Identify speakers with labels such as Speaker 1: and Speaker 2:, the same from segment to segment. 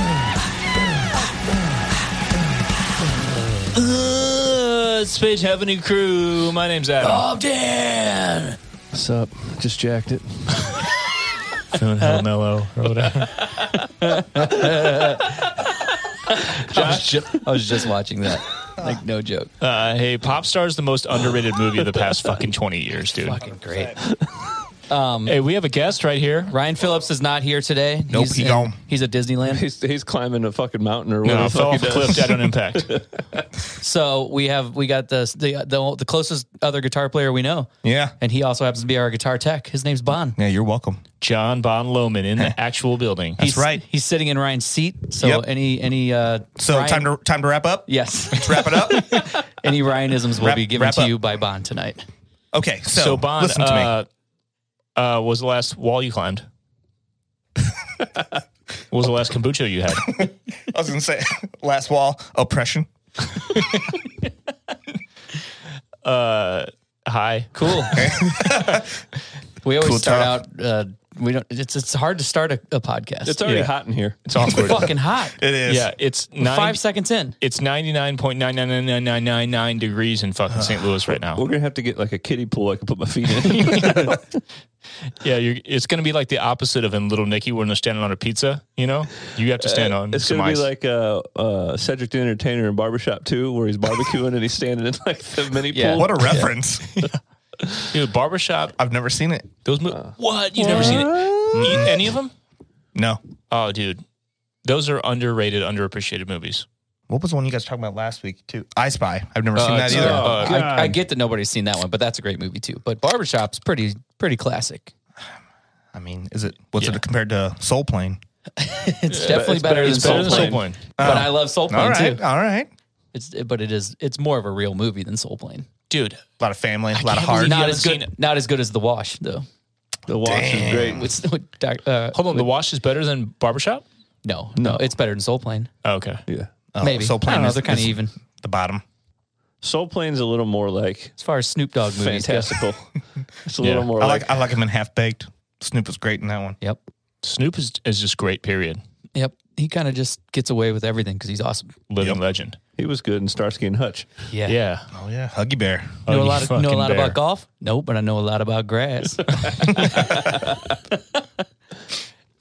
Speaker 1: Uh, It's Fish Avenue Crew. My name's Adam.
Speaker 2: I'm Dan.
Speaker 3: What's up? Just jacked it.
Speaker 2: Feeling hell mellow or whatever.
Speaker 1: Josh.
Speaker 4: I was just watching that. Like no joke.
Speaker 2: Uh, hey, Pop Star's the most underrated movie of the past fucking 20 years, dude.
Speaker 4: Fucking great.
Speaker 2: Hey, we have a guest right here.
Speaker 4: Ryan Phillips is not here today.
Speaker 2: Nope,
Speaker 4: he's
Speaker 2: he
Speaker 4: in-
Speaker 2: gone.
Speaker 4: He's at Disneyland.
Speaker 3: He's, he's climbing a fucking mountain or whatever.
Speaker 2: No,
Speaker 3: the
Speaker 2: fell off
Speaker 3: fuck he
Speaker 2: a
Speaker 3: does.
Speaker 2: cliff, dead on impact.
Speaker 4: So we have we got the the the, the closest other guitar player we know,
Speaker 5: Yeah.
Speaker 4: and he also happens to be our guitar tech. His name's Bon.
Speaker 5: Yeah, you're welcome.
Speaker 2: John Bon Loman in the actual building.
Speaker 5: That's right.
Speaker 4: He's sitting in Ryan's seat. So
Speaker 5: Yep.
Speaker 4: any any uh
Speaker 5: So
Speaker 4: Ryan-
Speaker 5: time to time to wrap up.
Speaker 4: yes
Speaker 5: Let's wrap it up.
Speaker 4: any Ryanisms will
Speaker 5: Wrap-
Speaker 4: be given
Speaker 5: wrap
Speaker 4: to
Speaker 5: up.
Speaker 4: you by Bon tonight.
Speaker 5: okay, so,
Speaker 2: So, Bon,
Speaker 5: listen to me.
Speaker 2: uh, uh, was the last wall you climbed? what was the last kombucha you had?
Speaker 5: I was gonna say last wall oppression.
Speaker 2: Hi.
Speaker 4: Cool. we always
Speaker 5: Cool
Speaker 4: start out. Uh, we don't. It's it's hard to start a, a podcast.
Speaker 3: It's already
Speaker 2: Yeah.
Speaker 3: hot in here.
Speaker 2: It's awkward.
Speaker 4: fucking hot.
Speaker 5: It is.
Speaker 2: yeah, it's
Speaker 4: Five
Speaker 2: 90,
Speaker 4: seconds in.
Speaker 2: it's 99.99999 degrees in fucking St. Louis right now.
Speaker 3: We're gonna have to get like a kiddie pool I can put my feet in.
Speaker 2: Yeah, you're, it's going to be like the opposite of in Little Nicky when they're standing on a pizza, you know? You have to stand on
Speaker 3: it's
Speaker 2: some
Speaker 3: gonna be
Speaker 2: ice.
Speaker 3: like uh, uh, Cedric the Entertainer in Barbershop Two, where he's barbecuing and he's standing in like the mini
Speaker 4: Yeah.
Speaker 3: pool.
Speaker 5: What a reference.
Speaker 2: Dude, barbershop,
Speaker 5: I've never seen it.
Speaker 2: those mo- What? You've never seen it? E- Any of them?
Speaker 5: No.
Speaker 2: Oh, dude. Those are underrated, underappreciated movies.
Speaker 5: What was the one you guys talked about last week too? I Spy. I've never seen that
Speaker 2: it's-
Speaker 5: either.
Speaker 2: uh,
Speaker 4: I, I get that nobody's seen that one, but that's a great movie too. But Barbershop's pretty pretty classic.
Speaker 5: I mean, is it what's it compared to Soul Plane?
Speaker 4: It's definitely
Speaker 3: it's better-
Speaker 4: better, than
Speaker 3: it's
Speaker 4: Soul,
Speaker 3: better than
Speaker 4: Plane,
Speaker 2: Soul Plane.
Speaker 4: but I love Soul Plane
Speaker 5: All right,
Speaker 4: too.
Speaker 5: all right.
Speaker 4: It's but it is it's more of a real movie than Soul Plane.
Speaker 2: Dude,
Speaker 5: A lot of family, a lot of
Speaker 2: can't believe
Speaker 5: heart.
Speaker 2: you
Speaker 4: Not
Speaker 2: haven't
Speaker 4: as
Speaker 2: seen
Speaker 4: good.
Speaker 2: it?
Speaker 4: Not as good as The Wash though.
Speaker 3: The wash is great.
Speaker 4: With, with Doc- uh,
Speaker 2: hold on. The Wash is better than Barbershop?
Speaker 4: no, no, it's better than Soul Plane.
Speaker 2: Oh, okay.
Speaker 3: Yeah,
Speaker 5: Oh,
Speaker 4: Maybe
Speaker 5: Soul Plane
Speaker 4: I don't know.
Speaker 5: is-
Speaker 4: They're kind of
Speaker 5: is
Speaker 4: even
Speaker 5: the bottom.
Speaker 3: Soul Plane's a little more like
Speaker 4: as far as Snoop Dogg movies. go.
Speaker 3: fantastical. it's a
Speaker 2: Yeah.
Speaker 3: little more
Speaker 5: I
Speaker 3: like,
Speaker 5: like I like him in Half Baked. Snoop was great in that one.
Speaker 4: Yep,
Speaker 2: Snoop is, is just great, period.
Speaker 4: yep. He kind of just gets away with everything because he's awesome.
Speaker 2: Living legend.
Speaker 3: he was good in Starsky and Hutch.
Speaker 4: Yeah.
Speaker 2: Yeah.
Speaker 5: Oh yeah, Huggy Bear.
Speaker 4: Know
Speaker 2: Oh,
Speaker 4: a
Speaker 2: you
Speaker 4: lot. Of, know a
Speaker 2: fucking
Speaker 4: lot
Speaker 2: bear.
Speaker 4: about golf? Nope, but I know a lot about grass.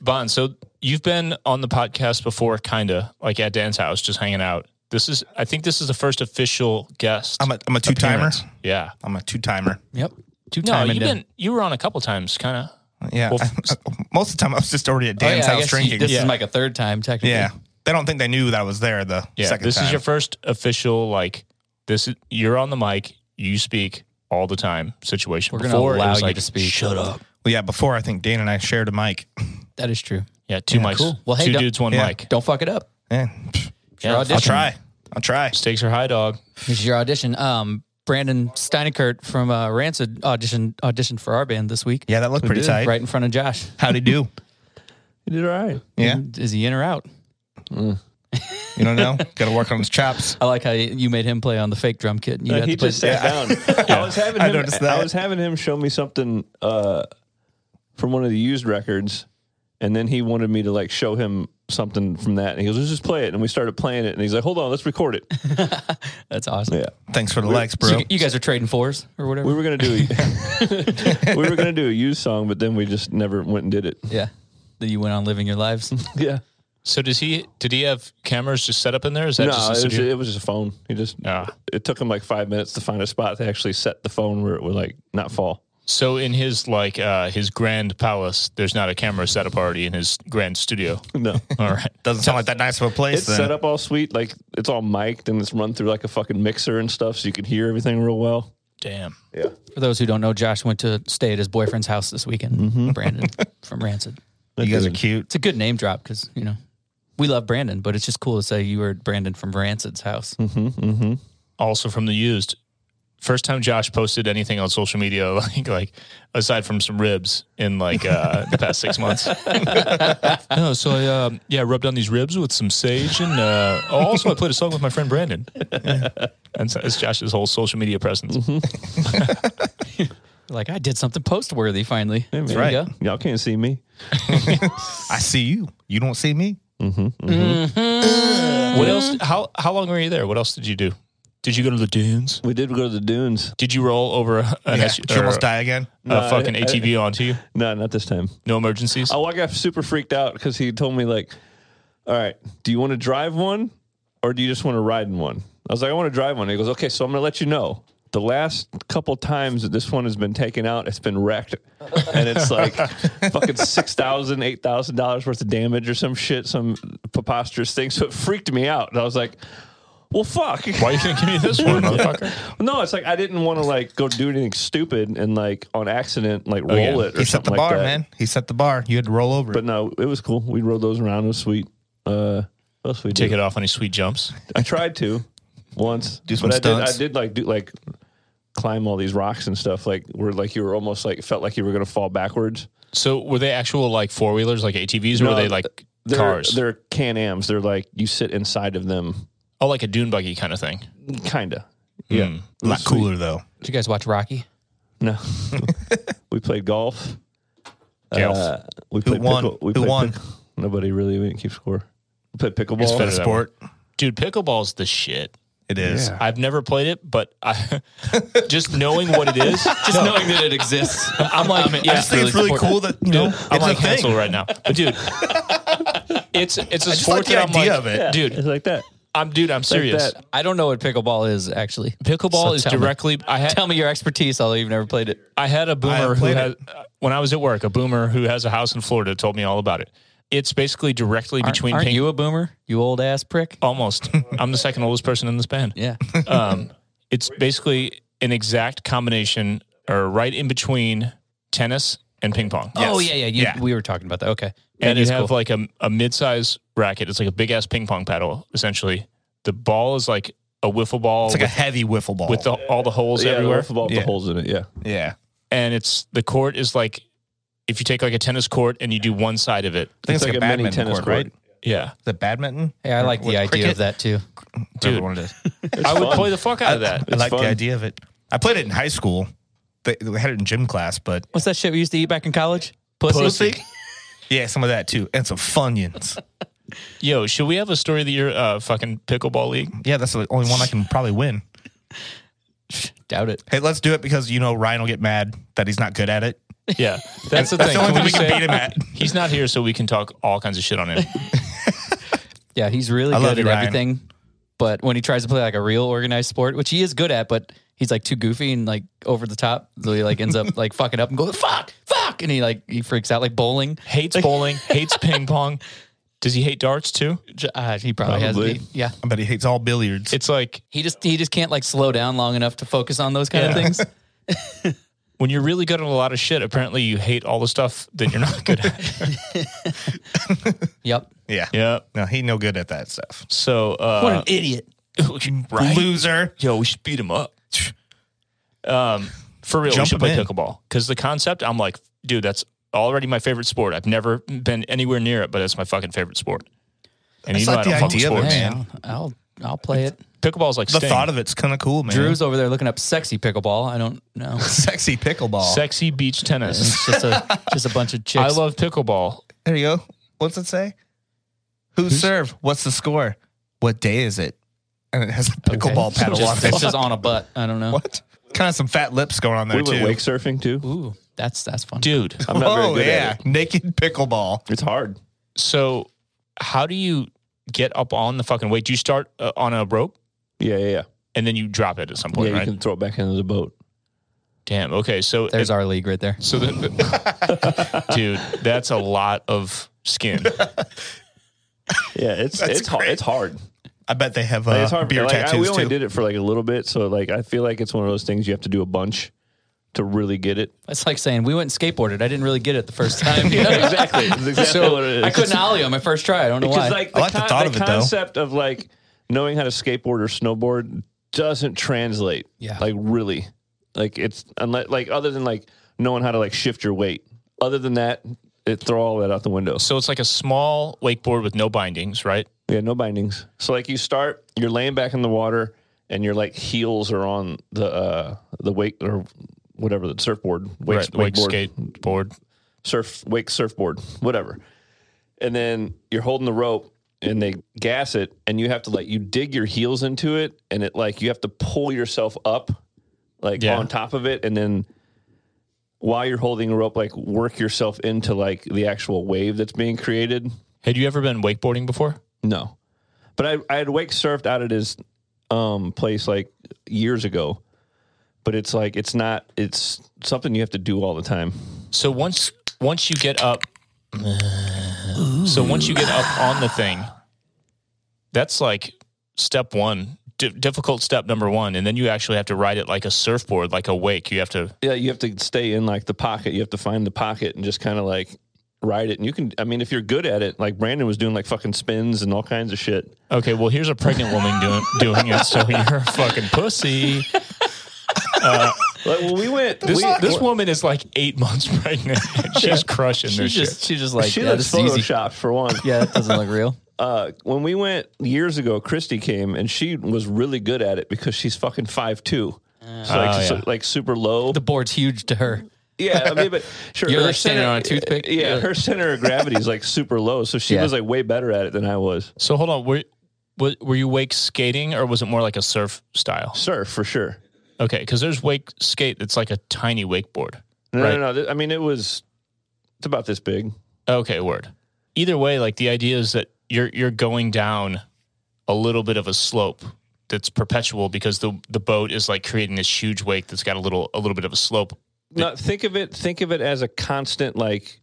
Speaker 2: Bon, so you've been on the podcast before, kind of like at Dan's house, just hanging out. This is, I think, this is the first official guest.
Speaker 5: I'm a I'm a two timer.
Speaker 2: appearance. Yeah.
Speaker 5: I'm a two timer.
Speaker 4: yep. Two
Speaker 2: No,
Speaker 4: time
Speaker 2: you've
Speaker 4: into-
Speaker 2: been, you were on a couple times, kind of.
Speaker 5: Yeah.
Speaker 2: Well,
Speaker 5: I-
Speaker 2: f-
Speaker 5: I- most of the time, I was just already at
Speaker 4: Oh,
Speaker 5: Dan's
Speaker 4: yeah, I
Speaker 5: house
Speaker 4: guess you-
Speaker 5: drinking.
Speaker 4: This
Speaker 5: yeah.
Speaker 4: is like a third time technically.
Speaker 5: They don't think they knew that I was there the
Speaker 2: Yeah.
Speaker 5: second
Speaker 2: this
Speaker 5: time.
Speaker 2: is your first official, like, this is, you're on the mic, you speak all the time situation.
Speaker 4: We're gonna
Speaker 2: Before, it
Speaker 4: allow
Speaker 2: was
Speaker 4: you
Speaker 2: like,
Speaker 4: to speak.
Speaker 2: Shut up.
Speaker 5: well, yeah, before I think Dan and I shared a mic.
Speaker 4: That is true.
Speaker 2: Yeah. Two mics.
Speaker 4: cool. Well, hey,
Speaker 2: two
Speaker 4: don't-
Speaker 2: dudes, one
Speaker 5: yeah.
Speaker 2: mic.
Speaker 4: Don't fuck it up.
Speaker 5: Yeah.
Speaker 4: It's your audition.
Speaker 5: I'll try. I'll try.
Speaker 2: Stakes are high, dog.
Speaker 4: This is your audition. Um, Brandon Steinekert from uh, Rancid auditioned auditioned for our band this week.
Speaker 5: Yeah, that looked pretty
Speaker 3: did,
Speaker 5: tight.
Speaker 4: Right in front of Josh.
Speaker 5: How'd he do?
Speaker 3: He did all right.
Speaker 5: Yeah.
Speaker 4: Is he in or out?
Speaker 5: You don't know? Got to work on his chops.
Speaker 4: I like how you you made him play on the fake drum kit.
Speaker 5: Uh,
Speaker 4: and You
Speaker 3: And
Speaker 4: had
Speaker 3: Uh, he
Speaker 4: to play-
Speaker 3: just sat down. I was having
Speaker 5: I
Speaker 3: him,
Speaker 5: noticed
Speaker 3: I,
Speaker 5: that.
Speaker 3: was having him show me something uh, from one of the used records, and then he wanted me to like show him something from that, and he goes, "Let's just play it." And we started playing it, and he's like, "Hold on, let's record it."
Speaker 4: That's awesome.
Speaker 5: Thanks for the likes, bro.
Speaker 4: You guys are trading fours or whatever.
Speaker 3: We were gonna do a, we were gonna do a used song, but then we just never went and did it.
Speaker 4: yeah. That you went on living your lives.
Speaker 3: Yeah,
Speaker 2: So does he, did he have cameras just set up in there? Is that
Speaker 3: no,
Speaker 2: just a
Speaker 3: it was,
Speaker 2: studio?
Speaker 3: it was just a phone. He just
Speaker 2: Ah.
Speaker 3: it took him like five minutes to find a spot to actually set the phone where it would like not fall.
Speaker 2: So in his like uh his grand palace, there's not a camera set up already in his grand studio.
Speaker 3: No.
Speaker 2: All right.
Speaker 5: Doesn't sound like that nice of a place.
Speaker 3: It's
Speaker 5: then.
Speaker 3: set up all sweet, like it's all mic'd and it's run through like a fucking mixer and stuff, so you can hear everything real well.
Speaker 2: Damn.
Speaker 4: For those who don't know, Josh went to stay at his boyfriend's house this weekend.
Speaker 5: Mm-hmm.
Speaker 4: Brandon from Rancid.
Speaker 5: You guys are cute.
Speaker 4: It's a good name drop because you know we love Brandon, but it's just cool to say you were at Brandon from Rancid's house.
Speaker 2: Also from the used. First time Josh posted anything on social media, like like aside from some ribs in like uh the past six months. no, so I um, yeah, rubbed on these ribs with some sage and uh also I played a song with my friend Brandon. That's, that's Josh's whole social media presence.
Speaker 4: Like I did something post worthy finally. That's
Speaker 5: right.
Speaker 3: Y'all can't see me.
Speaker 5: I see you. You don't see me.
Speaker 2: What else how how long were you there? What else did you do? Did you go to the dunes?
Speaker 3: We did go to the dunes.
Speaker 2: Did you roll over a, an
Speaker 5: Yeah,
Speaker 2: S-
Speaker 5: she almost
Speaker 2: or
Speaker 5: die again.
Speaker 2: a
Speaker 3: No, I- uh,
Speaker 2: fucking
Speaker 3: I-
Speaker 2: ATV onto you?
Speaker 3: No, not this time.
Speaker 2: No emergencies?
Speaker 3: Oh, I got super freaked out because he told me like, "All right, do you want to drive one, or do you just want to ride in one?" I was like, "I want to drive one." He goes, "Okay, so I'm going to let you know." The last couple times that this one has been taken out, it's been wrecked, and it's like fucking six thousand, eight thousand dollars worth of damage or some shit, some preposterous thing. So it freaked me out, and I was like, "Well, fuck."
Speaker 2: Why are you going to give me this one, motherfucker?
Speaker 3: No, it's like I didn't want to like go do anything stupid and like on accident like roll
Speaker 2: yeah.
Speaker 3: it or
Speaker 5: Oh, He set the
Speaker 3: something
Speaker 5: bar,
Speaker 3: like that.
Speaker 5: man. He set the bar. You had to roll over.
Speaker 3: But
Speaker 5: But
Speaker 3: no, it was cool. We rode those around. It was sweet. Uh, what else we
Speaker 2: Take
Speaker 3: do?
Speaker 2: it off on any sweet jumps.
Speaker 3: I tried to once,
Speaker 5: Do some
Speaker 3: but I did.
Speaker 5: stunts.
Speaker 3: I did like do like climb all these rocks and stuff. Like where like you were almost like felt like you were gonna fall backwards.
Speaker 2: So were they actual like four wheelers, like ATVs, or
Speaker 3: No,
Speaker 2: were they like
Speaker 3: They're,
Speaker 2: cars?
Speaker 3: They're Can Am's. They're like you sit inside of them,
Speaker 2: oh, like a dune buggy kind of thing.
Speaker 3: kinda. Yeah.
Speaker 2: Hmm.
Speaker 5: a lot cooler though.
Speaker 4: Did you guys watch Rocky?
Speaker 3: No. we played golf.
Speaker 2: Golf.
Speaker 3: Uh, we played
Speaker 5: won?
Speaker 3: Pickle, we
Speaker 5: Who
Speaker 3: played
Speaker 5: won?
Speaker 3: pickle- Nobody really. We didn't keep score. We played
Speaker 2: It's
Speaker 3: pickleball.
Speaker 2: better
Speaker 5: Better
Speaker 2: that
Speaker 5: sport.
Speaker 2: Dude, pickleball's the shit.
Speaker 5: It is.
Speaker 2: I've never played it, but I just knowing what it is,
Speaker 6: Just knowing that it exists.
Speaker 4: I'm like,
Speaker 5: I just think it's really cool that you know
Speaker 2: I'm
Speaker 5: it's
Speaker 2: like
Speaker 5: a thing.
Speaker 2: Hansel right now. But dude, it's it's a
Speaker 5: I just like
Speaker 2: sport
Speaker 5: the
Speaker 2: that I'm
Speaker 5: idea
Speaker 2: like,
Speaker 5: of it.
Speaker 3: Yeah,
Speaker 2: dude.
Speaker 3: it's like that.
Speaker 2: I'm dude, I'm serious.
Speaker 3: that.
Speaker 4: I don't know what pickleball is actually.
Speaker 2: Pickleball
Speaker 4: So
Speaker 2: is
Speaker 4: tell me.
Speaker 2: directly I had
Speaker 4: Tell me your expertise, although you've never played it.
Speaker 2: I had a boomer who
Speaker 5: played
Speaker 2: had when I was at work, a boomer who has a house in Florida told me all about it. It's basically directly
Speaker 4: Aren't,
Speaker 2: between
Speaker 4: aren't
Speaker 2: ping Oh.
Speaker 4: you a boomer? You old ass prick.
Speaker 2: almost. I'm the second oldest person in this band.
Speaker 4: Yeah.
Speaker 2: Um, it's basically an exact combination or right in between tennis and ping pong.
Speaker 4: Oh yeah, yeah, you,
Speaker 5: Yeah.
Speaker 4: We were talking about that. Okay.
Speaker 2: and
Speaker 4: That
Speaker 2: you
Speaker 4: is
Speaker 2: have
Speaker 4: cool.
Speaker 2: like a, a mid-size racket. It's like a big ass ping pong paddle, essentially. The ball is like a wiffle ball
Speaker 5: It's like a
Speaker 2: with,
Speaker 5: heavy wiffle ball.
Speaker 2: with the, all the holes
Speaker 3: Yeah,
Speaker 2: everywhere,
Speaker 3: the wiffle ball with
Speaker 5: Yeah.
Speaker 3: the holes in it. Yeah.
Speaker 5: yeah,
Speaker 2: and it's the court is like if you take like a tennis court and you do one side of it.
Speaker 5: I think it's, like, a badminton
Speaker 3: mini tennis
Speaker 5: court,
Speaker 3: court.
Speaker 5: right? Is
Speaker 2: Yeah,
Speaker 5: it badminton?
Speaker 4: Hey, I
Speaker 5: Or
Speaker 4: like the
Speaker 5: what,
Speaker 4: idea
Speaker 5: cricket?
Speaker 4: of that too.
Speaker 5: Whatever
Speaker 2: Dude.
Speaker 5: one it is.
Speaker 2: I would
Speaker 3: fun.
Speaker 2: play the fuck out of that.
Speaker 5: I like
Speaker 3: fun.
Speaker 5: the idea of it. I played it in high school. They, they had it in gym class, but
Speaker 4: What's that shit we used to eat back in college? Pussy.
Speaker 5: yeah, some of that too, and some funyuns.
Speaker 2: Yo, should we have a story of the year uh, fucking pickleball league?
Speaker 5: Yeah, that's the only one I can probably win.
Speaker 4: Doubt it.
Speaker 5: Hey, let's do it because you know Ryan will get mad that he's not good at it.
Speaker 2: Yeah, that's the
Speaker 5: That's
Speaker 2: thing.
Speaker 5: the only
Speaker 2: Can
Speaker 5: thing
Speaker 2: we
Speaker 5: we
Speaker 2: just
Speaker 5: can
Speaker 2: say-
Speaker 5: beat him at.
Speaker 2: He's not here, so we can talk all kinds of shit on him.
Speaker 4: Yeah, he's really
Speaker 5: I love
Speaker 4: good
Speaker 5: you,
Speaker 4: at
Speaker 5: Ryan.
Speaker 4: everything. But when he tries to play like a real organized sport, which he is good at, but he's like too goofy and like over the top, so he like ends up like fucking up and goes fuck, fuck, and he like he freaks out like bowling.
Speaker 2: hates bowling, hates ping pong. Does he hate darts too?
Speaker 4: J- Uh, he probably,
Speaker 3: Probably.
Speaker 4: has. he- yeah,
Speaker 5: I bet he hates all billiards.
Speaker 2: It's like
Speaker 4: he just he just can't like slow down long enough to focus on those kind of
Speaker 2: Yeah.
Speaker 4: things.
Speaker 2: when you're really good at a lot of shit, apparently you hate all the stuff that you're not good at.
Speaker 4: Yep.
Speaker 5: yeah.
Speaker 2: yeah.
Speaker 5: No, he no good at that stuff.
Speaker 2: So, uh,
Speaker 4: idiot.
Speaker 5: Loser.
Speaker 2: yo, we should beat him up. Um, for real,
Speaker 5: Jump
Speaker 2: we should
Speaker 5: him
Speaker 2: play
Speaker 5: in.
Speaker 2: pickleball because the concept. I'm like, dude, that's already my favorite sport. I've never been anywhere near it, but it's my fucking favorite sport. And
Speaker 5: That's
Speaker 2: you know
Speaker 5: like
Speaker 2: I don't
Speaker 5: the
Speaker 2: fuck with
Speaker 5: idea of it,
Speaker 2: sports.
Speaker 5: man.
Speaker 4: I'll, I'll I'll play it.
Speaker 2: Pickleball's like
Speaker 5: The
Speaker 2: Sting.
Speaker 5: thought of it's kind of cool, man.
Speaker 4: Drew's over there looking up sexy pickleball. I don't know.
Speaker 5: sexy pickleball.
Speaker 2: sexy beach tennis.
Speaker 4: It's just a just a bunch of
Speaker 2: I
Speaker 4: chicks.
Speaker 2: love pickleball.
Speaker 5: there you go. What's it say? Who served? What's the score? What day is it? And it has a pickleball paddle on
Speaker 4: just,
Speaker 5: it.
Speaker 4: it's just on a butt. I don't know.
Speaker 5: what? Kind of some fat lips going on there
Speaker 3: We went
Speaker 5: too.
Speaker 3: wake surfing too.
Speaker 4: Ooh, that's that's fun.
Speaker 2: Dude,
Speaker 3: I'm not very
Speaker 5: oh
Speaker 3: good
Speaker 5: yeah,
Speaker 3: at it.
Speaker 5: naked pickleball.
Speaker 3: It's hard.
Speaker 2: so how do you get up on the fucking weight? Do you start uh, on a rope
Speaker 3: Yeah, yeah, yeah.
Speaker 2: and then you drop it at some
Speaker 3: Yeah,
Speaker 2: point,
Speaker 3: you
Speaker 2: right?
Speaker 3: can throw it back into the boat.
Speaker 2: Damn. Okay. So
Speaker 4: There's our league right there.
Speaker 2: So, the, the- dude, that's a lot of skin.
Speaker 3: Yeah, it's
Speaker 5: That's
Speaker 3: it's hard.
Speaker 5: great.
Speaker 3: It's hard.
Speaker 5: I bet they have uh,
Speaker 3: Like, it's hard.
Speaker 5: beer
Speaker 3: like, I- we
Speaker 5: tattoos
Speaker 3: only
Speaker 5: too.
Speaker 3: did it for like a little bit, so like I feel like it's one of those things you have to do a bunch to really get it.
Speaker 4: It's like saying we went and skateboarded. I didn't really get it the first time. you know?
Speaker 3: exactly. That's exactly what it is.
Speaker 4: I couldn't ollie on my first try. I don't know why.
Speaker 3: because like
Speaker 5: I
Speaker 3: the,
Speaker 5: like the
Speaker 3: con-
Speaker 5: thought
Speaker 3: the
Speaker 5: of it, though.
Speaker 3: concept of like knowing how to skateboard or snowboard doesn't translate.
Speaker 4: Yeah.
Speaker 3: like really, like it's unless like other than like knowing how to like shift your weight. Other than that, it throw all that out the window.
Speaker 2: So it's like a small wakeboard with no bindings, right?
Speaker 3: Yeah, no bindings. So like you start, you're laying back in the water, and your like heels are on the uh the wake or whatever the surfboard, wake,
Speaker 2: right. Wake
Speaker 3: wakeboard,
Speaker 2: skateboard.
Speaker 3: surf, wake surfboard, whatever. And then you're holding the rope, and they gas it, and you have to like you dig your heels into it, and it like you have to pull yourself up, like
Speaker 2: Yeah.
Speaker 3: on top of it, and then while you're holding a rope, like work yourself into like the actual wave that's being created.
Speaker 2: Had you ever been wakeboarding before?
Speaker 3: No, but I I had wake surfed out at his um place like years ago, but it's like it's not it's something you have to do all the time.
Speaker 2: So once once you get up, so once you get up on the thing, that's like step one, di difficult step number one, and then you actually have to ride it like a surfboard, like a wake. You have to.
Speaker 3: Yeah, you have to stay in like the pocket. You have to find the pocket and just kind of like ride it. And you can, I mean, if you're good at it, like Brandon was doing like fucking spins and all kinds of shit.
Speaker 2: Okay, well here's a pregnant woman doing doing it, so you're a fucking pussy.
Speaker 3: Like, well, we went.
Speaker 2: This
Speaker 3: we,
Speaker 2: this woman is like eight months pregnant. and She's crushing
Speaker 4: She
Speaker 2: this
Speaker 4: just
Speaker 2: shit.
Speaker 4: she just like
Speaker 3: she
Speaker 4: yeah,
Speaker 3: looks
Speaker 4: this is easy.
Speaker 3: photoshopped for one.
Speaker 4: Yeah, that doesn't look real.
Speaker 3: Uh, when we went years ago, Christy came and she was really good at it because she's fucking five two. So like,
Speaker 2: Oh,
Speaker 3: so-
Speaker 2: yeah.
Speaker 3: like super low.
Speaker 4: The board's huge to her.
Speaker 3: yeah, I mean, but sure,
Speaker 4: You're
Speaker 3: her
Speaker 4: like standing
Speaker 3: center-
Speaker 4: on a toothpick?
Speaker 3: Yeah,
Speaker 4: You're like-
Speaker 3: her center of gravity is like super low, so she
Speaker 4: Yeah.
Speaker 3: was like way better at it than I was.
Speaker 2: So hold on, were were were you wake skating or was it more like a surf style?
Speaker 3: Surf for sure.
Speaker 2: Okay, because there's wake skate that's like a tiny wakeboard.
Speaker 3: No,
Speaker 2: Right.
Speaker 3: no, no. Th- I mean, it was. It's about this big.
Speaker 2: Okay, word. Either way, like the idea is that you're you're going down a little bit of a slope that's perpetual because the the boat is like creating this huge wake that's got a little a little bit of a slope.
Speaker 3: No, think of it. Think of it as a constant like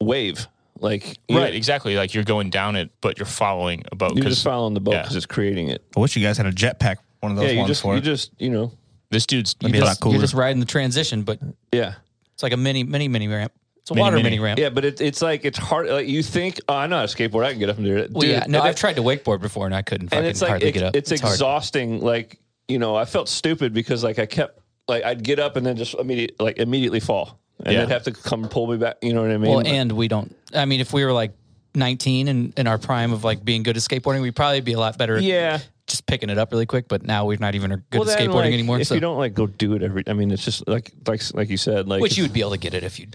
Speaker 3: wave. Like you-
Speaker 2: Right, exactly. Like you're going down it, but you're following a boat
Speaker 3: You're just
Speaker 2: because
Speaker 3: following the boat
Speaker 2: yeah.
Speaker 3: because it's creating it.
Speaker 5: I wish you guys had a jetpack, one of those
Speaker 3: Yeah, you
Speaker 5: ones
Speaker 3: just
Speaker 5: for
Speaker 3: you
Speaker 5: it.
Speaker 3: just you know
Speaker 2: this dude's
Speaker 5: That'd be a lot
Speaker 4: You're
Speaker 5: cooler.
Speaker 4: just riding the transition, but
Speaker 3: yeah
Speaker 4: it's like a mini mini mini ramp. It's a
Speaker 2: Mini,
Speaker 4: water
Speaker 2: mini.
Speaker 4: mini, ramp.
Speaker 3: yeah. But it, it's like it's hard. Like you think, oh, I know how to skateboard. I can get up and do it.
Speaker 4: Well,
Speaker 3: Dude,
Speaker 4: yeah. No,
Speaker 3: and
Speaker 4: I've
Speaker 3: it-
Speaker 4: tried to wakeboard before and I couldn't
Speaker 3: And
Speaker 4: fucking
Speaker 3: it's like
Speaker 4: hardly
Speaker 3: it-
Speaker 4: get up.
Speaker 3: it's,
Speaker 4: hard.
Speaker 3: exhausting. Like you know, I felt stupid because like I kept like I'd get up and then just immediate like immediately fall. And
Speaker 2: Yeah.
Speaker 3: they'd have to come pull me back. You know what I mean?
Speaker 4: Well, and we don't. I mean, if we were like 19 and in our prime of like being good at skateboarding, we'd probably be a lot better.
Speaker 3: Yeah.
Speaker 4: At just picking it up really quick. But now we're not even good at
Speaker 3: then,
Speaker 4: skateboarding
Speaker 3: like,
Speaker 4: anymore.
Speaker 3: If
Speaker 4: So,
Speaker 3: you don't like go do it every, I mean, it's just like like like you said, like
Speaker 4: which you would be able to get it if you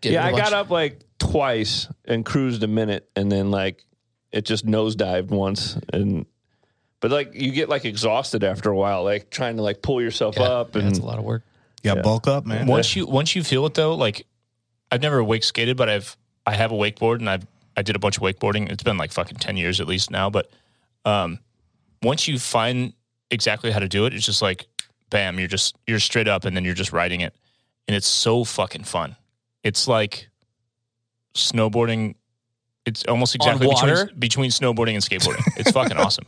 Speaker 4: did.
Speaker 3: yeah,
Speaker 4: it a
Speaker 3: I got
Speaker 4: bunch.
Speaker 3: up like twice and cruised a minute, and then like it just nosedived once, and but like you get like exhausted after a while, like trying to like pull yourself
Speaker 4: Yeah,
Speaker 3: up,
Speaker 4: yeah,
Speaker 3: and
Speaker 4: that's a lot of work.
Speaker 5: yeah, bulk up, man.
Speaker 2: once you once you feel it though, like I've never wake skated, but I've I have a wakeboard and I've I did a bunch of wakeboarding. It's been like fucking ten years at least now, but um, once you find exactly how to do it, it's just like bam, you're just you're straight up and then you're just riding it, and it's so fucking fun. It's like snowboarding. It's almost exactly
Speaker 4: water?
Speaker 2: between, between snowboarding and skateboarding. It's fucking awesome.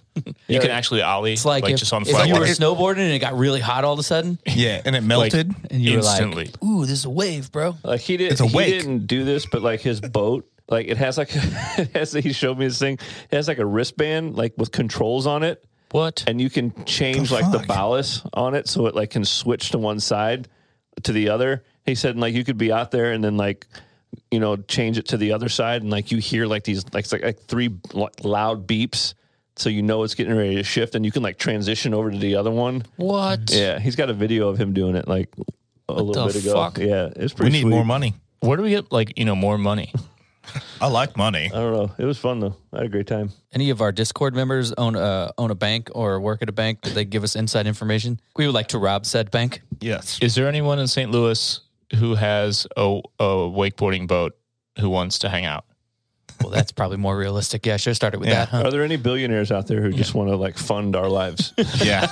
Speaker 2: You can actually ollie
Speaker 4: It's
Speaker 2: like,
Speaker 4: like, if,
Speaker 2: just on
Speaker 4: if
Speaker 2: flat
Speaker 4: you were
Speaker 2: water
Speaker 4: snowboarding and it got really hot all of a sudden,
Speaker 5: yeah, and it melted.
Speaker 4: and you
Speaker 2: instantly.
Speaker 4: were like, "Ooh, this is a wave, bro."
Speaker 3: like he didn't
Speaker 5: It's a
Speaker 3: he
Speaker 5: wake.
Speaker 3: didn't do this, but like his boat. Like it has like it has he showed me this thing. It has like a wristband like with controls on it,
Speaker 2: what?
Speaker 3: and you can change like the
Speaker 5: fuck?
Speaker 3: ballast on it so it like can switch to one side to the other. He said like you could be out there and then like you know change it to the other side and like you hear like these like it's like, like three lo- loud beeps so you know it's getting ready to shift and you can like transition over to the other one.
Speaker 4: What?
Speaker 3: Yeah, he's got a video of him doing it like a little
Speaker 4: the
Speaker 3: bit ago.
Speaker 4: fuck?
Speaker 3: Yeah, it's
Speaker 5: We
Speaker 3: pretty
Speaker 5: need
Speaker 3: sweet.
Speaker 5: more money.
Speaker 2: Where do we get like you know more money?
Speaker 5: I like money.
Speaker 3: I don't know. It was fun though. I had a great time.
Speaker 4: any of our Discord members own a own a bank or work at a bank that they give us inside information, we would like to rob said bank.
Speaker 5: Yes.
Speaker 2: Is there anyone in St. Louis who has a, a wakeboarding boat who wants to hang out?
Speaker 4: Well, that's probably more realistic. Yeah, I should have started with
Speaker 5: Yeah.
Speaker 4: that. Huh?
Speaker 3: Are there any billionaires out there who just want to like fund our lives?
Speaker 5: Yeah.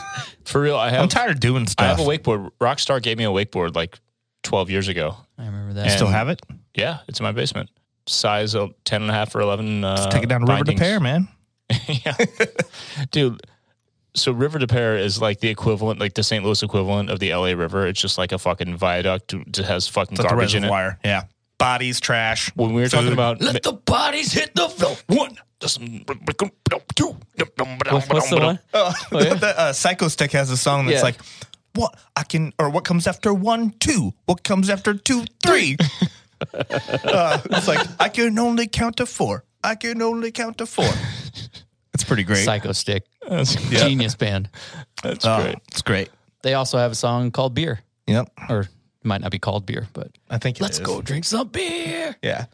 Speaker 2: For real, I
Speaker 5: I'm
Speaker 2: have
Speaker 5: tired of doing
Speaker 2: I
Speaker 5: stuff.
Speaker 2: have a wakeboard. Rockstar gave me a wakeboard like 12 years ago.
Speaker 4: I remember
Speaker 5: you
Speaker 4: that.
Speaker 5: still have it?
Speaker 2: Yeah, it's in my basement. Size of 10 and a half or 11. Uh,
Speaker 5: Take it down river to
Speaker 2: bindings.
Speaker 5: pair, man.
Speaker 2: yeah. Dude, so River de Pere is like the equivalent, like the St. Louis equivalent of the LA River. It's just like a fucking viaduct that has fucking
Speaker 5: It's like the
Speaker 2: garbage in it.
Speaker 5: reservoir. Yeah. Bodies, trash.
Speaker 2: When we were talking
Speaker 5: Food.
Speaker 2: about
Speaker 4: Let the bodies hit the floor.
Speaker 2: one,
Speaker 4: What's the one?
Speaker 5: Uh, the uh, Psycho Stick has a song that's
Speaker 4: Yeah.
Speaker 5: like, what I can, or what comes after one, two, what comes after two, three. uh, it's like, I can only count to four. I can only count to four. It's pretty great.
Speaker 4: Psycho Stick,
Speaker 2: That's,
Speaker 4: genius band.
Speaker 2: that's
Speaker 5: Oh,
Speaker 2: great.
Speaker 5: It's great.
Speaker 4: They also have a song called Beer,
Speaker 5: Yep.
Speaker 4: or it might not be called Beer, but
Speaker 5: I think it
Speaker 4: let's
Speaker 5: is.
Speaker 4: go drink some beer.
Speaker 5: Yeah.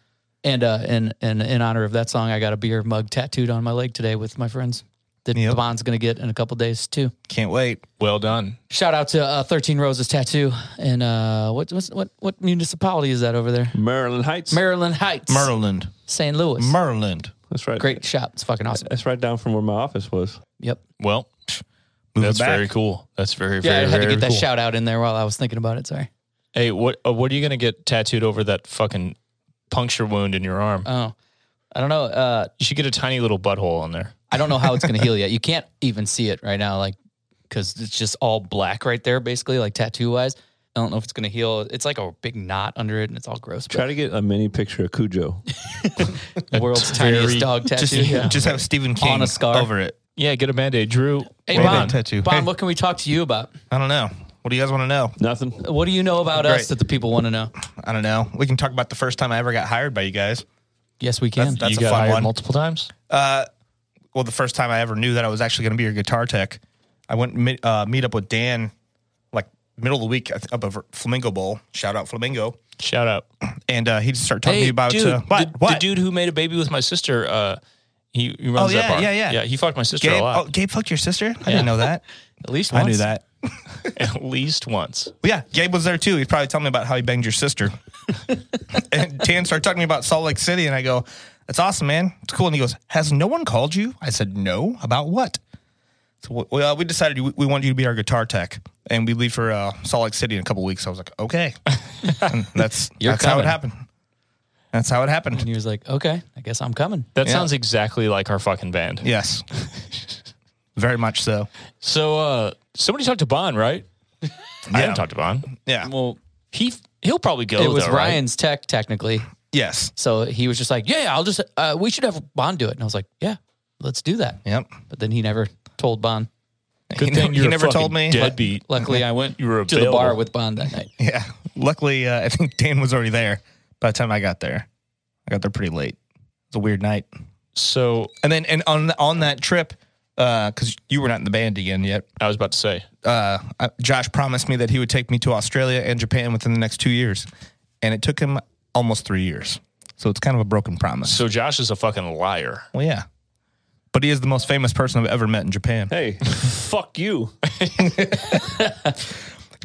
Speaker 4: And uh, and and in honor of that song, I got a beer mug tattooed on my leg today with my friends. That
Speaker 5: Yep.
Speaker 4: Bond's gonna get in a couple days too.
Speaker 5: Can't wait.
Speaker 2: Well done.
Speaker 4: Shout out to uh, Thirteen Roses Tattoo and uh, what what's, what what municipality is that over there?
Speaker 3: Maryland Heights.
Speaker 4: Maryland Heights,
Speaker 5: Maryland.
Speaker 4: St. Louis.
Speaker 5: Maryland.
Speaker 3: That's right.
Speaker 4: Great shop. It's fucking awesome.
Speaker 3: That's right down from where my office was.
Speaker 4: Yep.
Speaker 2: Well,
Speaker 5: Moving
Speaker 2: that's
Speaker 5: back.
Speaker 2: very cool. That's very
Speaker 4: Yeah,
Speaker 2: very.
Speaker 4: I had to
Speaker 2: very
Speaker 4: get that
Speaker 2: cool.
Speaker 4: shout out in there while I was thinking about it. Sorry.
Speaker 2: Hey, what uh, what are you gonna get tattooed over that fucking puncture wound in your arm?
Speaker 4: Oh, I don't know. Uh,
Speaker 2: you should get a tiny little butthole on there.
Speaker 4: I don't know how it's going to heal yet. You can't even see it right now, like because it's just all black right there, basically, like tattoo wise. I don't know if it's going to heal. It's like a big knot under it, and it's all gross.
Speaker 3: Try
Speaker 4: But
Speaker 3: to get a mini picture of Cujo.
Speaker 4: the world's tiniest dog tattoo.
Speaker 5: Just,
Speaker 4: Yeah.
Speaker 5: just have Stephen King
Speaker 4: a scar.
Speaker 5: over it.
Speaker 2: Yeah, get a band aid, Drew.
Speaker 4: hey,
Speaker 5: Well, they
Speaker 4: Bon,
Speaker 5: tattoo.
Speaker 4: Bon,
Speaker 5: Hey.
Speaker 4: what can we talk to you about?
Speaker 5: I don't know. What do you guys want to know?
Speaker 3: Nothing.
Speaker 4: What do you know about us
Speaker 5: Great.
Speaker 4: that the people want to know?
Speaker 5: I don't know. We can talk about the first time I ever got hired by you guys.
Speaker 4: Yes, we can.
Speaker 5: That's
Speaker 2: you
Speaker 5: a
Speaker 2: got
Speaker 5: fun
Speaker 2: hired
Speaker 5: one.
Speaker 2: multiple times.
Speaker 5: well, the first time I ever knew that I was actually going to be your guitar tech, I went mi- uh, meet up with Dan like middle of the week I th- up over Flamingo Bowl. Shout out Flamingo,
Speaker 2: Shout out.
Speaker 5: and uh, he just started talking to me about
Speaker 2: dude,
Speaker 5: uh, what
Speaker 2: the,
Speaker 5: what
Speaker 2: the dude who made a baby with my sister. Uh, he, he runs
Speaker 5: Oh,
Speaker 2: that
Speaker 5: yeah,
Speaker 2: bar.
Speaker 5: yeah, yeah.
Speaker 2: Yeah, he fucked my sister
Speaker 5: Gabe,
Speaker 2: a
Speaker 5: oh,
Speaker 2: lot,
Speaker 5: Gabe fucked your sister. I didn't know that.
Speaker 4: At least
Speaker 5: I
Speaker 4: once.
Speaker 5: knew that.
Speaker 2: at least once.
Speaker 5: Well, yeah, Gabe was there too. He's probably telling me about how he banged your sister. and Dan started talking to me about Salt Lake City, and I go, "That's awesome, man. It's cool." And he goes, "Has no one called you?" I said, "No." About what? So w- well, we decided we, we wanted you to be our guitar tech, and we leave for uh, Salt Lake City in a couple weeks. I was like, "Okay." And that's
Speaker 4: You're
Speaker 5: that's how it
Speaker 4: coming.
Speaker 5: happened. That's how it
Speaker 4: And
Speaker 5: happened.
Speaker 4: he was like, "Okay, I guess I'm coming."
Speaker 2: That
Speaker 5: Yeah.
Speaker 2: sounds exactly like our fucking band.
Speaker 5: Yes, very much so.
Speaker 2: So uh, somebody talked to Bon, right? I haven't talked to Bon.
Speaker 5: Yeah.
Speaker 4: Well,
Speaker 2: He he'll probably go.
Speaker 5: oh,
Speaker 4: it was
Speaker 2: though, right?
Speaker 4: Ryan's tech technically.
Speaker 5: Yes.
Speaker 4: So he was just like, "Yeah, I'll just uh, we should have Bond do it." And I was like, "Yeah, let's do that."
Speaker 5: Yep.
Speaker 4: But then he never told Bond.
Speaker 2: Good
Speaker 5: he
Speaker 2: thing
Speaker 5: ne-
Speaker 2: you're
Speaker 5: he
Speaker 2: a
Speaker 5: never
Speaker 2: fucking
Speaker 5: told me.
Speaker 2: Deadbeat.
Speaker 4: Luckily, I went
Speaker 2: You were
Speaker 4: to the bar
Speaker 2: available.
Speaker 4: with Bond that night.
Speaker 5: Yeah. Luckily, uh, I think Dan was already there by the time I got there. I got there pretty late. It's a weird night.
Speaker 2: So
Speaker 5: And then, and on on that trip, because you were not in the band again yet,
Speaker 2: I was about to say,
Speaker 5: uh, I- Josh promised me that he would take me to Australia and Japan within the next two years, and it took him almost three years. So it's kind of a broken promise.
Speaker 2: so Josh is a fucking liar.
Speaker 5: Well, yeah, but he is the most famous person I've ever met in Japan.
Speaker 3: Hey, fuck you.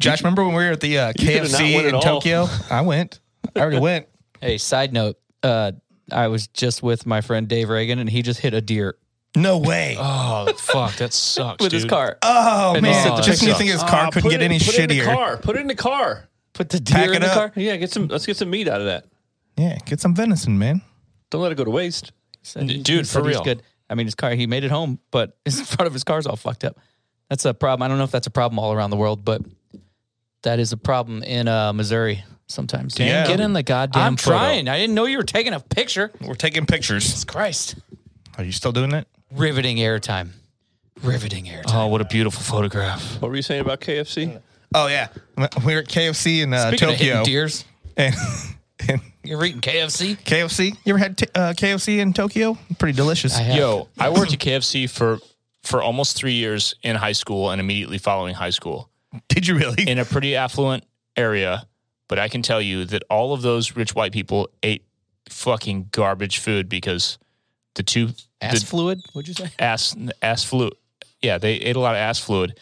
Speaker 5: Josh, remember when we were at the uh,
Speaker 3: could have not went
Speaker 5: KFC
Speaker 3: at
Speaker 5: in
Speaker 3: all.
Speaker 5: Tokyo? I went. I already went.
Speaker 4: Hey, side note, uh, I was just with my friend Dave Reagan, and he just hit a deer
Speaker 5: No way. Oh,
Speaker 2: Oh fuck, that sucks.
Speaker 4: with his
Speaker 2: dude. Uh,
Speaker 4: car.
Speaker 5: man,
Speaker 4: that
Speaker 5: just when you think his car
Speaker 3: Ah,
Speaker 5: couldn't
Speaker 3: put
Speaker 5: get
Speaker 3: it-
Speaker 5: any
Speaker 3: put It in
Speaker 5: shittier.
Speaker 3: the car. Put it in the car.
Speaker 4: Put the deer
Speaker 5: it
Speaker 4: in the
Speaker 5: up.
Speaker 4: car.
Speaker 3: Yeah, get some. Let's get some meat out of that.
Speaker 5: Yeah, get some venison, man.
Speaker 3: Don't let it go to waste.
Speaker 4: Said he-
Speaker 2: Dude,
Speaker 4: he said
Speaker 2: for
Speaker 4: he's
Speaker 2: real.
Speaker 4: Good. I mean, his car. He made it home, but his front of his car's all fucked up. That's a problem. I don't know if that's a problem all around the world, but that is a problem in uh, Missouri sometimes.
Speaker 5: Yeah.
Speaker 2: Get in the goddamn.
Speaker 4: I'm
Speaker 2: photo.
Speaker 4: trying. I didn't know you were taking a picture.
Speaker 5: We're taking pictures.
Speaker 4: Christ.
Speaker 5: Are you still doing it?
Speaker 4: Riveting airtime. Riveting airtime.
Speaker 2: Oh, what a beautiful photograph.
Speaker 3: What were you saying about KFC?
Speaker 5: Oh yeah, we were at KFC in uh,
Speaker 4: Speaking of
Speaker 5: Tokyo.
Speaker 4: hitting deers,
Speaker 5: and, and
Speaker 4: you're eating KFC.
Speaker 5: KFC. You ever had t- uh, KFC in Tokyo? Pretty delicious.
Speaker 4: I have.
Speaker 2: Yo, I worked at KFC for for almost three years in high school and immediately following high school
Speaker 5: Did you really?
Speaker 2: in a pretty affluent area. But I can tell you that all of those rich white people ate fucking garbage food because the two
Speaker 4: ass
Speaker 2: the
Speaker 4: fluid. Would you say?
Speaker 2: ass ass fluid. Yeah, they ate a lot of ass fluid.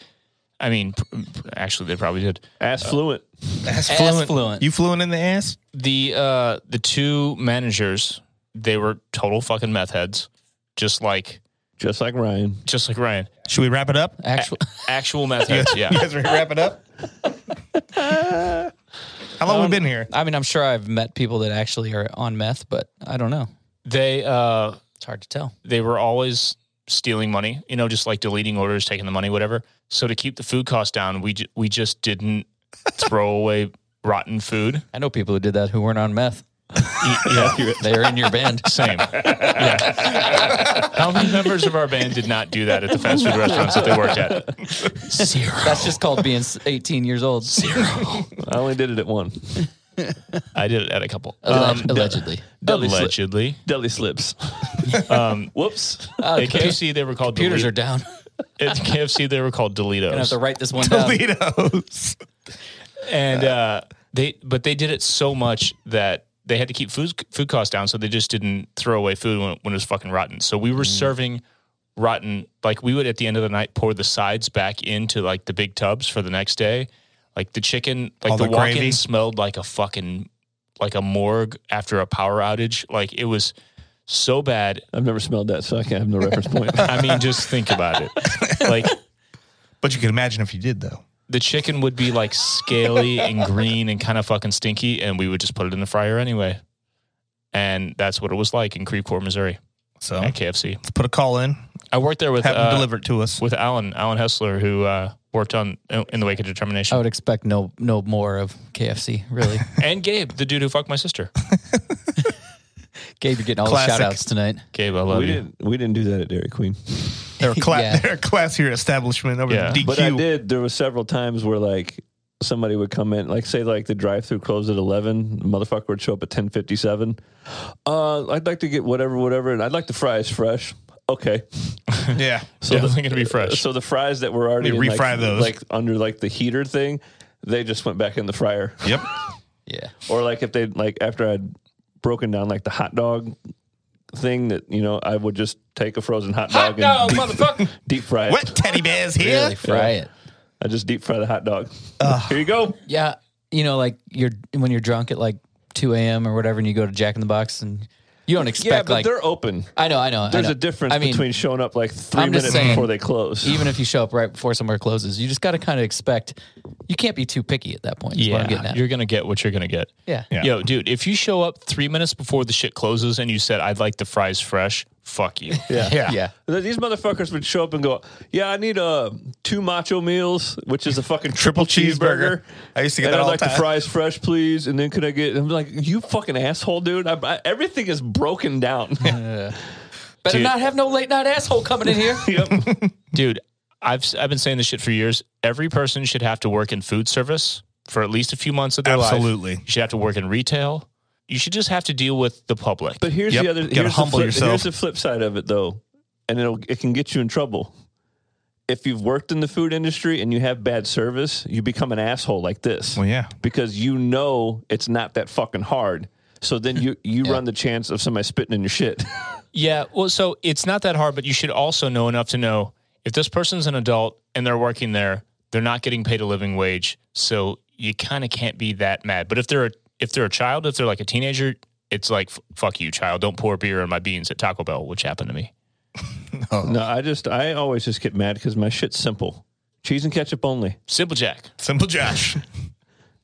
Speaker 2: I mean, pr- pr- actually, they probably did.
Speaker 5: Uh,
Speaker 3: Ass fluent.
Speaker 5: ass
Speaker 4: fluent. fluent.
Speaker 5: You fluent in the ass?
Speaker 2: the uh the two managers they were total fucking meth heads just like
Speaker 3: Just like Ryan.
Speaker 2: just like ryan
Speaker 5: Should we wrap it up?
Speaker 4: Actual.
Speaker 2: actual meth heads
Speaker 5: You
Speaker 2: yeah
Speaker 5: guys ready to wrap it up? How long we been here?
Speaker 4: I mean, I'm sure I've met people that actually are on meth, but I don't know.
Speaker 2: they uh
Speaker 4: It's hard to tell.
Speaker 2: they were always stealing money you know just like deleting orders taking the money whatever so to keep the food cost down we ju- we just didn't throw away rotten food
Speaker 4: I know people who did that who weren't on meth.
Speaker 2: yeah
Speaker 4: They're in your band.
Speaker 2: same Yeah. how many members of our band did not do that at the fast food restaurants that they worked at zero
Speaker 4: That's just called being 18 years old.
Speaker 3: I only did it at one.
Speaker 2: i did it at a couple Um,
Speaker 4: Alleg- allegedly.
Speaker 3: Deli sli-
Speaker 2: allegedly
Speaker 3: deli slips.
Speaker 5: Um,
Speaker 3: Whoops.
Speaker 2: At KFC, they were called
Speaker 4: Computers
Speaker 2: Deli-
Speaker 4: are down.
Speaker 2: At KFC, they were called
Speaker 4: I have to
Speaker 2: Delitos,
Speaker 4: write this one down.
Speaker 5: Doritos.
Speaker 2: and uh, they but they did it so much that they had to keep food food costs down, so they just didn't throw away food when, when it was fucking rotten. So we
Speaker 5: Mm.
Speaker 2: were serving rotten. Like we would at the end of the night pour the sides back into like the big tubs for the next day. Like the chicken, like
Speaker 5: All
Speaker 2: the,
Speaker 5: the
Speaker 2: walk-in
Speaker 5: gravy?
Speaker 2: smelled like a fucking like a morgue after a power outage. Like it was so bad.
Speaker 3: I've never smelled that, so I can't have no reference point.
Speaker 2: I mean, just think about it. Like
Speaker 5: But you can imagine if you did though.
Speaker 2: the chicken would be like scaly and green and kind of fucking stinky, and we would just put it in the fryer anyway. And that's what it was like in Creveport, Missouri,
Speaker 5: So
Speaker 2: at
Speaker 5: let's
Speaker 2: KFC.
Speaker 5: put a call in,
Speaker 2: I worked there with
Speaker 5: have them
Speaker 2: uh,
Speaker 5: deliver it to us.
Speaker 2: with Alan Alan Hessler, who uh, worked on in the wake of determination,
Speaker 4: I would expect no no more of KFC, really.
Speaker 3: Oh.
Speaker 2: and Gabe, the dude who fucked my sister.
Speaker 4: Gabe, you're getting all
Speaker 5: Classic.
Speaker 4: the shout outs tonight.
Speaker 2: Gabe, I love
Speaker 3: we
Speaker 2: you.
Speaker 3: didn't. We didn't do that at Dairy Queen.
Speaker 5: They're a, cla-
Speaker 4: Yeah.
Speaker 5: they're a classier establishment over
Speaker 2: Yeah.
Speaker 5: the DQ.
Speaker 3: But I did. There was several times where like somebody would come in, like say like the drive-through closed at eleven, the motherfucker would show up at ten fifty-seven. Uh, I'd like to get whatever, whatever, and I'd like the fries fresh. Okay,
Speaker 5: Yeah.
Speaker 3: so
Speaker 2: Definitely gonna be fresh.
Speaker 3: So the fries that were already
Speaker 5: They
Speaker 3: in,
Speaker 5: refry
Speaker 3: like,
Speaker 5: those.
Speaker 3: like under like the heater thing, they just went back in the fryer.
Speaker 5: Yep.
Speaker 4: Yeah.
Speaker 3: or like if they like after I'd broken down like the hot dog thing that you know I would just take a frozen hot dog and deep,
Speaker 2: motherfucker.
Speaker 3: deep fry it.
Speaker 5: Wet teddy bears here.
Speaker 4: Really fry it.
Speaker 3: I just deep fry the hot dog. Here you go.
Speaker 4: Yeah. You know, like you're when you're drunk at like two AM or whatever and you go to Jack in the Box and you don't expect
Speaker 3: Yeah, but
Speaker 4: like
Speaker 3: they're open.
Speaker 4: I know, I know. I
Speaker 3: There's
Speaker 4: know.
Speaker 3: a difference
Speaker 4: I mean,
Speaker 3: between showing up like 3
Speaker 4: I'm just
Speaker 3: minutes
Speaker 4: saying,
Speaker 3: before they close.
Speaker 4: even if you show up right before somewhere closes, you just got to kind of expect. You can't be too picky at that point. Is what I'm getting
Speaker 2: Yeah,
Speaker 4: at.
Speaker 2: you're gonna get what you're gonna get.
Speaker 4: yeah.
Speaker 5: Yeah.
Speaker 2: Yo, dude, if you show up three minutes before the shit closes and you said, I'd like the fries fresh, fuck you.
Speaker 3: yeah.
Speaker 5: Yeah.
Speaker 4: Yeah.
Speaker 3: Th- These motherfuckers would show up and go, "Yeah, I need uh, two macho meals, which is a fucking triple, cheeseburger.
Speaker 5: I used to get
Speaker 3: and
Speaker 5: that
Speaker 3: I'd
Speaker 5: all
Speaker 3: like
Speaker 5: the
Speaker 3: the
Speaker 5: time.
Speaker 3: fries fresh, please. And then could I get? I'm like, you fucking asshole, dude. I, I, everything is broken down.
Speaker 4: Better
Speaker 2: Dude.
Speaker 4: not have no late night asshole coming in here.
Speaker 2: Dude, I've I've been saying this shit for years. Every person should have to work in food service for at least a few months of their life.
Speaker 5: Absolutely.
Speaker 2: You should have to work in retail. You should just have to deal with the public.
Speaker 3: But here's
Speaker 5: Yep.
Speaker 3: the other.
Speaker 5: Gotta
Speaker 3: Here's,
Speaker 5: humble
Speaker 3: the flip,
Speaker 5: yourself.
Speaker 3: here's the flip side of it, though, and it'll it can get you in trouble. If you've worked in the food industry and you have bad service, you become an asshole like this.
Speaker 5: Well, yeah.
Speaker 3: because you know it's not that fucking hard. So then you you run the chance of somebody spitting in your shit.
Speaker 2: yeah, well, so it's not that hard, but you should also know enough to know if this person's an adult and they're working there, they're not getting paid a living wage, so you kind of can't be that mad. But if they're a, if they're a child, if they're like a teenager, it's like "F- fuck you, child. Don't pour beer on my beans at Taco Bell, which happened to me.
Speaker 3: no, I just I always just get mad because my shit's simple. Cheese and ketchup only.
Speaker 2: Simple Jack.
Speaker 5: Simple Josh.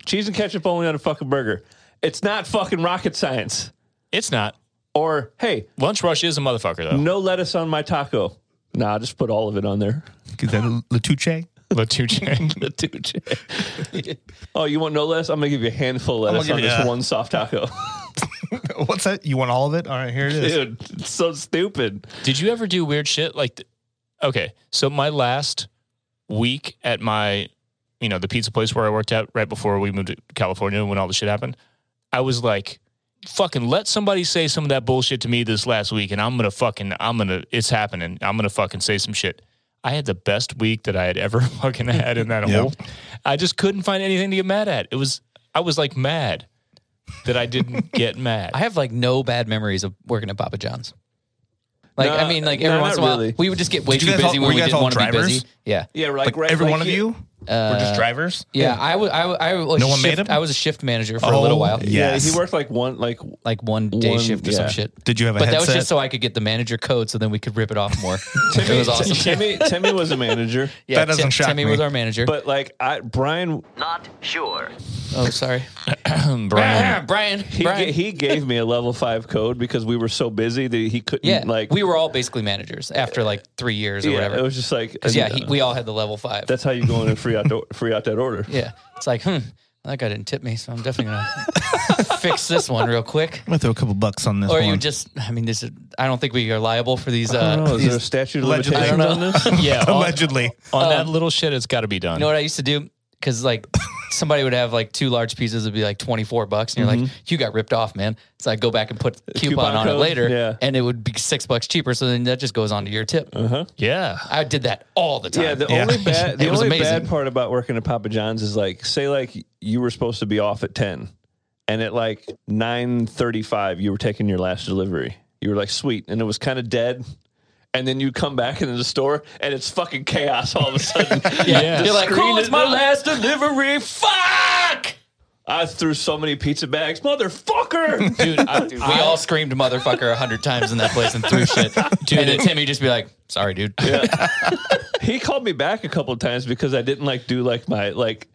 Speaker 3: Cheese and ketchup only on a fucking burger. It's not fucking rocket science.
Speaker 2: It's not.
Speaker 3: Or hey,
Speaker 2: Lunch Rush is a motherfucker though.
Speaker 3: no lettuce on my taco. Nah, just put all of it on there.
Speaker 5: Is that a Latuche?
Speaker 2: Latuche.
Speaker 3: The two J. oh, you want no lettuce? I'm gonna give you a handful of
Speaker 5: gonna
Speaker 3: lettuce
Speaker 5: give
Speaker 3: on
Speaker 5: you
Speaker 3: this
Speaker 5: that.
Speaker 3: one soft taco.
Speaker 5: What's that? You want all of it? All right, here it is.
Speaker 3: Dude, it's so stupid.
Speaker 2: Did you ever do weird shit like? th- okay, so my last week at my, you know, the pizza place where I worked at right before we moved to California when all the shit happened, I was like, fucking let somebody say some of that bullshit to me this last week, and I'm gonna fucking, I'm gonna, it's happening. I'm gonna fucking say some shit. I had the best week that I had ever fucking had in that
Speaker 5: Yep.
Speaker 2: whole. I just couldn't find anything to get mad at. It was, I was like mad that I didn't get mad.
Speaker 4: I have like no bad memories of working at Papa John's. Like
Speaker 3: Nah,
Speaker 4: I mean, like
Speaker 3: nah,
Speaker 4: every once in a
Speaker 3: not
Speaker 4: while,
Speaker 3: really.
Speaker 4: we would just get way too
Speaker 5: Did you guys all-
Speaker 4: busy
Speaker 5: were
Speaker 4: when
Speaker 5: you
Speaker 4: we
Speaker 5: guys
Speaker 4: didn't
Speaker 5: all
Speaker 4: want to be
Speaker 5: drivers?
Speaker 4: busy. Yeah,
Speaker 3: Yeah, right.
Speaker 5: Like
Speaker 3: right
Speaker 5: every
Speaker 3: like
Speaker 5: one of you were just drivers?
Speaker 4: yeah. I was, I, wa- I was
Speaker 5: No
Speaker 4: a
Speaker 5: one made
Speaker 4: shift-
Speaker 5: 'em?
Speaker 4: I was a shift manager for a little
Speaker 5: Oh,
Speaker 4: while,
Speaker 5: yeah.
Speaker 3: Yeah,
Speaker 5: Yes.
Speaker 3: he worked like one like
Speaker 4: like one day
Speaker 3: One-
Speaker 4: shift or
Speaker 3: yeah.
Speaker 4: some shit.
Speaker 5: Did you have a
Speaker 4: but
Speaker 5: headset?
Speaker 4: that was just so I could get the manager code, so then we could rip it off more. it was awesome.
Speaker 3: Timmy Timmy was a manager.
Speaker 4: Yeah,
Speaker 5: That doesn't
Speaker 4: Tim-
Speaker 5: shock
Speaker 4: Timmy
Speaker 5: me.
Speaker 4: was our manager.
Speaker 3: But like I Brian
Speaker 6: Not sure.
Speaker 4: oh, sorry,
Speaker 2: Brian.
Speaker 4: Brian.
Speaker 3: he,
Speaker 4: Brian.
Speaker 3: ga- he gave me a level five code because we were so busy that he couldn't
Speaker 4: Yeah,
Speaker 3: like
Speaker 4: we were all basically managers after like three years or
Speaker 3: yeah,
Speaker 4: whatever.
Speaker 3: It was just like
Speaker 4: 'Cause, yeah, he, we all had the level five.
Speaker 3: that's how you go in and free out the- free out that order.
Speaker 4: yeah, it's like, hmm, that guy didn't tip me, so I'm definitely gonna fix this one real quick.
Speaker 5: I'm going to throw a couple bucks on this
Speaker 4: Or
Speaker 5: one.
Speaker 4: you just, I mean, this is, I don't think we are liable for these. Uh,
Speaker 3: I don't know. Is
Speaker 4: these-
Speaker 3: there a statute of
Speaker 5: Allegedly.
Speaker 3: limitation on this?
Speaker 2: Yeah, on,
Speaker 5: Allegedly.
Speaker 2: on that little shit, it's got to be done.
Speaker 4: Um, you know what I used to do? Because like somebody would have like two large pieces, it'd be like 24 bucks. And you're like, you got ripped off, man. So I go back and put coupon,
Speaker 3: Mm-hmm. coupon
Speaker 4: on
Speaker 3: code,
Speaker 4: it later
Speaker 3: yeah.
Speaker 4: and it would be six bucks cheaper. So then that just goes onto your tip.
Speaker 2: yeah.
Speaker 4: I did that all the time.
Speaker 3: Uh-huh. Yeah, the
Speaker 5: Yeah.
Speaker 3: only bad the
Speaker 4: It was
Speaker 3: only
Speaker 4: amazing.
Speaker 3: bad part about working at Papa John's is like say like you were supposed to be off at ten and at like 9.35 you were taking your last delivery you were like sweet and it was kind of dead and then you come back into the store and it's fucking chaos all of a sudden
Speaker 2: Yeah.
Speaker 4: You're like,
Speaker 3: Screen
Speaker 4: cool, it's
Speaker 3: is
Speaker 4: my
Speaker 3: up.
Speaker 4: last delivery. Fuck!
Speaker 3: i threw so many pizza bags motherfucker
Speaker 2: dude. I,
Speaker 4: We all screamed motherfucker a hundred times in that place and threw shit. and then Timmy just be like, sorry, dude.
Speaker 3: he called me back a couple of times because i didn't like do like my like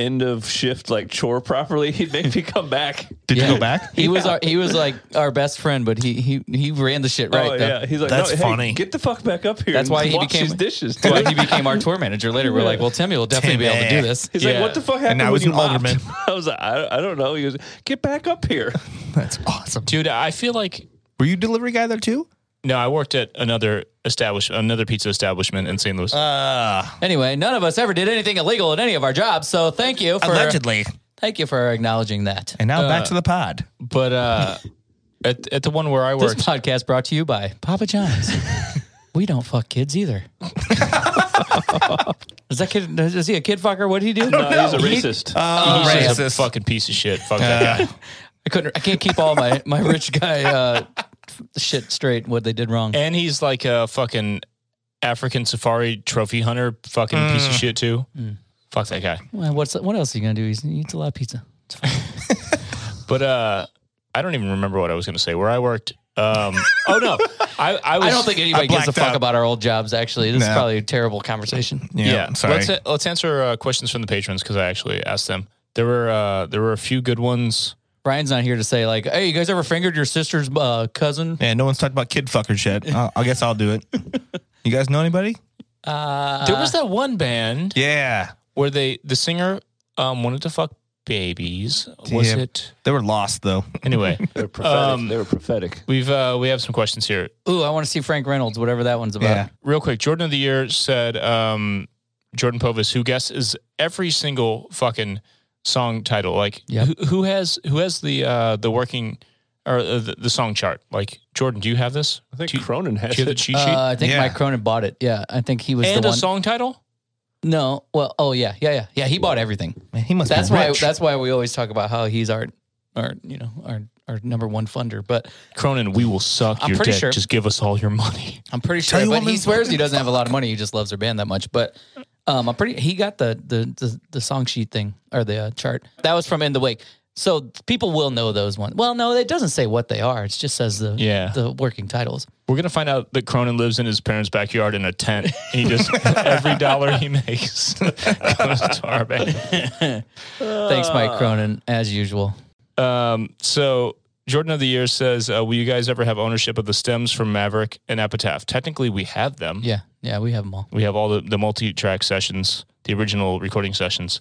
Speaker 3: end of shift like chore properly he'd make me come back
Speaker 5: Did
Speaker 4: Yeah.
Speaker 5: you go back?
Speaker 4: He was our he was like our best friend, but he he he ran the shit right.
Speaker 3: oh
Speaker 4: though.
Speaker 3: yeah he's like
Speaker 5: That's
Speaker 3: "No, hey,
Speaker 5: funny.
Speaker 3: get the fuck back up here
Speaker 4: That's
Speaker 3: and
Speaker 4: why he
Speaker 3: wash
Speaker 4: became
Speaker 3: these dishes
Speaker 4: That's why
Speaker 3: dude."
Speaker 4: he became our tour manager later. We're like, well, Timmy will definitely be able to do
Speaker 5: Timmy.
Speaker 4: this.
Speaker 3: He's
Speaker 2: Yeah.
Speaker 3: like, what the fuck happened?
Speaker 5: now
Speaker 3: when
Speaker 5: he's
Speaker 3: you
Speaker 5: an
Speaker 3: hopped?"
Speaker 5: alderman.
Speaker 3: I was like, I, I don't know. He goes, get back up here.
Speaker 5: That's awesome.
Speaker 2: dude, I feel like
Speaker 5: Were you delivery guy there too?
Speaker 2: no. I worked at another establishment, another pizza establishment in St. Louis.
Speaker 4: Uh,
Speaker 5: Uh,
Speaker 4: Anyway, none of us ever did anything illegal at any of our jobs, so thank you for
Speaker 5: Allegedly. Uh,
Speaker 4: thank you for acknowledging that.
Speaker 5: And now back to the pod.
Speaker 2: but uh, at at the one where I
Speaker 4: This
Speaker 2: worked,
Speaker 4: podcast brought to you by Papa John's. we don't fuck kids either. is that kid? Is he a kid fucker? What did he do?
Speaker 3: No, he's a racist.
Speaker 5: Oh,
Speaker 2: he's just a
Speaker 5: racist.
Speaker 2: fucking piece of shit. Fuck that guy.
Speaker 4: I couldn't. I can't keep all my my rich guy uh, shit straight. What they did wrong.
Speaker 2: And he's like a fucking African safari trophy hunter. Fucking piece
Speaker 4: Mm.
Speaker 2: of shit too. Fuck that guy.
Speaker 4: Well, what's what else are you gonna do? He's, he eats a lot of pizza. It's fine.
Speaker 2: But uh, I don't even remember what I was going to say. Where I worked. Um, oh no, I, I was.
Speaker 4: I don't think anybody gives a
Speaker 5: blacked
Speaker 4: fuck
Speaker 5: out.
Speaker 4: about our old jobs. Actually, this is
Speaker 5: No.
Speaker 4: probably a terrible conversation.
Speaker 5: Yeah,
Speaker 2: Yeah,
Speaker 5: sorry.
Speaker 2: Let's let's answer uh, questions from the patrons because I actually asked them. There were uh, there were a few good ones.
Speaker 4: Brian's not here to say like, "Hey, you guys ever fingered your sister's uh, cousin?"
Speaker 5: yeah, no one's talked about kid fuckers yet. Uh, I guess I'll do it. You guys know anybody?
Speaker 4: Uh,
Speaker 2: there was that one band
Speaker 5: Yeah.
Speaker 2: where they the singer um, wanted to fuck babies. Was
Speaker 5: Damn.
Speaker 2: it
Speaker 5: They were lost though.
Speaker 2: anyway?
Speaker 3: they were prophetic.
Speaker 2: um,
Speaker 3: they were prophetic.
Speaker 2: we've uh, we have some questions here
Speaker 4: Ooh, I want to see Frank Reynolds, whatever that one's about.
Speaker 5: Yeah.
Speaker 2: real quick. Jordan of the year said um, Jordan Povis, who guesses every single fucking song title. Like
Speaker 4: Yep.
Speaker 2: who, who has who has the uh, the working or uh, the, the song chart? Like Jordan, do you have this?
Speaker 3: I think
Speaker 2: do you-
Speaker 3: Cronin
Speaker 2: Do
Speaker 3: has
Speaker 2: you have the
Speaker 3: it.
Speaker 2: cheat sheet
Speaker 4: Uh, I think
Speaker 5: Yeah.
Speaker 4: Mike Cronin bought it. Yeah, I think he was
Speaker 2: and
Speaker 4: the
Speaker 2: a
Speaker 4: one.
Speaker 2: song title?
Speaker 4: no, well, oh yeah, yeah, yeah, yeah. He bought everything.
Speaker 5: Man, he must
Speaker 4: That's
Speaker 5: be
Speaker 4: why.
Speaker 5: rich.
Speaker 4: That's why we always talk about how he's our, our, you know, our our number one funder. But
Speaker 2: Cronin, we will suck
Speaker 4: I'm
Speaker 2: your
Speaker 4: pretty
Speaker 2: dick.
Speaker 4: sure.
Speaker 2: Just give us all your money.
Speaker 4: I'm pretty sure.
Speaker 5: Tell you
Speaker 4: But
Speaker 5: what,
Speaker 4: he
Speaker 5: man,
Speaker 4: swears he doesn't have a lot of money. He just loves her band that much. But um, I'm pretty. He got the the the, the song sheet thing or the uh, chart that was from In the Wake. So people will know those ones. Well, no, it doesn't say what they are. It just says the
Speaker 2: Yeah.
Speaker 4: the working titles.
Speaker 2: We're gonna find out that Cronin lives in his parents' backyard in a tent. He just every dollar he makes goes to our bank.
Speaker 4: Thanks, Mike
Speaker 5: Uh.
Speaker 4: Cronin, as usual.
Speaker 2: Um, so Jordan of the Year says, uh, "Will you guys ever have ownership of the stems from Maverick and Epitaph? Technically, we have them.
Speaker 4: Yeah, yeah, we have them all.
Speaker 2: We have all the, the multi-track sessions, the original recording sessions."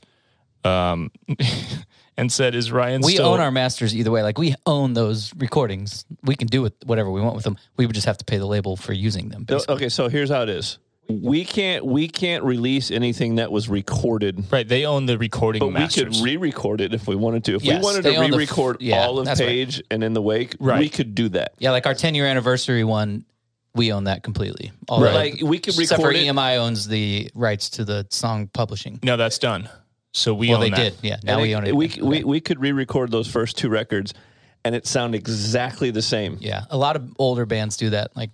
Speaker 2: Um, and said, "Is Ryan?
Speaker 4: We
Speaker 2: still-
Speaker 4: own our masters either way. Like we own those recordings. We can do with whatever we want with them. We would just have to pay the label for using them.
Speaker 3: No,
Speaker 4: basically.
Speaker 3: Okay, so here's how it is. We can't we can't release anything that was recorded,
Speaker 2: right. They own the recording
Speaker 3: but we
Speaker 2: masters.
Speaker 3: could re-record it if we wanted to. If
Speaker 4: Yes,
Speaker 3: we wanted
Speaker 4: they
Speaker 3: to
Speaker 4: own the f-
Speaker 3: re-record
Speaker 4: yeah,
Speaker 3: all of
Speaker 4: that's right.
Speaker 3: Page and in the Wake, we
Speaker 2: Right.
Speaker 3: could do that.
Speaker 4: Yeah, like our 10 year anniversary one, we own that completely. All
Speaker 3: Right.
Speaker 4: the-
Speaker 3: Like, we could
Speaker 4: except for
Speaker 3: record it.
Speaker 4: EMI owns the rights to the song publishing.
Speaker 2: no, that's done. So we
Speaker 4: Well,
Speaker 2: own
Speaker 4: they
Speaker 2: that.
Speaker 4: did. Yeah, now
Speaker 3: And
Speaker 4: we own it.
Speaker 3: We, we we could re-record those first two records, and it sound exactly the same.
Speaker 4: yeah, a lot of older bands do that. Like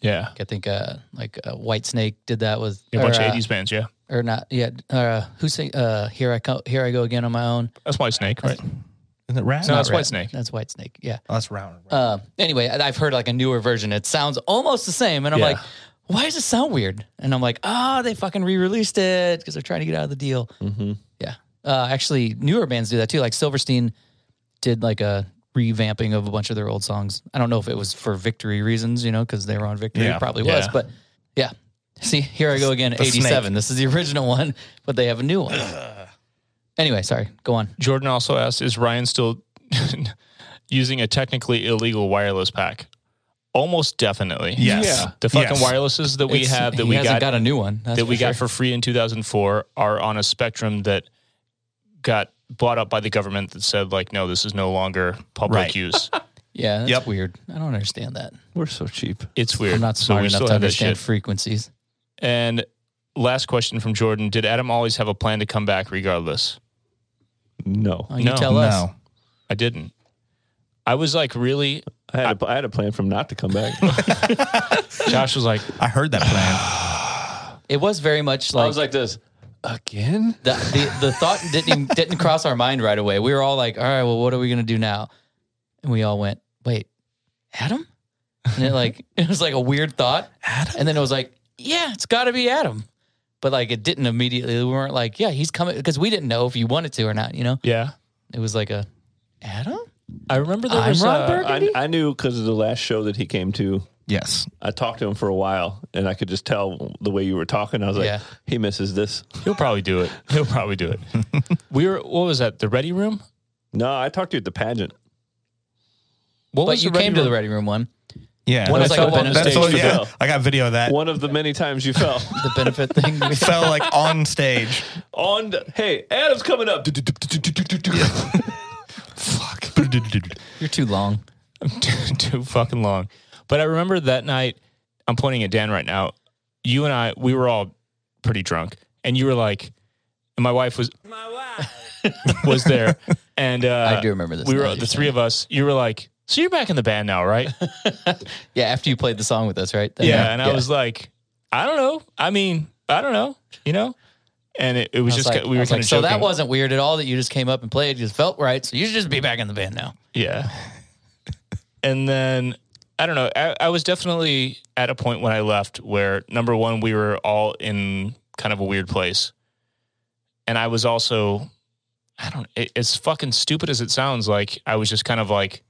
Speaker 2: Yeah.
Speaker 4: I think uh like uh, White Snake did that with
Speaker 2: A bunch
Speaker 4: or,
Speaker 2: of
Speaker 4: uh,
Speaker 2: 80s bands, yeah.
Speaker 4: or not yeah uh who sing uh here I go here I go again on my own.
Speaker 2: That's White Snake, right?
Speaker 5: Isn't it rat?
Speaker 2: No,
Speaker 5: No,
Speaker 2: that's
Speaker 4: Right.
Speaker 2: White Snake.
Speaker 4: That's White Snake. Yeah.
Speaker 5: oh, that's round.
Speaker 4: Uh, anyway, I- I've heard like a newer version. It sounds almost the same, and I'm
Speaker 2: Yeah.
Speaker 4: like, why does it sound weird? And I'm like, oh, they fucking re-released it because they're trying to get out of the deal.
Speaker 2: Mm-hmm.
Speaker 4: Yeah, uh, actually, newer bands do that too. Like Silverstein did like a revamping of a bunch of their old songs. I don't know if it was for victory reasons, you know, because they were on victory.
Speaker 5: Yeah.
Speaker 4: It probably was,
Speaker 2: Yeah.
Speaker 4: but yeah. See, here I go again.
Speaker 5: snake.
Speaker 4: 87. This is the original one, but they have a new one. anyway, sorry. Go on.
Speaker 2: Jordan also asked, is Ryan still using a technically illegal wireless pack? Almost definitely.
Speaker 5: Yes. Yeah.
Speaker 2: The fucking
Speaker 5: Yes.
Speaker 2: wirelesses that we
Speaker 4: It's-
Speaker 2: have that
Speaker 4: he
Speaker 2: we
Speaker 4: hasn't
Speaker 2: got,
Speaker 4: a new one that's
Speaker 2: that
Speaker 4: for
Speaker 2: we
Speaker 4: sure.
Speaker 2: got for free in 2004 are on a spectrum that got bought up by the government that said like no this is no longer public
Speaker 5: Right.
Speaker 2: use.
Speaker 4: Yeah, that's
Speaker 5: Yep.
Speaker 4: weird. I don't understand that.
Speaker 3: We're so cheap.
Speaker 2: It's weird.
Speaker 4: I'm not
Speaker 2: So
Speaker 4: smart
Speaker 2: we
Speaker 4: enough
Speaker 2: still
Speaker 4: to
Speaker 2: have that
Speaker 4: understand
Speaker 2: shit.
Speaker 4: frequencies.
Speaker 2: And last question from Jordan, did Adam always have a plan to come back regardless?
Speaker 3: No,
Speaker 4: Oh, you
Speaker 2: No.
Speaker 4: tell us.
Speaker 5: No.
Speaker 2: I didn't. I was like, really?
Speaker 3: I had, a, I had a plan from not to come back.
Speaker 2: Josh was like,
Speaker 5: I heard that plan.
Speaker 4: It was very much
Speaker 3: I
Speaker 4: like,
Speaker 3: was like this again.
Speaker 4: the, the the thought didn't even, didn't cross our mind right away. We were all like, all right, well, what are we gonna do now? And we all went, wait, Adam? And it like it was like a weird thought. Adam? And then it was like, yeah, it's gotta be Adam. But like it didn't immediately. We weren't like, yeah, he's coming because we didn't know if you wanted to or not, you know?
Speaker 2: yeah.
Speaker 4: It was like a Adam?
Speaker 2: I remember there
Speaker 4: I'm
Speaker 2: was
Speaker 4: Ron
Speaker 2: uh,
Speaker 4: Burgundy.
Speaker 3: I, I knew because of the last show that he came to.
Speaker 5: Yes.
Speaker 3: I talked to him for a while, and I could just tell the way you were talking. I was like,
Speaker 4: Yeah.
Speaker 3: he misses this.
Speaker 2: He'll probably do it. He'll probably do it. we were. What was that? The ready room.
Speaker 3: No, I talked to you at the pageant.
Speaker 2: What
Speaker 4: But
Speaker 2: was
Speaker 4: you
Speaker 2: the ready
Speaker 4: came to the
Speaker 2: room?
Speaker 4: ready room one.
Speaker 5: Yeah.
Speaker 4: When
Speaker 5: That's
Speaker 4: it's like
Speaker 5: all-
Speaker 4: up on the
Speaker 5: that's
Speaker 4: stage
Speaker 5: all-
Speaker 3: to
Speaker 5: yeah.
Speaker 3: go.
Speaker 5: I got video of that.
Speaker 3: One of the many times you fell
Speaker 4: The benefit thing. We
Speaker 5: Fell like on stage.
Speaker 3: on. The, hey, Adam's coming up.
Speaker 5: Fuck.
Speaker 4: You're too long.
Speaker 2: too, too fucking long. But I remember that night, I'm pointing at Dan right now. You and I, we were all pretty drunk, and you were like, and my wife was, my wife was there, and uh,
Speaker 4: I do remember this
Speaker 2: We
Speaker 4: now
Speaker 2: were
Speaker 4: that
Speaker 2: the
Speaker 4: you're
Speaker 2: three
Speaker 4: saying
Speaker 2: of us. You were like, so you're back in the band now, right?
Speaker 4: Yeah, after you played the song with us, right? That
Speaker 2: yeah,
Speaker 4: night.
Speaker 2: and I was like, I don't know. I mean, I don't know. You know. And it, it was,
Speaker 4: I was
Speaker 2: just
Speaker 4: like-
Speaker 2: ki- we
Speaker 4: I
Speaker 2: were
Speaker 4: was
Speaker 2: kind
Speaker 4: like,
Speaker 2: of
Speaker 4: so
Speaker 2: joking.
Speaker 4: that wasn't weird at all that you just came up and played. It just felt right. So you should just be back in the band now.
Speaker 2: Yeah. And then I don't know. I, I was definitely at a point when I left where number one, we were all in kind of a weird place. And I was also, I don't, it, as fucking stupid as it sounds, like I was just kind of like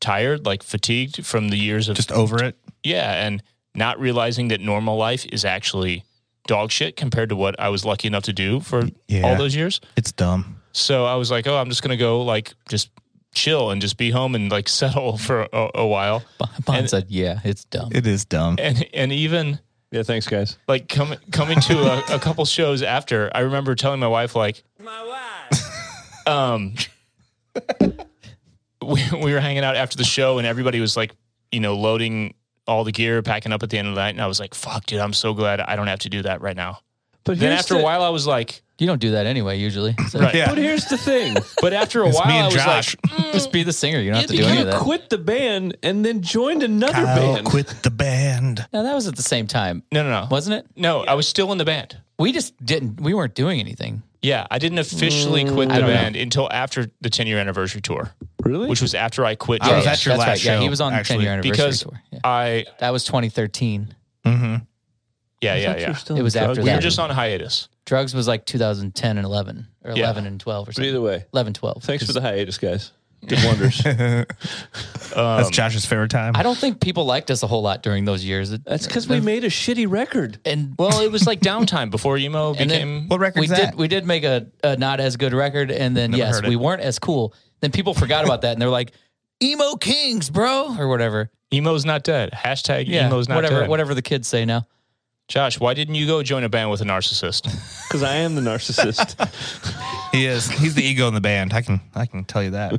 Speaker 2: tired, like fatigued from the years of,
Speaker 5: Just over it.
Speaker 2: yeah, and not realizing that normal life is actually dog shit compared to what I was lucky enough to do for all
Speaker 5: Yeah.
Speaker 2: those years.
Speaker 5: It's dumb.
Speaker 2: So I was like, oh, I'm just gonna go like just chill and just be home and like settle for a, a while.
Speaker 4: Bon Bon
Speaker 2: And-
Speaker 4: said, yeah, it's dumb.
Speaker 5: It is dumb.
Speaker 2: And and even
Speaker 3: Yeah, thanks, guys.
Speaker 2: like coming coming to a, a couple shows after, I remember telling my wife like, my wife, um, we we were hanging out after the show and everybody was like, you know, loading all the gear, packing up at the end of the night, and I was like, fuck, dude, I'm so glad I don't have to do that right now.
Speaker 3: But
Speaker 2: Then
Speaker 3: here's
Speaker 2: after
Speaker 3: the-
Speaker 2: a while, I was like,
Speaker 4: you don't do that anyway, usually. So
Speaker 2: right.
Speaker 5: Yeah.
Speaker 3: But here's the thing.
Speaker 2: But after a
Speaker 5: It's
Speaker 2: while,
Speaker 5: me
Speaker 2: I
Speaker 5: and
Speaker 2: was
Speaker 5: Josh.
Speaker 2: like,
Speaker 4: just be the singer. You don't have to
Speaker 3: you
Speaker 4: do any of
Speaker 3: could
Speaker 4: that.
Speaker 3: have quit the band and then joined another
Speaker 5: I'll
Speaker 3: band.
Speaker 5: quit the band.
Speaker 4: No, that was at the same time,
Speaker 2: no, no, no,
Speaker 4: wasn't it?
Speaker 2: no, I was still in the band.
Speaker 4: We just didn't, we weren't doing anything.
Speaker 2: Yeah, I didn't officially
Speaker 4: Mm,
Speaker 2: quit the band until after the 10 year anniversary tour,
Speaker 3: Really?
Speaker 2: which was after I quit
Speaker 4: Oh,
Speaker 5: I
Speaker 2: drugs
Speaker 5: was at your
Speaker 4: That's
Speaker 5: last
Speaker 4: right.
Speaker 5: show.
Speaker 4: yeah, he was on
Speaker 5: actually.
Speaker 4: the 10 year anniversary
Speaker 2: because
Speaker 4: tour. Yeah.
Speaker 2: I,
Speaker 4: That was 2013.
Speaker 2: yeah, yeah,
Speaker 3: Thought you were
Speaker 2: yeah.
Speaker 3: still
Speaker 4: It
Speaker 3: in
Speaker 4: was
Speaker 3: drug
Speaker 4: after
Speaker 2: We
Speaker 4: that.
Speaker 2: were
Speaker 3: rehab.
Speaker 2: just on hiatus.
Speaker 4: Drugs was like 2010 and 11, or
Speaker 2: Yeah.
Speaker 4: 11 and 12 or
Speaker 3: But
Speaker 4: something.
Speaker 3: either way,
Speaker 4: 11, 12.
Speaker 3: thanks for the hiatus, guys. Did wonders.
Speaker 5: That's Josh's favorite time.
Speaker 4: Um, I don't think people liked us a whole lot during those years. It-
Speaker 3: That's because we made a shitty record.
Speaker 4: and
Speaker 2: Well, it was like downtime before emo
Speaker 4: And then-
Speaker 2: became.
Speaker 5: what record's
Speaker 4: we
Speaker 5: that?
Speaker 4: did we did make a, a not as good record and then yes
Speaker 5: heard it.
Speaker 4: we weren't as cool then people forgot about that and they're like emo kings bro or whatever
Speaker 2: emo's not dead. Hashtag
Speaker 4: yeah
Speaker 2: emo's not
Speaker 4: whatever
Speaker 2: dead.
Speaker 4: whatever the kids say now
Speaker 2: Josh, why didn't you go join a band with a narcissist?
Speaker 3: Because I am the narcissist.
Speaker 5: He is. He's the ego in the band. I can. I can tell you that.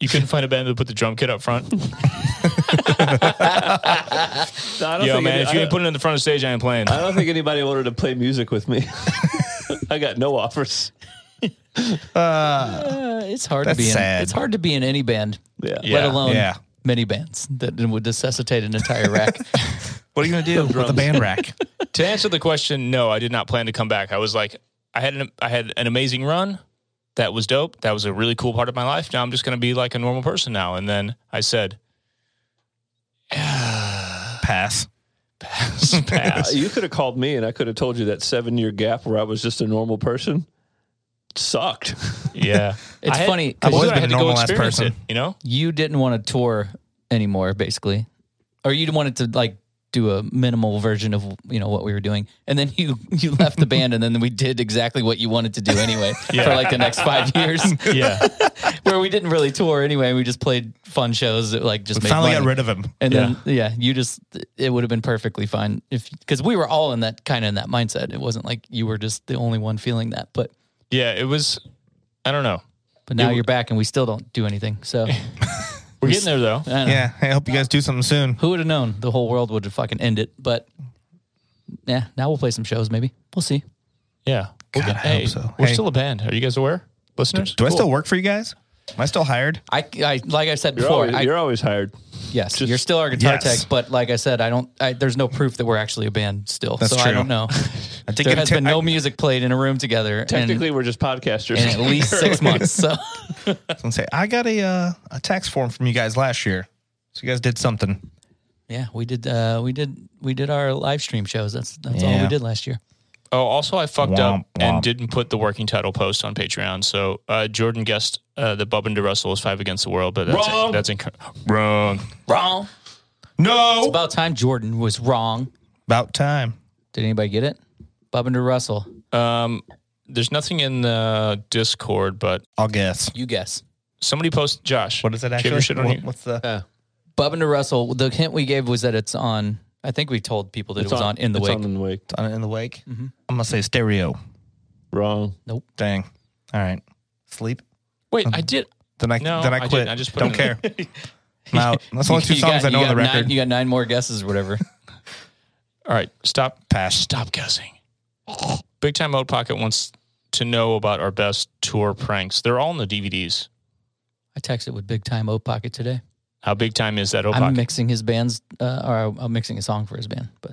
Speaker 2: You couldn't find a band that put the drum kit up front?
Speaker 3: No, I don't
Speaker 2: Yo,
Speaker 3: think
Speaker 2: man,
Speaker 3: any-
Speaker 2: if you
Speaker 3: I-
Speaker 2: ain't putting it on the front of stage, I ain't playing.
Speaker 3: I don't think anybody wanted to play music with me. I got no offers.
Speaker 4: uh, it's hard
Speaker 5: That's
Speaker 4: to be
Speaker 5: sad.
Speaker 4: in it's hard to be in any band
Speaker 3: Yeah.
Speaker 4: let
Speaker 2: Yeah.
Speaker 4: alone
Speaker 5: Yeah.
Speaker 4: many bands that would necessitate an entire rack
Speaker 5: What are you gonna do with the band rack?
Speaker 2: to answer the question, no, I did not plan to come back. I was like, I had an I had an amazing run. That was dope. That was a really cool part of my life. Now I'm just going to be like a normal person now. And then I said,
Speaker 5: Pass.
Speaker 3: Uh,
Speaker 2: pass.
Speaker 3: you could have called me and I could have told you that seven year gap where I was just a normal person sucked.
Speaker 2: yeah.
Speaker 4: It's
Speaker 2: I had-
Speaker 4: funny,
Speaker 2: I
Speaker 4: I've
Speaker 5: always
Speaker 2: knew I
Speaker 5: been
Speaker 2: had
Speaker 5: a
Speaker 2: to go
Speaker 5: normal ass
Speaker 2: experience
Speaker 5: person.
Speaker 2: it, you know?
Speaker 4: you didn't want to tour anymore basically or you wanted to like do a minimal version of you know what we were doing and then you you left the band and then we did exactly what you wanted to do anyway for like the next five years
Speaker 2: Yeah.
Speaker 4: where we didn't really tour anyway we just played fun shows that like just
Speaker 5: We
Speaker 4: made
Speaker 5: finally got
Speaker 4: money.
Speaker 5: rid of him.
Speaker 4: and then yeah you just it would have been perfectly fine if because we were all in that kind of in that mindset it wasn't like you were just the only one feeling that but
Speaker 2: yeah. It was, I don't know.
Speaker 4: but now you're back and we still don't do anything so
Speaker 2: We're getting there though.
Speaker 4: I don't know.
Speaker 5: Yeah. I hope you guys do something soon.
Speaker 4: Who would have known the whole world would have fucking end it? But yeah, now we'll play some shows. Maybe we'll see.
Speaker 2: Yeah.
Speaker 5: God, I
Speaker 2: hey,
Speaker 5: hope so.
Speaker 2: We're
Speaker 5: Hey.
Speaker 2: still a band. Are you guys aware? Listeners?
Speaker 5: Do I still work for you guys? Am I still hired?
Speaker 4: I, I like I said
Speaker 3: You're,
Speaker 4: before.
Speaker 3: always,
Speaker 4: I,
Speaker 3: you're always hired.
Speaker 4: yes,
Speaker 3: just-
Speaker 4: you're still our guitar
Speaker 5: Yes.
Speaker 4: tech, but like I said, I don't. I, there's no proof that we're actually a band still. so I
Speaker 5: true.
Speaker 4: don't know.
Speaker 5: I think
Speaker 4: there
Speaker 5: in
Speaker 4: has
Speaker 5: te-
Speaker 4: been no
Speaker 5: I,
Speaker 4: music played in a room together
Speaker 3: Technically, we're just podcasters.
Speaker 4: in, in at least six months. So
Speaker 5: I was gonna say I got a uh, a tax form from you guys last year, so you guys did something.
Speaker 4: yeah, we did. Uh, we did. We did our live stream shows. That's that's all
Speaker 5: Yeah.
Speaker 4: we did last year.
Speaker 2: Oh, also, I fucked up
Speaker 5: Womp, womp.
Speaker 2: and didn't put the working title post on Patreon. So uh, Jordan guessed uh, that Bub and DeRussell is five against the world, but that's
Speaker 3: Wrong.
Speaker 2: that's inc- wrong.
Speaker 4: Wrong.
Speaker 5: No,
Speaker 4: About time Jordan was wrong.
Speaker 5: about time.
Speaker 4: Did anybody get it? Bubinder Russell.
Speaker 2: Um, there's nothing in the Discord, but
Speaker 5: I'll guess.
Speaker 4: You guess.
Speaker 2: somebody post Josh.
Speaker 5: What is it
Speaker 2: do you have
Speaker 5: actually?
Speaker 2: your shit on
Speaker 5: What-
Speaker 2: you?
Speaker 5: what's the?
Speaker 4: Bubinder Russell. The hint we gave was that it's on. I think we told people that it was on, in the
Speaker 3: it's
Speaker 4: wake.
Speaker 3: on in the wake.
Speaker 5: on it in the wake. I'm gonna say stereo.
Speaker 3: Wrong.
Speaker 5: Dang. All right. Sleep.
Speaker 2: Wait,
Speaker 5: Um,
Speaker 2: I did.
Speaker 5: Then I
Speaker 2: No,
Speaker 5: then
Speaker 2: I
Speaker 5: I quit.
Speaker 2: didn't. I just put
Speaker 5: don't
Speaker 2: it in
Speaker 5: care. I'm out. That's the only two
Speaker 4: You
Speaker 5: songs
Speaker 4: got-
Speaker 5: I know
Speaker 4: you
Speaker 5: on the
Speaker 4: got nine-
Speaker 5: record.
Speaker 4: you got nine more guesses or whatever.
Speaker 2: All right, stop.
Speaker 5: Pass.
Speaker 2: Stop guessing. Big Time Mode Pocket wants to know about our best tour pranks. They're all in the DVDs.
Speaker 4: I texted with Big Time O Pocket today.
Speaker 2: How big time is that?
Speaker 4: I'm
Speaker 2: Opoc?
Speaker 4: mixing his band's, uh, or I'm mixing a song for his band, but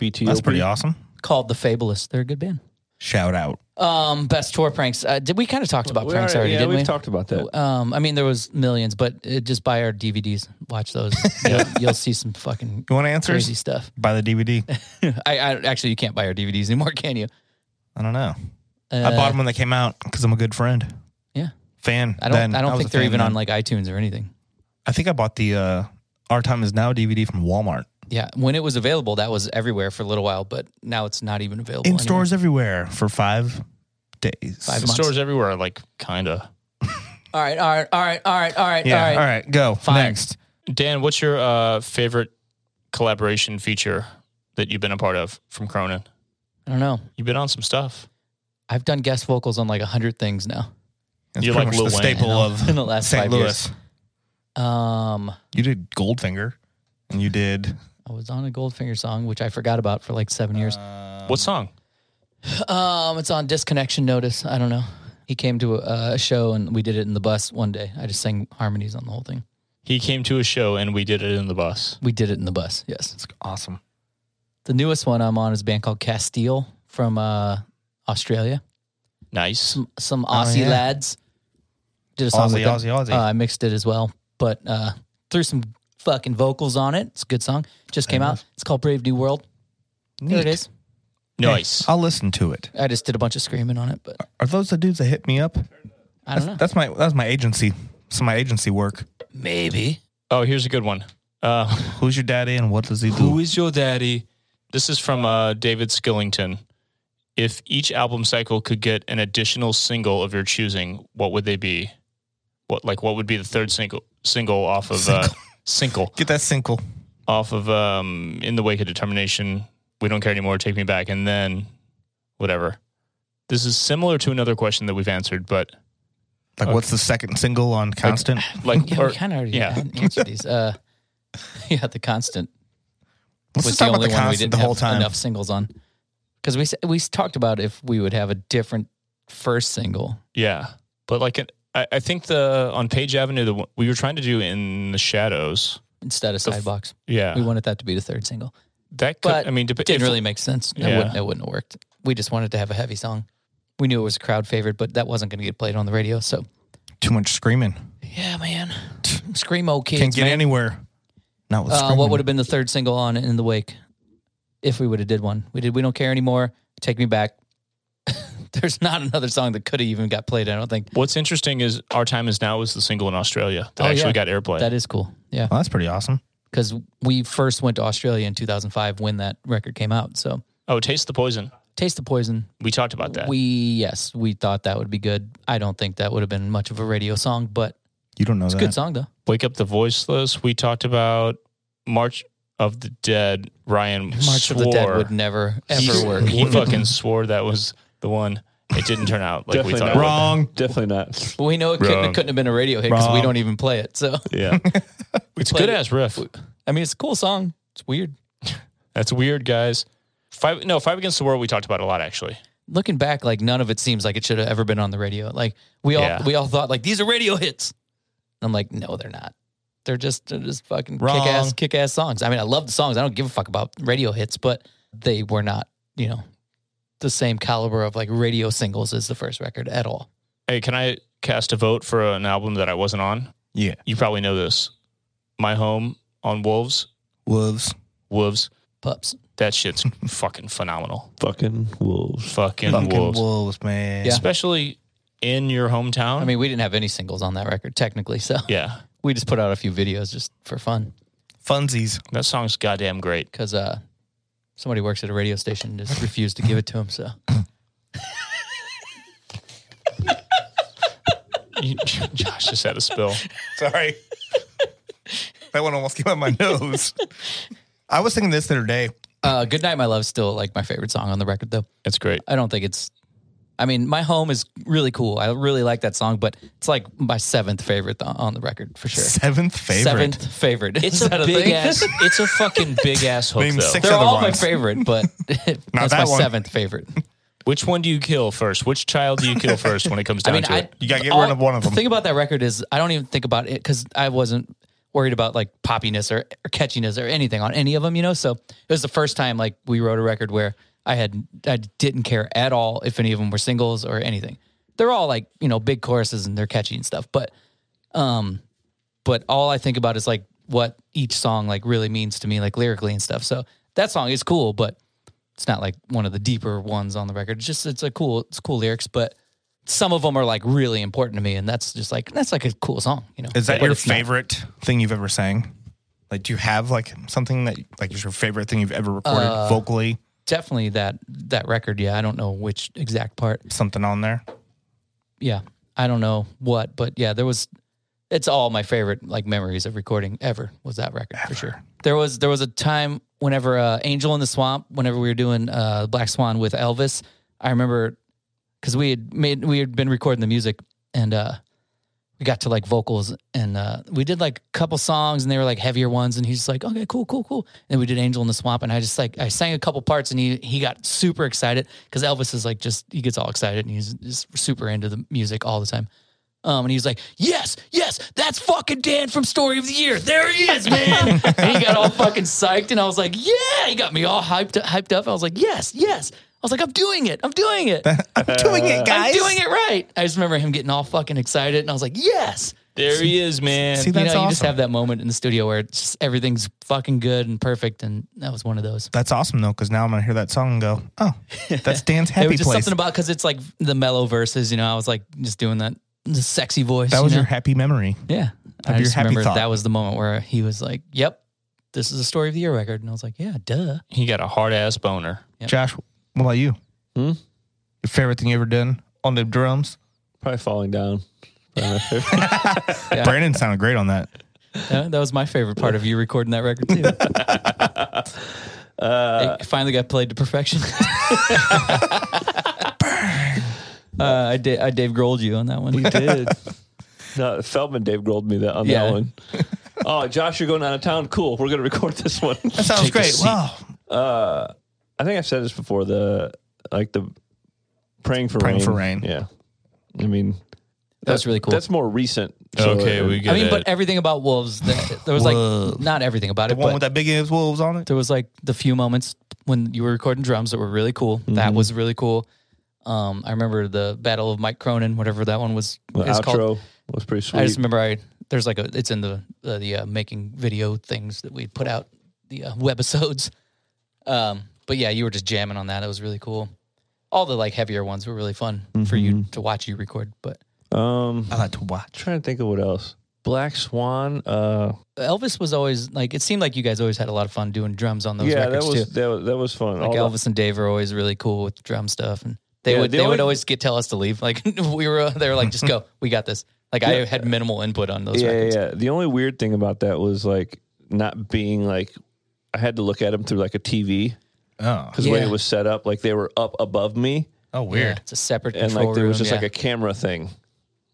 Speaker 3: BTOP.
Speaker 5: That's pretty awesome.
Speaker 4: called The Fabulists. They're a good band.
Speaker 5: Shout out.
Speaker 4: Um, best tour pranks. Uh, did we kind of talked about
Speaker 3: We
Speaker 4: pranks already?
Speaker 3: yeah,
Speaker 4: didn't
Speaker 3: we've
Speaker 4: we?
Speaker 3: talked about that.
Speaker 4: um, I mean, there was millions, but uh, just buy our DVDs, watch those. you'll, you'll see some fucking
Speaker 5: You want answers?
Speaker 4: crazy stuff.
Speaker 5: Buy the DVD.
Speaker 4: I, I actually, you can't buy our DVDs anymore, can you?
Speaker 5: I don't know.
Speaker 4: Uh,
Speaker 5: I bought them when they came out because I'm a good friend.
Speaker 4: Yeah.
Speaker 5: Fan.
Speaker 4: I don't.
Speaker 5: then.
Speaker 4: I don't
Speaker 5: was
Speaker 4: think
Speaker 5: a
Speaker 4: they're
Speaker 5: fan
Speaker 4: even
Speaker 5: then.
Speaker 4: on like iTunes or anything.
Speaker 5: I think I bought the uh, Our Time Is Now DVD from Walmart.
Speaker 4: Yeah, when it was available, that was everywhere for a little while, but now it's not even available
Speaker 5: In
Speaker 4: anywhere.
Speaker 5: stores everywhere for five days.
Speaker 4: Five
Speaker 2: The
Speaker 4: months.
Speaker 2: stores everywhere are like kind of.
Speaker 4: All right, all right, all right, all right, all right,
Speaker 5: Yeah.
Speaker 4: all right.
Speaker 5: Go.
Speaker 4: Fine.
Speaker 5: Next.
Speaker 2: Dan, what's your uh, favorite collaboration feature that you've been a part of from Cronin?
Speaker 4: I don't know.
Speaker 2: You've been on some stuff.
Speaker 4: I've done guest vocals on like a hundred things now.
Speaker 5: That's
Speaker 2: You
Speaker 5: pretty
Speaker 2: like
Speaker 5: much
Speaker 2: Lil
Speaker 5: the
Speaker 2: Wayne.
Speaker 5: staple
Speaker 4: In the- in the
Speaker 5: of
Speaker 4: last
Speaker 5: St.
Speaker 4: five
Speaker 5: Louis.
Speaker 4: years. Um,
Speaker 5: You did Goldfinger, and you did
Speaker 4: I was on a Goldfinger song, which I forgot about for like seven years.
Speaker 5: Uh.
Speaker 2: what song?
Speaker 4: Um, it's on disconnection notice. I don't know. He came to a, a show and we did it in the bus one day. I just sang harmonies on the whole thing.
Speaker 2: He came to a show and we did it in the bus.
Speaker 4: We did it in the bus. Yes.
Speaker 5: awesome.
Speaker 4: The newest one I'm on is a band called Castile from uh, Australia.
Speaker 2: Nice.
Speaker 4: Some Aussie
Speaker 5: Oh, yeah.
Speaker 4: lads did a song
Speaker 5: Aussie,
Speaker 4: with them.
Speaker 5: Aussie, Aussie.
Speaker 4: Uh, I mixed it as well, but uh, threw some fucking vocals on it. It's a good song. Just came out. It's called Brave New World. There it
Speaker 5: Neat.
Speaker 4: is.
Speaker 2: Nice.
Speaker 5: I'll listen to it.
Speaker 4: I just did a bunch of screaming on it, but
Speaker 5: Are those the dudes that hit me up?
Speaker 4: I don't know.
Speaker 5: That's my that's my agency. It's my agency work.
Speaker 4: Maybe.
Speaker 2: Oh, here's a good one. Uh,
Speaker 5: Who's your daddy and what does he do?
Speaker 2: is your daddy? This is from uh, David Skillington. If each album cycle could get an additional single of your choosing, what would they be? What like what would be the third single single off of uh, single
Speaker 5: Get that single.
Speaker 2: off of um, in the wake of determination? We don't care anymore. Take me back, and then whatever. This is similar to another question that we've answered, but
Speaker 5: Like, what's the second single on Constant?
Speaker 2: like
Speaker 4: Yeah,
Speaker 2: or-
Speaker 4: we kind of already
Speaker 2: yeah.
Speaker 4: answered these. Uh, yeah, the constant.
Speaker 5: Let's
Speaker 4: was
Speaker 5: just
Speaker 4: the
Speaker 5: talk about
Speaker 4: only
Speaker 5: the
Speaker 4: one we
Speaker 5: Constant
Speaker 4: didn't
Speaker 5: the whole
Speaker 4: have
Speaker 5: time.
Speaker 4: enough singles on. Because we s- we s- talked about if we would have a different first single.
Speaker 2: Yeah, but like it, I, I think the on Page Avenue, the one- we were trying to do in the shadows.
Speaker 4: Instead of
Speaker 2: The f-
Speaker 4: sidebox,
Speaker 5: Ah.
Speaker 2: Yeah,
Speaker 4: we wanted that to be the third single.
Speaker 2: that could.
Speaker 4: but
Speaker 2: I mean, dep-
Speaker 4: It didn't
Speaker 2: if-
Speaker 4: really make sense. It,
Speaker 2: Yeah.
Speaker 4: wouldn't, it wouldn't have worked. We just wanted to have a heavy song. We knew it was a crowd favorite, but that wasn't going to get played on the radio. So
Speaker 5: Too much screaming.
Speaker 4: yeah, man, screamo kids.
Speaker 5: Can't get
Speaker 4: man.
Speaker 5: anywhere. Not with
Speaker 4: Uh,
Speaker 5: screaming.
Speaker 4: what would have been the third single on in the wake if we would have did one? We did. We don't care anymore. Take me back. There's not another song that could have even got played. I don't think
Speaker 2: What's interesting is our time is now is the single in Australia that
Speaker 4: Oh,
Speaker 2: actually
Speaker 4: yeah.
Speaker 2: got airplay.
Speaker 4: that is cool. Yeah,
Speaker 5: Well, that's pretty awesome.
Speaker 4: because we first went to Australia in 2005 when that record came out. So
Speaker 2: oh, taste the poison.
Speaker 4: Taste the Poison.
Speaker 2: We talked about that.
Speaker 4: We yes, we thought that would be good. I don't think that would have been much of a radio song, but
Speaker 5: You don't know
Speaker 4: it's a
Speaker 5: that.
Speaker 4: good song though.
Speaker 2: Wake up the voiceless. We talked about March of the Dead. Ryan
Speaker 4: March
Speaker 2: swore
Speaker 4: of the Dead would never ever
Speaker 2: he,
Speaker 4: work.
Speaker 2: He fucking swore that was the one. It didn't turn out like we
Speaker 3: Definitely
Speaker 2: thought.
Speaker 3: not.
Speaker 2: it would.
Speaker 5: Wrong.
Speaker 3: Definitely not.
Speaker 4: But we know it couldn't,
Speaker 2: Wrong.
Speaker 4: it couldn't have been a radio hit because we
Speaker 5: Wrong.
Speaker 4: don't even play it. So
Speaker 2: Yeah, it's
Speaker 4: played
Speaker 2: good
Speaker 4: it.
Speaker 2: ass riff.
Speaker 4: I mean, it's a cool song. It's weird.
Speaker 2: That's weird, guys. Five no five against the world. We talked about a lot actually.
Speaker 4: looking back, like none of it seems like it should have ever been on the radio. Like we all
Speaker 2: Yeah.
Speaker 4: we all thought like these are radio hits. And I'm like, no, they're not. They're just they're just fucking kick
Speaker 2: Wrong.
Speaker 4: ass kick ass songs. I mean, I love the songs. I don't give a fuck about radio hits, but they were not, you know, the same caliber of like radio singles as the first record at all.
Speaker 2: Hey, can I cast a vote for an album that I wasn't on?
Speaker 5: Yeah.
Speaker 2: You probably know this. My Home on Wolves.
Speaker 5: Wolves.
Speaker 2: Wolves.
Speaker 4: Pups.
Speaker 2: That shit's fucking phenomenal.
Speaker 3: Fucking wolves.
Speaker 2: Fucking,
Speaker 5: Fucking
Speaker 2: Wolves.
Speaker 5: wolves, man.
Speaker 4: Yeah.
Speaker 2: Especially in your hometown.
Speaker 4: I mean, we didn't have any singles on that record technically, so
Speaker 2: yeah.
Speaker 4: we just put out a few videos just for fun
Speaker 5: Funsies.
Speaker 2: That song's goddamn great.
Speaker 4: because uh, somebody works at a radio station and just refused to give it to him. So
Speaker 2: You- Josh just had a spill.
Speaker 5: Sorry. that one almost came out my nose. I was thinking this the other day.
Speaker 4: Uh, Good Night, My Love is still like my favorite song on the record, though.
Speaker 2: That's great.
Speaker 4: I don't think it's. I mean, My Home is really cool. I really like that song, but it's like my seventh favorite on on the record for sure.
Speaker 5: Seventh favorite.
Speaker 4: Seventh favorite.
Speaker 2: It's
Speaker 4: Is that
Speaker 2: a big
Speaker 4: thing?
Speaker 2: ass. It's a fucking big ass hook
Speaker 5: Name
Speaker 2: though.
Speaker 5: six
Speaker 4: They're
Speaker 5: other
Speaker 4: all
Speaker 5: ones.
Speaker 4: my favorite, but that's my
Speaker 5: that one.
Speaker 4: seventh favorite.
Speaker 2: Which one do you kill first? Which child do you kill first when it comes
Speaker 4: I
Speaker 2: down
Speaker 4: mean,
Speaker 2: to
Speaker 4: I,
Speaker 2: it?
Speaker 5: You gotta get rid of one of them.
Speaker 4: The thing about that record is I don't even think about it because I wasn't worried about like poppiness or, or catchiness or anything on any of them, you know. So it was the first time like we wrote a record where I had I didn't care at all if any of them were singles or anything. They're all like you know big choruses and they're catchy and stuff, but um, but all I think about is like what each song like really means to me, like lyrically and stuff. So that song is cool, but it's not like one of the deeper ones on the record. It's just it's a cool it's cool lyrics, but some of them are like really important to me, and that's just like that's like a cool song, you know.
Speaker 5: Is that
Speaker 4: But
Speaker 5: your
Speaker 4: it's not.
Speaker 5: favorite thing you've ever sang? Like, do you have like something that like is your favorite thing you've ever recorded
Speaker 4: Uh,
Speaker 5: vocally?
Speaker 4: Definitely that that record. Yeah, I don't know which exact part.
Speaker 5: Something on there?
Speaker 4: Yeah, I don't know what, but yeah, there was. It's all my favorite like memories of recording ever was that record for sure. There was there was a time whenever uh, Angel in the Swamp, whenever we were doing uh, Black Swan with Elvis, I remember because we had made we had been recording the music and uh we got to like vocals and uh we did like a couple songs and they were like heavier ones and he's just like okay cool cool cool and we did angel in the swamp and i just like i sang a couple parts and he he got super excited because elvis is like just he gets all excited and he's just super into the music all the time um, and he was like, "Yes, yes, that's fucking Dan from Story of the Year. There he is, man." and he got all fucking psyched, and I was like, "Yeah!" He got me all hyped, hyped up. I was like, "Yes, yes." I was like, "I'm doing it. I'm doing it."
Speaker 5: Doing it, guys.
Speaker 4: I'm doing it right. I just remember him getting all fucking excited, and I was like, yes.
Speaker 2: There he is, man.
Speaker 5: See,
Speaker 4: You know,
Speaker 5: that's awesome.
Speaker 4: you just have that moment in the studio where it's just, everything's fucking good and perfect, and that was one of those.
Speaker 5: That's awesome though, because now I'm gonna hear that song and go, oh, that's Dan's
Speaker 4: It
Speaker 5: happy
Speaker 4: was just
Speaker 5: place.
Speaker 4: something about because it's like the mellow verses. You know, I was like just doing that the sexy voice.
Speaker 5: that was
Speaker 4: you know?
Speaker 5: your happy memory.
Speaker 4: yeah. I
Speaker 5: your
Speaker 4: just
Speaker 5: happy
Speaker 4: remember
Speaker 5: thought.
Speaker 4: that was the moment where he was like, "Yep, this is a story of the year record," and I was like, "Yeah, duh."
Speaker 2: He got a hard ass boner.
Speaker 4: Yep.
Speaker 5: Josh, what about you?
Speaker 3: Hmm?
Speaker 5: Your favorite thing you ever done on the drums?
Speaker 3: Probably falling down.
Speaker 4: Yeah.
Speaker 5: Brandon sounded great on that.
Speaker 4: Yeah, that was my favorite part of you recording that record too.
Speaker 5: Uh,
Speaker 4: it finally got played to perfection. uh, I, da- I Dave Grohl'd you on that one.
Speaker 3: did. no, Feldman Dave rolled me that on
Speaker 4: Yeah.
Speaker 3: that one. Oh, Josh, you're going out of town. Cool. We're gonna record this one.
Speaker 5: That sounds great. Wow.
Speaker 3: I think I've said this before. The like the praying for
Speaker 5: Praying
Speaker 3: rain.
Speaker 5: for rain.
Speaker 3: Yeah, I mean
Speaker 4: That was really cool.
Speaker 3: that's more recent.
Speaker 2: okay,
Speaker 3: uh,
Speaker 2: we get
Speaker 4: I mean,
Speaker 2: it.
Speaker 4: but everything about Wolves, that, there was like
Speaker 5: Wolves.
Speaker 4: not everything about
Speaker 5: The
Speaker 4: it,
Speaker 5: one
Speaker 4: but
Speaker 5: with that big ass wolves on it.
Speaker 4: there was like the few moments when you were recording drums that were really cool. That was really cool. Um, I remember the Battle of Mike Cronin, whatever that one was.
Speaker 3: the
Speaker 4: is
Speaker 3: outro was pretty sweet.
Speaker 4: I just remember I there's like a it's in the uh, the uh, making video things that we put out the uh, webisodes. Um, but yeah, you were just jamming on that. It was really cool. All the like heavier ones were really fun for you to watch you record. But
Speaker 3: um,
Speaker 5: I like to watch.
Speaker 3: trying to think of what else. Black Swan. Uh,
Speaker 4: Elvis was always like it seemed like you guys always had a lot of fun doing drums on those
Speaker 3: yeah, that
Speaker 4: records
Speaker 3: was,
Speaker 4: too.
Speaker 3: that was that was fun.
Speaker 4: Like
Speaker 3: All the-
Speaker 4: Elvis and Dave are always really cool with drum stuff, and they
Speaker 3: Yeah,
Speaker 4: would
Speaker 3: the
Speaker 4: they would
Speaker 3: only-
Speaker 4: always get tell us to leave. Like we were they were like just go, we got this. Like I had minimal input on those
Speaker 3: yeah,
Speaker 4: records.
Speaker 3: yeah, yeah. The only weird thing about that was like not being like I had to look at them through like a TV
Speaker 5: Oh,
Speaker 3: because the way
Speaker 4: Yeah.
Speaker 3: it was set up, like they were up above me,
Speaker 5: oh,
Speaker 4: Yeah,
Speaker 5: weird.
Speaker 4: it's a separate
Speaker 3: and
Speaker 4: control
Speaker 3: like there was
Speaker 4: room,
Speaker 3: just
Speaker 4: yeah.
Speaker 3: like a camera thing.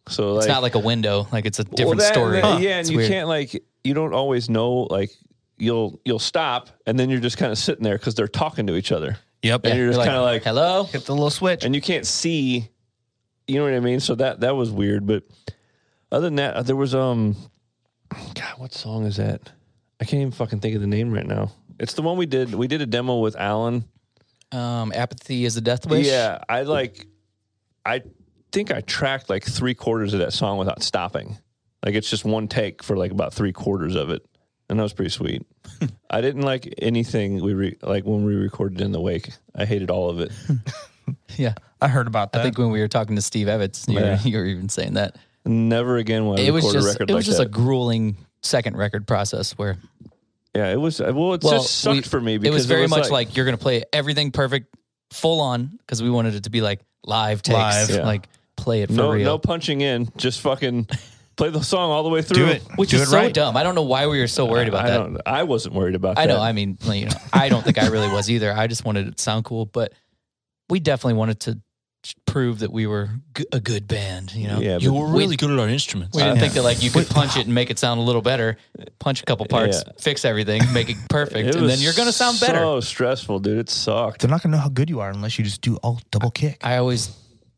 Speaker 3: So
Speaker 4: It's
Speaker 3: like,
Speaker 4: not like a window. Like it's a different
Speaker 3: that-
Speaker 4: story.
Speaker 3: that- yeah, and
Speaker 4: It's
Speaker 3: you
Speaker 4: weird.
Speaker 3: can't like you don't always know like you'll you'll stop and then you're just kind of sitting there because they're talking to each other.
Speaker 5: Yep.
Speaker 3: And you're just
Speaker 4: like,
Speaker 3: kind of like,
Speaker 4: hello.
Speaker 5: Hit the little switch.
Speaker 3: and you can't see. You know what I mean? So that that was weird. But other than that, there was um, God, what song is that? I can't even fucking think of the name right now. It's the one we did. We did a demo with Alan.
Speaker 4: Um, apathy is a death wish.
Speaker 3: Yeah, I like. I think I tracked like three quarters of that song without stopping. Like it's just one take for like about three quarters of it, and that was pretty sweet. I didn't like anything we re- like when we recorded in the wake. I hated all of it.
Speaker 4: yeah.
Speaker 5: I heard about that.
Speaker 4: I think when we were talking to Steve Evans, you,
Speaker 3: Yeah.
Speaker 4: were, you were even saying that
Speaker 3: Never again will I
Speaker 4: it
Speaker 3: record
Speaker 4: was
Speaker 3: a
Speaker 4: just
Speaker 3: record
Speaker 4: it was
Speaker 3: like
Speaker 4: just
Speaker 3: that.
Speaker 4: a grueling second record process where
Speaker 3: yeah, it was. Well, it
Speaker 4: well
Speaker 3: just sucked
Speaker 4: we-
Speaker 3: for me because
Speaker 4: it was very much like, you're gonna play everything perfect, full on because we wanted it to be like live takes,
Speaker 5: Live.
Speaker 3: Yeah.
Speaker 4: like play it for
Speaker 3: no
Speaker 4: real.
Speaker 3: no punching in, just fucking play the song all the way through.
Speaker 5: do it.
Speaker 4: Which
Speaker 5: do
Speaker 4: is
Speaker 5: it
Speaker 4: so
Speaker 5: right.
Speaker 4: dumb. I don't know why we were so worried about
Speaker 3: I
Speaker 4: that.
Speaker 3: don't. I wasn't worried about.
Speaker 4: I
Speaker 3: that.
Speaker 4: know. I mean, like, you know, I don't think I really was either. I just wanted it to sound cool, but we definitely wanted to prove that we were g- a good band. You know,
Speaker 3: Yeah,
Speaker 1: You
Speaker 3: but-
Speaker 1: were really good at our instruments.
Speaker 4: we didn't think that like you could punch it and make it sound a little better. Punch a couple parts,
Speaker 3: Yeah.
Speaker 4: fix everything, make it perfect,
Speaker 3: It
Speaker 4: and then
Speaker 3: was
Speaker 4: you're gonna sound better.
Speaker 3: So stressful, dude. It sucked.
Speaker 5: They're not going to know how good you are unless you just do all double kick.
Speaker 4: I always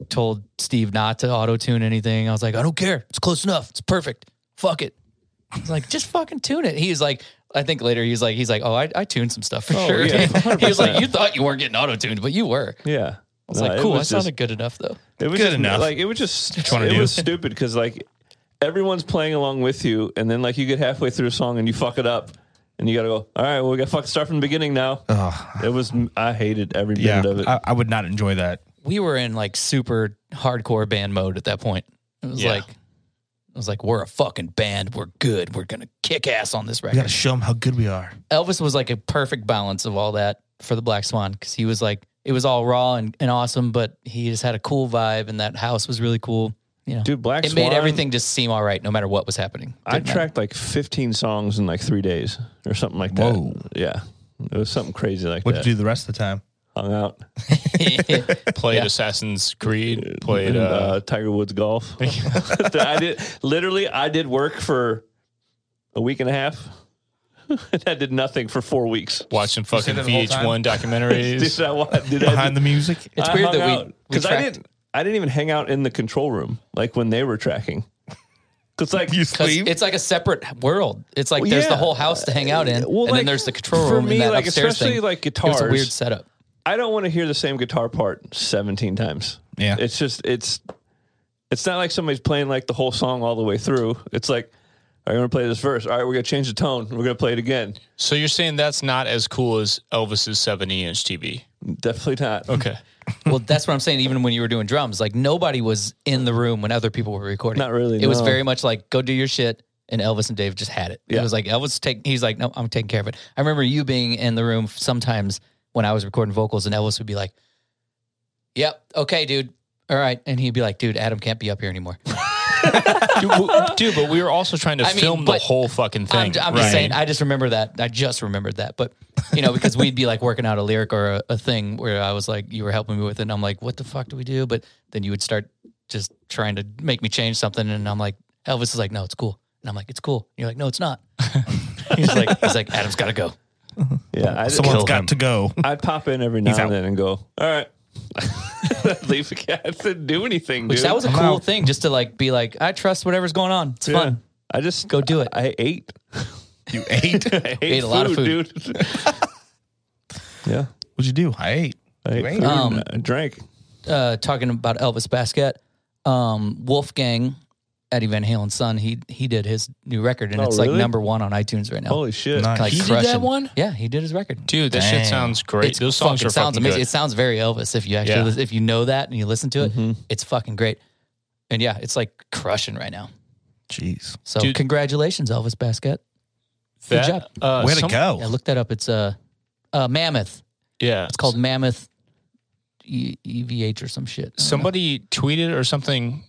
Speaker 4: told Steve not to auto tune anything. I was like, I don't care. It's close enough. It's perfect. Fuck it. He's like, just fucking tune it. He's like, I think later he's like, he's like, oh, I, I tuned some stuff for sure.
Speaker 3: yeah,
Speaker 4: he was like, you thought you weren't getting auto tuned, but you were. I
Speaker 3: Yeah. I
Speaker 4: was like, cool. I sounded good enough though.
Speaker 3: it was
Speaker 5: good
Speaker 3: just,
Speaker 5: enough.
Speaker 3: Like it was just
Speaker 5: you wanna
Speaker 3: it
Speaker 5: do.
Speaker 3: was stupid because like everyone's playing along with you, and then like you get halfway through a song and you fuck it up, and you gotta go. All right, well we gotta fuck start from the beginning now. It was I hated every minute
Speaker 5: yeah.
Speaker 3: of it.
Speaker 5: I, I would not enjoy that.
Speaker 4: We were in like super hardcore band mode at that point. It was
Speaker 2: Yeah.
Speaker 4: like, I was like, we're a fucking band. We're good. We're gonna kick ass on this
Speaker 5: We got
Speaker 4: record.
Speaker 5: to show them how good we are.
Speaker 4: Elvis was like a perfect balance of all that for the Black Swan because he was like it was all raw and, and awesome, but he just had a cool vibe and that house was really cool. You know,
Speaker 3: Dude, Black
Speaker 4: it
Speaker 3: Swan-
Speaker 4: made everything just seem all right no matter what was happening.
Speaker 3: I
Speaker 4: Didn't matter.
Speaker 3: tracked like 15 songs in like three days or something like that.
Speaker 5: Whoa.
Speaker 3: Yeah, it was something crazy like
Speaker 5: What
Speaker 3: that.
Speaker 5: to do the rest of the time?
Speaker 3: Hung out,
Speaker 2: Played Assassin's Creed. Played.
Speaker 3: and, uh,
Speaker 2: Uh,
Speaker 3: Tiger Woods golf. I did literally. I did work for a week and a half. and I did nothing for four weeks.
Speaker 2: watching fucking
Speaker 5: that the whole
Speaker 2: VH1
Speaker 3: Did
Speaker 2: documentaries.
Speaker 3: I wa- did I
Speaker 5: Behind the music?
Speaker 4: it's weird that we- we
Speaker 3: because I
Speaker 4: tracked-
Speaker 3: didn't I didn't even hang out in the control room like when they were tracking because like
Speaker 5: You
Speaker 4: 'Cause
Speaker 5: sleep?
Speaker 4: it's like a separate world. It's like
Speaker 3: Well,
Speaker 4: there's the
Speaker 3: yeah.
Speaker 4: whole house to hang out in,
Speaker 3: Well,
Speaker 4: and
Speaker 3: like,
Speaker 4: then there's the control
Speaker 3: for
Speaker 4: room
Speaker 3: me,
Speaker 4: and that
Speaker 3: like,
Speaker 4: upstairs
Speaker 3: especially,
Speaker 4: thing.
Speaker 3: like,
Speaker 4: It was a weird
Speaker 3: guitars.
Speaker 4: setup.
Speaker 3: I don't want to hear the same guitar part seventeen times.
Speaker 5: Yeah.
Speaker 3: it's just it's it's not like somebody's playing like the whole song all the way through. It's like I'm gonna play this verse. All right, we're gonna change the tone. We're gonna play it again.
Speaker 2: so you're saying that's not as cool as Elvis's 70 inch TV?
Speaker 3: Definitely
Speaker 5: Oh,
Speaker 3: not.
Speaker 2: Okay.
Speaker 4: Well, that's what I'm saying. Even when you were doing drums, like nobody was in the room when other people were recording.
Speaker 3: Not really,
Speaker 4: It was
Speaker 3: no.
Speaker 4: very much like go do your shit, and Elvis and Dave just had it. It
Speaker 3: Yeah.
Speaker 4: was like Elvis take. He's like, no, I'm taking care of it. I remember you being in the room sometimes when I was recording vocals, and Elvis would be like, "Yep, okay, dude, all right," and he'd be like, "Dude, Adam can't be up here anymore."
Speaker 2: dude, w- dude, but we were also trying to
Speaker 4: I mean,
Speaker 2: film the
Speaker 4: but-
Speaker 2: whole fucking thing.
Speaker 4: I'm, I'm
Speaker 2: right?
Speaker 4: just saying. I just remember that. I just remembered that. But you know, because we'd be like working out a lyric or a, a thing where I was like, you were helping me with it, and I'm like, what the fuck do we do? But then you would start just trying to make me change something, and I'm like, Elvis is like, no, it's cool, and I'm like, it's cool. And you're like, no, it's not. he's like, he's like, Adam's got to go.
Speaker 3: Yeah, I,
Speaker 5: Someone's got
Speaker 2: him.
Speaker 5: to go.
Speaker 3: I'd pop in every now
Speaker 5: out.
Speaker 3: and then and go. All right, leave the cat. Didn't do anything.
Speaker 4: Which
Speaker 3: dude.
Speaker 4: that was a
Speaker 5: I'm
Speaker 4: cool
Speaker 5: out.
Speaker 4: thing, just to like be like, I trust whatever's going on. It's
Speaker 3: Yeah.
Speaker 4: fun.
Speaker 3: I just
Speaker 4: Go do it.
Speaker 3: I ate.
Speaker 5: You ate?
Speaker 3: I ate,
Speaker 4: Ate a lot of
Speaker 3: dude. yeah.
Speaker 5: What'd you do? I ate.
Speaker 3: I ate
Speaker 5: Great.
Speaker 3: food
Speaker 4: Um,
Speaker 3: and I drank.
Speaker 4: uh, talking about Elvis Basquette, um, Wolfgang, Eddie Van Halen's son, he he did his new record and
Speaker 3: Oh,
Speaker 4: it's like
Speaker 3: really?
Speaker 4: number one on iTunes right now.
Speaker 3: Holy shit.
Speaker 5: Nice.
Speaker 4: Like
Speaker 2: He did that
Speaker 4: crushing.
Speaker 2: one?
Speaker 4: Yeah, he did his record.
Speaker 2: Dude, that
Speaker 5: Dang.
Speaker 2: shit sounds great.
Speaker 4: It's
Speaker 2: Those songs
Speaker 4: fuck-
Speaker 2: are
Speaker 4: it sounds
Speaker 2: fucking
Speaker 4: amazing.
Speaker 2: good.
Speaker 4: It sounds very Elvis if you actually
Speaker 2: Yeah.
Speaker 4: lis- if you know that and you listen to it,
Speaker 2: Mm-hmm.
Speaker 3: Mm-hmm.
Speaker 4: it's fucking great. And yeah, it's like crushing right now.
Speaker 5: Jeez.
Speaker 4: So
Speaker 2: Dude.
Speaker 4: congratulations, Elvis Basquette.
Speaker 2: That,
Speaker 4: job.
Speaker 2: Uh,
Speaker 5: Way to
Speaker 2: some-
Speaker 5: go.
Speaker 4: Yeah, look that up. It's uh, uh Mammoth.
Speaker 2: Yeah,
Speaker 4: It's called Mammoth E- EVH or some shit. I don't know.
Speaker 2: Somebody tweeted or something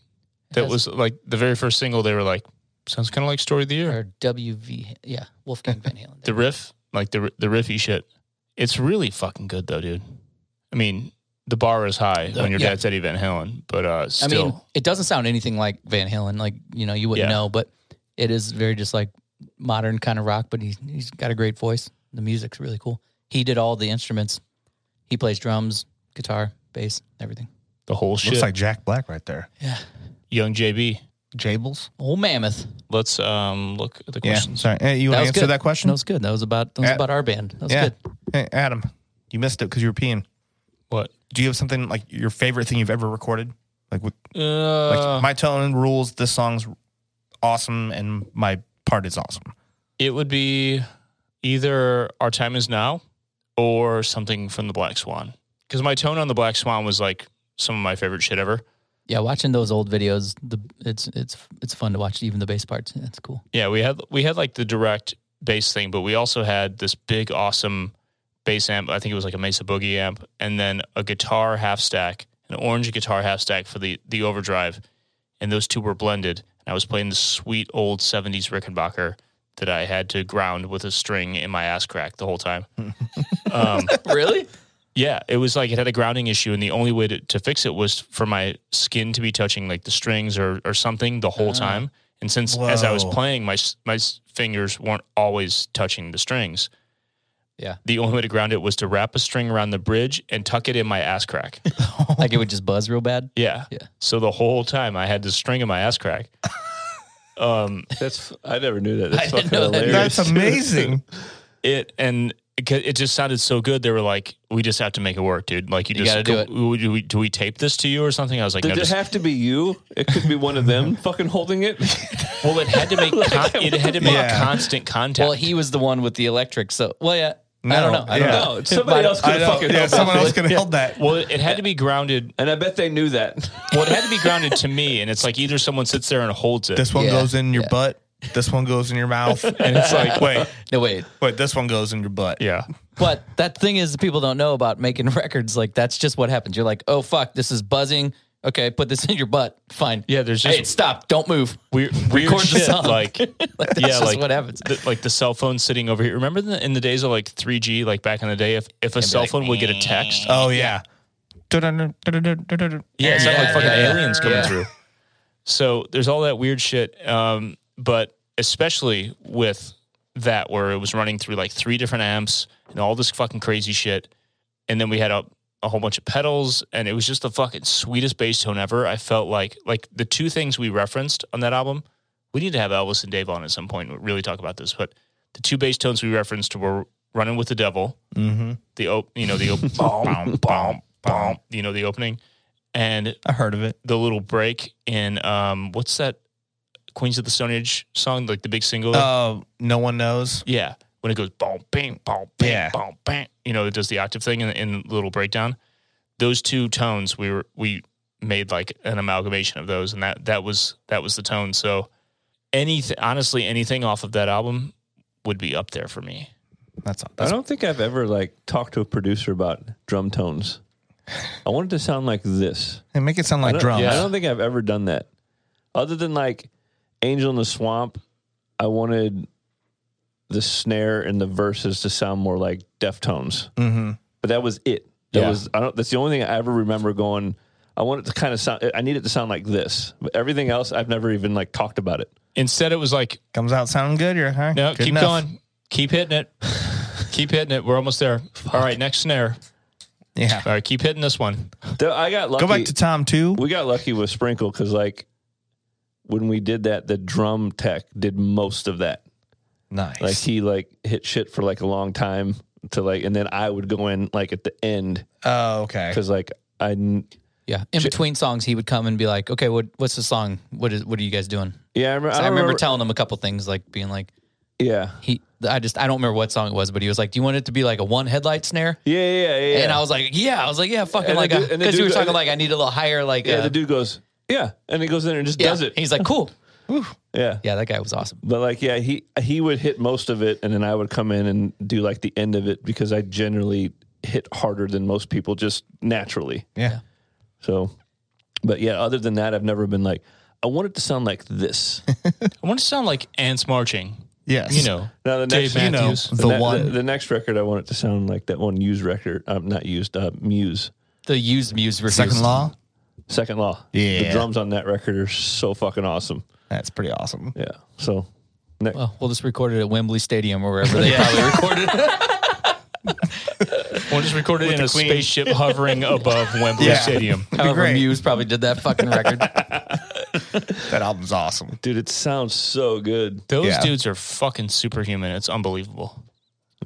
Speaker 2: that
Speaker 4: Yes.
Speaker 2: was like the very first single. They were like, "Sounds kind of like Story of the Year."
Speaker 4: or WV yeah, Wolfgang Van Halen.
Speaker 2: The riff, like the the riffy shit. It's really fucking good though, dude. I mean, the bar is high
Speaker 4: The-
Speaker 2: when your
Speaker 4: yeah.
Speaker 2: dad's Eddie Van Halen, but uh,
Speaker 4: I
Speaker 2: still,
Speaker 4: mean, it doesn't sound anything like Van Halen. Like you know, you wouldn't
Speaker 2: Yeah.
Speaker 4: know, but it is very just like modern kind of rock. But he's he's got a great voice. The music's really cool. He did all the instruments. He plays drums, guitar, bass, everything.
Speaker 2: The whole shit.
Speaker 5: Looks like Jack Black right there.
Speaker 4: Yeah.
Speaker 2: Young JB.
Speaker 5: Jables.
Speaker 4: Old mammoth.
Speaker 2: Let's um look at the
Speaker 5: Yeah.
Speaker 2: questions.
Speaker 5: Sorry. Hey, you want to answer that question?
Speaker 4: That was good. That was about that was
Speaker 5: Yeah.
Speaker 4: about our band. That was
Speaker 5: yeah.
Speaker 4: good.
Speaker 5: Hey, Adam, you missed it because you were peeing.
Speaker 2: What?
Speaker 5: Do you have something like your favorite thing you've ever recorded? Like, what,
Speaker 2: Uh,
Speaker 5: like my tone rules. This song's awesome, and my part is awesome.
Speaker 2: it would be either Our Time Is Now or something from The Black Swan. Because my tone on The Black Swan was like some of my favorite shit ever.
Speaker 4: Yeah, watching those old videos, the it's it's it's fun to watch even the bass parts. That's cool.
Speaker 2: Yeah, we had we had like the direct bass thing, but we also had this big awesome bass amp. I think it was like a Mesa Boogie amp, and then a guitar half stack, an orange guitar half stack for the the overdrive, and those two were blended. And I was playing the sweet old '70s Rickenbacker that I had to ground with a string in my ass crack the whole time. um,
Speaker 4: really?
Speaker 2: yeah, it was like it had a grounding issue, and the only way to, to fix it was for my skin to be touching like the strings or or something the whole
Speaker 4: Ah.
Speaker 2: time. And since as I was
Speaker 5: Whoa.
Speaker 2: playing, my s- my s- fingers weren't always touching the strings.
Speaker 4: Yeah.
Speaker 2: the only way to ground it was to wrap a string around the bridge and tuck it in my ass crack.
Speaker 4: Like it would just buzz real bad.
Speaker 2: yeah,
Speaker 4: Yeah.
Speaker 2: So the whole time I had the string in my ass crack. um,
Speaker 3: That's I never knew that. That's
Speaker 4: I
Speaker 3: fucking
Speaker 4: didn't know that.
Speaker 3: hilarious.
Speaker 5: That's amazing.
Speaker 2: it and it, ca- it just sounded so good. They were like, "We just have to make it work, dude. Like you,
Speaker 4: You
Speaker 2: just
Speaker 4: gotta do
Speaker 2: go-
Speaker 4: it.
Speaker 2: w- Do we, do we tape this to you or something?" I was like,
Speaker 3: Did
Speaker 2: "No,
Speaker 3: it
Speaker 2: just
Speaker 3: have to be you? It could be one of them fucking holding it.
Speaker 2: Well, it had to make con- it had to make
Speaker 5: Yeah.
Speaker 2: constant contact.
Speaker 4: Well, he was the one with the electric, so well yeah. I don't know.
Speaker 5: No,
Speaker 4: I don't
Speaker 5: yeah.
Speaker 4: know.
Speaker 3: No, somebody else could
Speaker 5: I
Speaker 3: have
Speaker 5: know.
Speaker 3: fucking
Speaker 5: Yeah,
Speaker 3: helped
Speaker 5: someone
Speaker 3: us.
Speaker 5: else could have held that.
Speaker 2: well, it had to be grounded.
Speaker 3: And I bet they knew that.
Speaker 2: Well, it had to be grounded to me, and it's like either someone sits there and holds it,
Speaker 5: This one
Speaker 4: Yeah,
Speaker 5: goes in your
Speaker 4: yeah.
Speaker 5: butt. This one goes in your mouth.
Speaker 2: and it's like,
Speaker 5: wait,
Speaker 4: No wait.
Speaker 5: wait. This one goes in your butt.
Speaker 2: yeah,
Speaker 4: But that thing is, people don't know about making records. Like that's just what happens. You're like, oh fuck, this is buzzing. Okay, put this in your butt. Fine.
Speaker 2: yeah. There's
Speaker 4: Hey,
Speaker 2: just
Speaker 4: stop! Don't move.
Speaker 2: weird, weird
Speaker 4: Record the
Speaker 2: shit.
Speaker 4: song.
Speaker 2: Like,
Speaker 4: Like, that's
Speaker 2: yeah,
Speaker 4: just
Speaker 2: like
Speaker 4: what happens.
Speaker 2: The, like the cell phone sitting over here. Remember the, in the days of like 3G, like back in the day, if if a cell
Speaker 4: like,
Speaker 2: phone would get a text,
Speaker 5: Oh yeah. Yeah.
Speaker 2: Yeah, it's not like
Speaker 4: Yeah.
Speaker 2: fucking
Speaker 4: Yeah.
Speaker 2: aliens coming
Speaker 4: Yeah.
Speaker 2: through. So there's all that weird shit. Um, but especially with that, where it was running through like three different amps and all this fucking crazy shit. And then we had a, a whole bunch of pedals, and it was just the fucking sweetest bass tone ever. I felt like like the two things we referenced on that album. We need to have Elvis and Dave on at some point. and Really talk about this, but the two bass tones we referenced were "Running with the Devil,"
Speaker 5: Mm-hmm.
Speaker 2: the op- you know the op-
Speaker 5: Boom, boom, boom.
Speaker 2: you know the opening, and
Speaker 5: I heard of it.
Speaker 2: the little break in um what's that Queens of the Stone Age song, like the big single?
Speaker 5: Uh, no one knows.
Speaker 2: yeah. When it goes boom bang boom bang
Speaker 5: Yeah.
Speaker 2: boom bang you know, it does the octave thing in, in the little breakdown. Those two tones we were we made like an amalgamation of those and that that was that was the tone. So anything honestly anything off of that album would be up there for me.
Speaker 5: That's all.
Speaker 3: I
Speaker 5: That's,
Speaker 3: don't think I've ever like talked to a producer about drum tones. I want it to sound like this.
Speaker 5: and make it sound
Speaker 3: I
Speaker 5: like
Speaker 3: don't-
Speaker 5: drums.
Speaker 3: I don't think I've ever done that. Other than like Angel in the Swamp, I wanted the snare and the verses to sound more like Deftones.
Speaker 5: Mm-hmm.
Speaker 3: But that was it. That
Speaker 2: Yeah.
Speaker 3: was I don't that's the only thing I ever remember going I want it to kind of sound I need it to sound like this. But everything else I've never even like talked about it.
Speaker 2: Instead it was like,
Speaker 5: Comes out sounding good. You're huh?
Speaker 2: no,
Speaker 5: Good
Speaker 2: keep
Speaker 5: enough.
Speaker 2: going. Keep hitting it. keep hitting it. We're almost there. All right, next snare.
Speaker 5: Yeah.
Speaker 2: All right, keep hitting this one.
Speaker 3: Though I got lucky.
Speaker 5: Go back to Tom too.
Speaker 3: we got lucky with Sprinkle cuz like when we did that the drum tech did most of that.
Speaker 5: Nice.
Speaker 3: Like he like hit shit for like a long time to like, and then I would go in like at the end
Speaker 5: oh, okay.
Speaker 3: because like I kn-
Speaker 4: Yeah. In between songs, he would come and be like, "Okay, what what's the song? What is what are you guys doing?"
Speaker 3: yeah I, remember,
Speaker 4: So I,
Speaker 3: don't
Speaker 4: remember telling him a couple things, like being like,
Speaker 3: yeah
Speaker 4: "He, I just I don't remember what song it was, but he was like, "Do you want it to be like a one headlight snare?"
Speaker 3: yeah yeah yeah, yeah.
Speaker 4: And I was like, "Yeah." I was like, "Yeah, fucking
Speaker 3: And the
Speaker 4: like,"
Speaker 3: dude- and the
Speaker 4: because we
Speaker 3: dude-
Speaker 4: were talking
Speaker 3: and the-
Speaker 4: like, "I need a little higher, like."
Speaker 3: yeah
Speaker 4: uh,
Speaker 3: the dude goes yeah and he goes in there and just
Speaker 4: yeah.
Speaker 3: does it
Speaker 4: He's like, "Cool."
Speaker 3: yeah
Speaker 4: Yeah, that guy was awesome.
Speaker 3: but like yeah he he would hit most of it and then I would come in and do like the end of it because I generally hit harder than most people just naturally
Speaker 5: yeah.
Speaker 3: so but yeah other than that I've never been like I want it to sound like this
Speaker 2: I want it to sound like ants marching.
Speaker 5: Yes.
Speaker 2: You know,
Speaker 3: now the
Speaker 2: Dave
Speaker 3: next
Speaker 5: You know,
Speaker 2: Matthews.
Speaker 5: the
Speaker 3: ne-
Speaker 5: one.
Speaker 3: The, next record, I want it to sound like that one used record. Um, not used. Uh, Muse.
Speaker 4: The used muse reviews.
Speaker 5: Second law.
Speaker 3: Second Law. The
Speaker 5: Yeah.
Speaker 3: drums on that record are so fucking awesome.
Speaker 5: That's pretty awesome.
Speaker 3: Yeah. So, ne-
Speaker 4: Oh, Well, we'll just record it at Wembley Stadium or wherever they probably recorded.
Speaker 2: We'll just record it in a spaceship hovering above Wembley
Speaker 5: Yeah.
Speaker 2: Stadium.
Speaker 5: However,
Speaker 4: However,
Speaker 5: great.
Speaker 4: Muse probably did that fucking record.
Speaker 5: That album's awesome.
Speaker 3: Dude, it sounds so good.
Speaker 2: Those
Speaker 5: Yeah.
Speaker 2: dudes are fucking superhuman. It's unbelievable.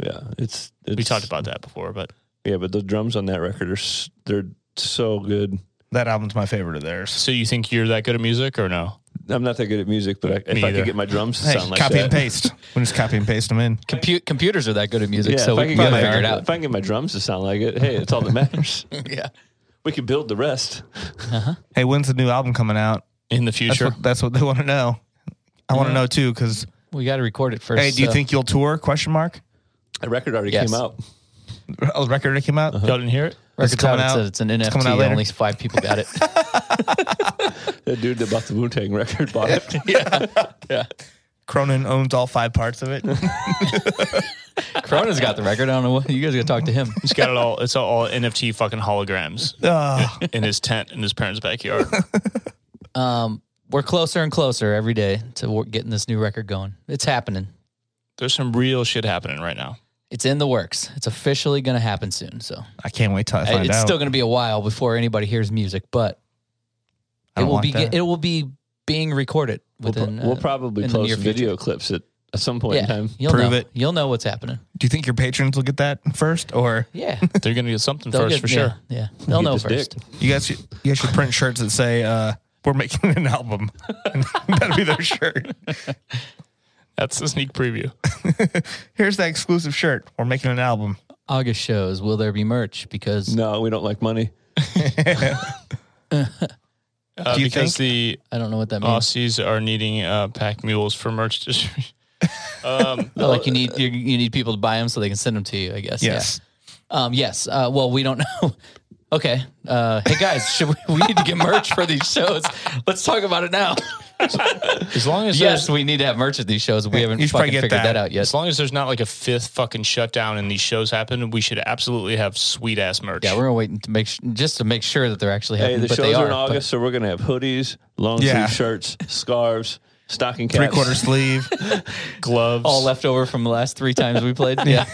Speaker 3: Yeah, it's, it's
Speaker 2: We talked about that before, but
Speaker 3: Yeah, but the drums on that record are s- they're so good.
Speaker 5: That album's my favorite of theirs.
Speaker 2: so you think you're that good at music or no?
Speaker 3: I'm not that good at music, but I, if
Speaker 2: Me
Speaker 3: I
Speaker 2: either.
Speaker 3: could get my drums to
Speaker 5: Hey,
Speaker 3: sound like
Speaker 5: copy
Speaker 3: that,
Speaker 5: and paste. We just copy and paste them in.
Speaker 4: Compu- computers are that good at
Speaker 3: Yeah,
Speaker 4: music, so
Speaker 3: if, I
Speaker 4: we
Speaker 3: could
Speaker 4: can
Speaker 3: get my,
Speaker 4: figure it out.
Speaker 3: if I can get my drums to sound like it, hey, it's all that matters.
Speaker 4: yeah.
Speaker 3: we can build the rest.
Speaker 5: Hey, when's the new album coming out?
Speaker 2: In the
Speaker 5: That's
Speaker 2: future,
Speaker 5: what that's what they want to know. I want to know too, because
Speaker 4: We got to record it first. uh,
Speaker 5: hey, do you
Speaker 4: so-
Speaker 5: think you'll tour? Question mark.
Speaker 3: The record already
Speaker 4: Yes.
Speaker 3: came out.
Speaker 5: Oh, the record that came out.
Speaker 3: Uh-huh.
Speaker 2: y'all didn't hear it.
Speaker 5: It's
Speaker 4: Record's out,
Speaker 5: coming
Speaker 4: It's,
Speaker 5: out-
Speaker 4: a- it's an
Speaker 5: it's
Speaker 4: NFT.
Speaker 5: coming out later.
Speaker 4: Only five people got it.
Speaker 3: The dude that bought the Wu Tang record bought it.
Speaker 5: Cronin owns all five parts of it.
Speaker 4: Corona's got the record. I don't know what you guys got to talk to him.
Speaker 2: He's got it all. It's all NFT fucking holograms
Speaker 5: Ah,
Speaker 2: in his tent in his parents' backyard.
Speaker 4: Um, we're closer and closer every day to wor- getting this new record going. It's happening.
Speaker 2: There's some real shit happening right now.
Speaker 4: It's in the works. It's officially going to happen soon. So
Speaker 5: I can't wait till I
Speaker 4: Uh,
Speaker 5: find
Speaker 4: it's
Speaker 5: out.
Speaker 4: still going to be a while before anybody hears music, but
Speaker 5: I
Speaker 4: it
Speaker 5: don't
Speaker 4: will
Speaker 5: want
Speaker 4: be
Speaker 5: that.
Speaker 4: it will be being recorded
Speaker 3: We'll, pro-
Speaker 4: within.
Speaker 3: we'll
Speaker 4: uh,
Speaker 3: probably
Speaker 4: in the
Speaker 3: post
Speaker 4: near future.
Speaker 3: video clips at, at some point in
Speaker 4: yeah,
Speaker 3: time.
Speaker 4: you'll
Speaker 5: Prove
Speaker 4: know.
Speaker 5: it.
Speaker 4: You'll know what's happening.
Speaker 5: Do you think your patrons will get that first, or
Speaker 4: Yeah,
Speaker 2: They're gonna get something first
Speaker 4: get-
Speaker 2: for sure.
Speaker 4: Yeah, yeah. they'll
Speaker 3: Get
Speaker 4: know
Speaker 3: this
Speaker 4: first.
Speaker 3: dick.
Speaker 5: you guys should, you guys should print shirts that say uh, "We're making an album." That'll be their shirt.
Speaker 2: That's the sneak preview.
Speaker 5: Here's that exclusive shirt. We're making an album.
Speaker 4: August shows. Will there be merch? Because
Speaker 3: No, we don't like money.
Speaker 2: Uh,
Speaker 5: Do you
Speaker 2: because the
Speaker 4: I don't know what that means.
Speaker 2: Aussies are needing uh, pack mules for merch distribution.
Speaker 4: No, like you need you, you need people to buy them so they can send them to you. I guess.
Speaker 5: Yes.
Speaker 4: Yeah. Um. Yes. Uh. Well, we don't know. okay. Uh. Hey guys, should we, we need to get merch for these shows? Let's talk about it now.
Speaker 2: As long as
Speaker 4: yes,
Speaker 2: there's,
Speaker 4: we need to have merch at these shows. We haven't
Speaker 5: you should probably
Speaker 4: fucking
Speaker 5: get
Speaker 4: figured
Speaker 5: that.
Speaker 4: that. out yet.
Speaker 2: as long as there's not like a fifth fucking shutdown and these shows happen, we should absolutely have sweet ass merch.
Speaker 4: Yeah, we're gonna wait to make sh- just to make sure that they're actually
Speaker 3: Hey,
Speaker 4: happening.
Speaker 3: the
Speaker 4: but they
Speaker 3: shows are,
Speaker 4: are
Speaker 3: in
Speaker 4: but-
Speaker 3: August, so we're gonna have hoodies, long sleeve
Speaker 5: Yeah.
Speaker 3: shirts, scarves, stocking caps.
Speaker 5: Three quarter sleeve.
Speaker 2: gloves.
Speaker 4: all left over from the last three times we played. yeah,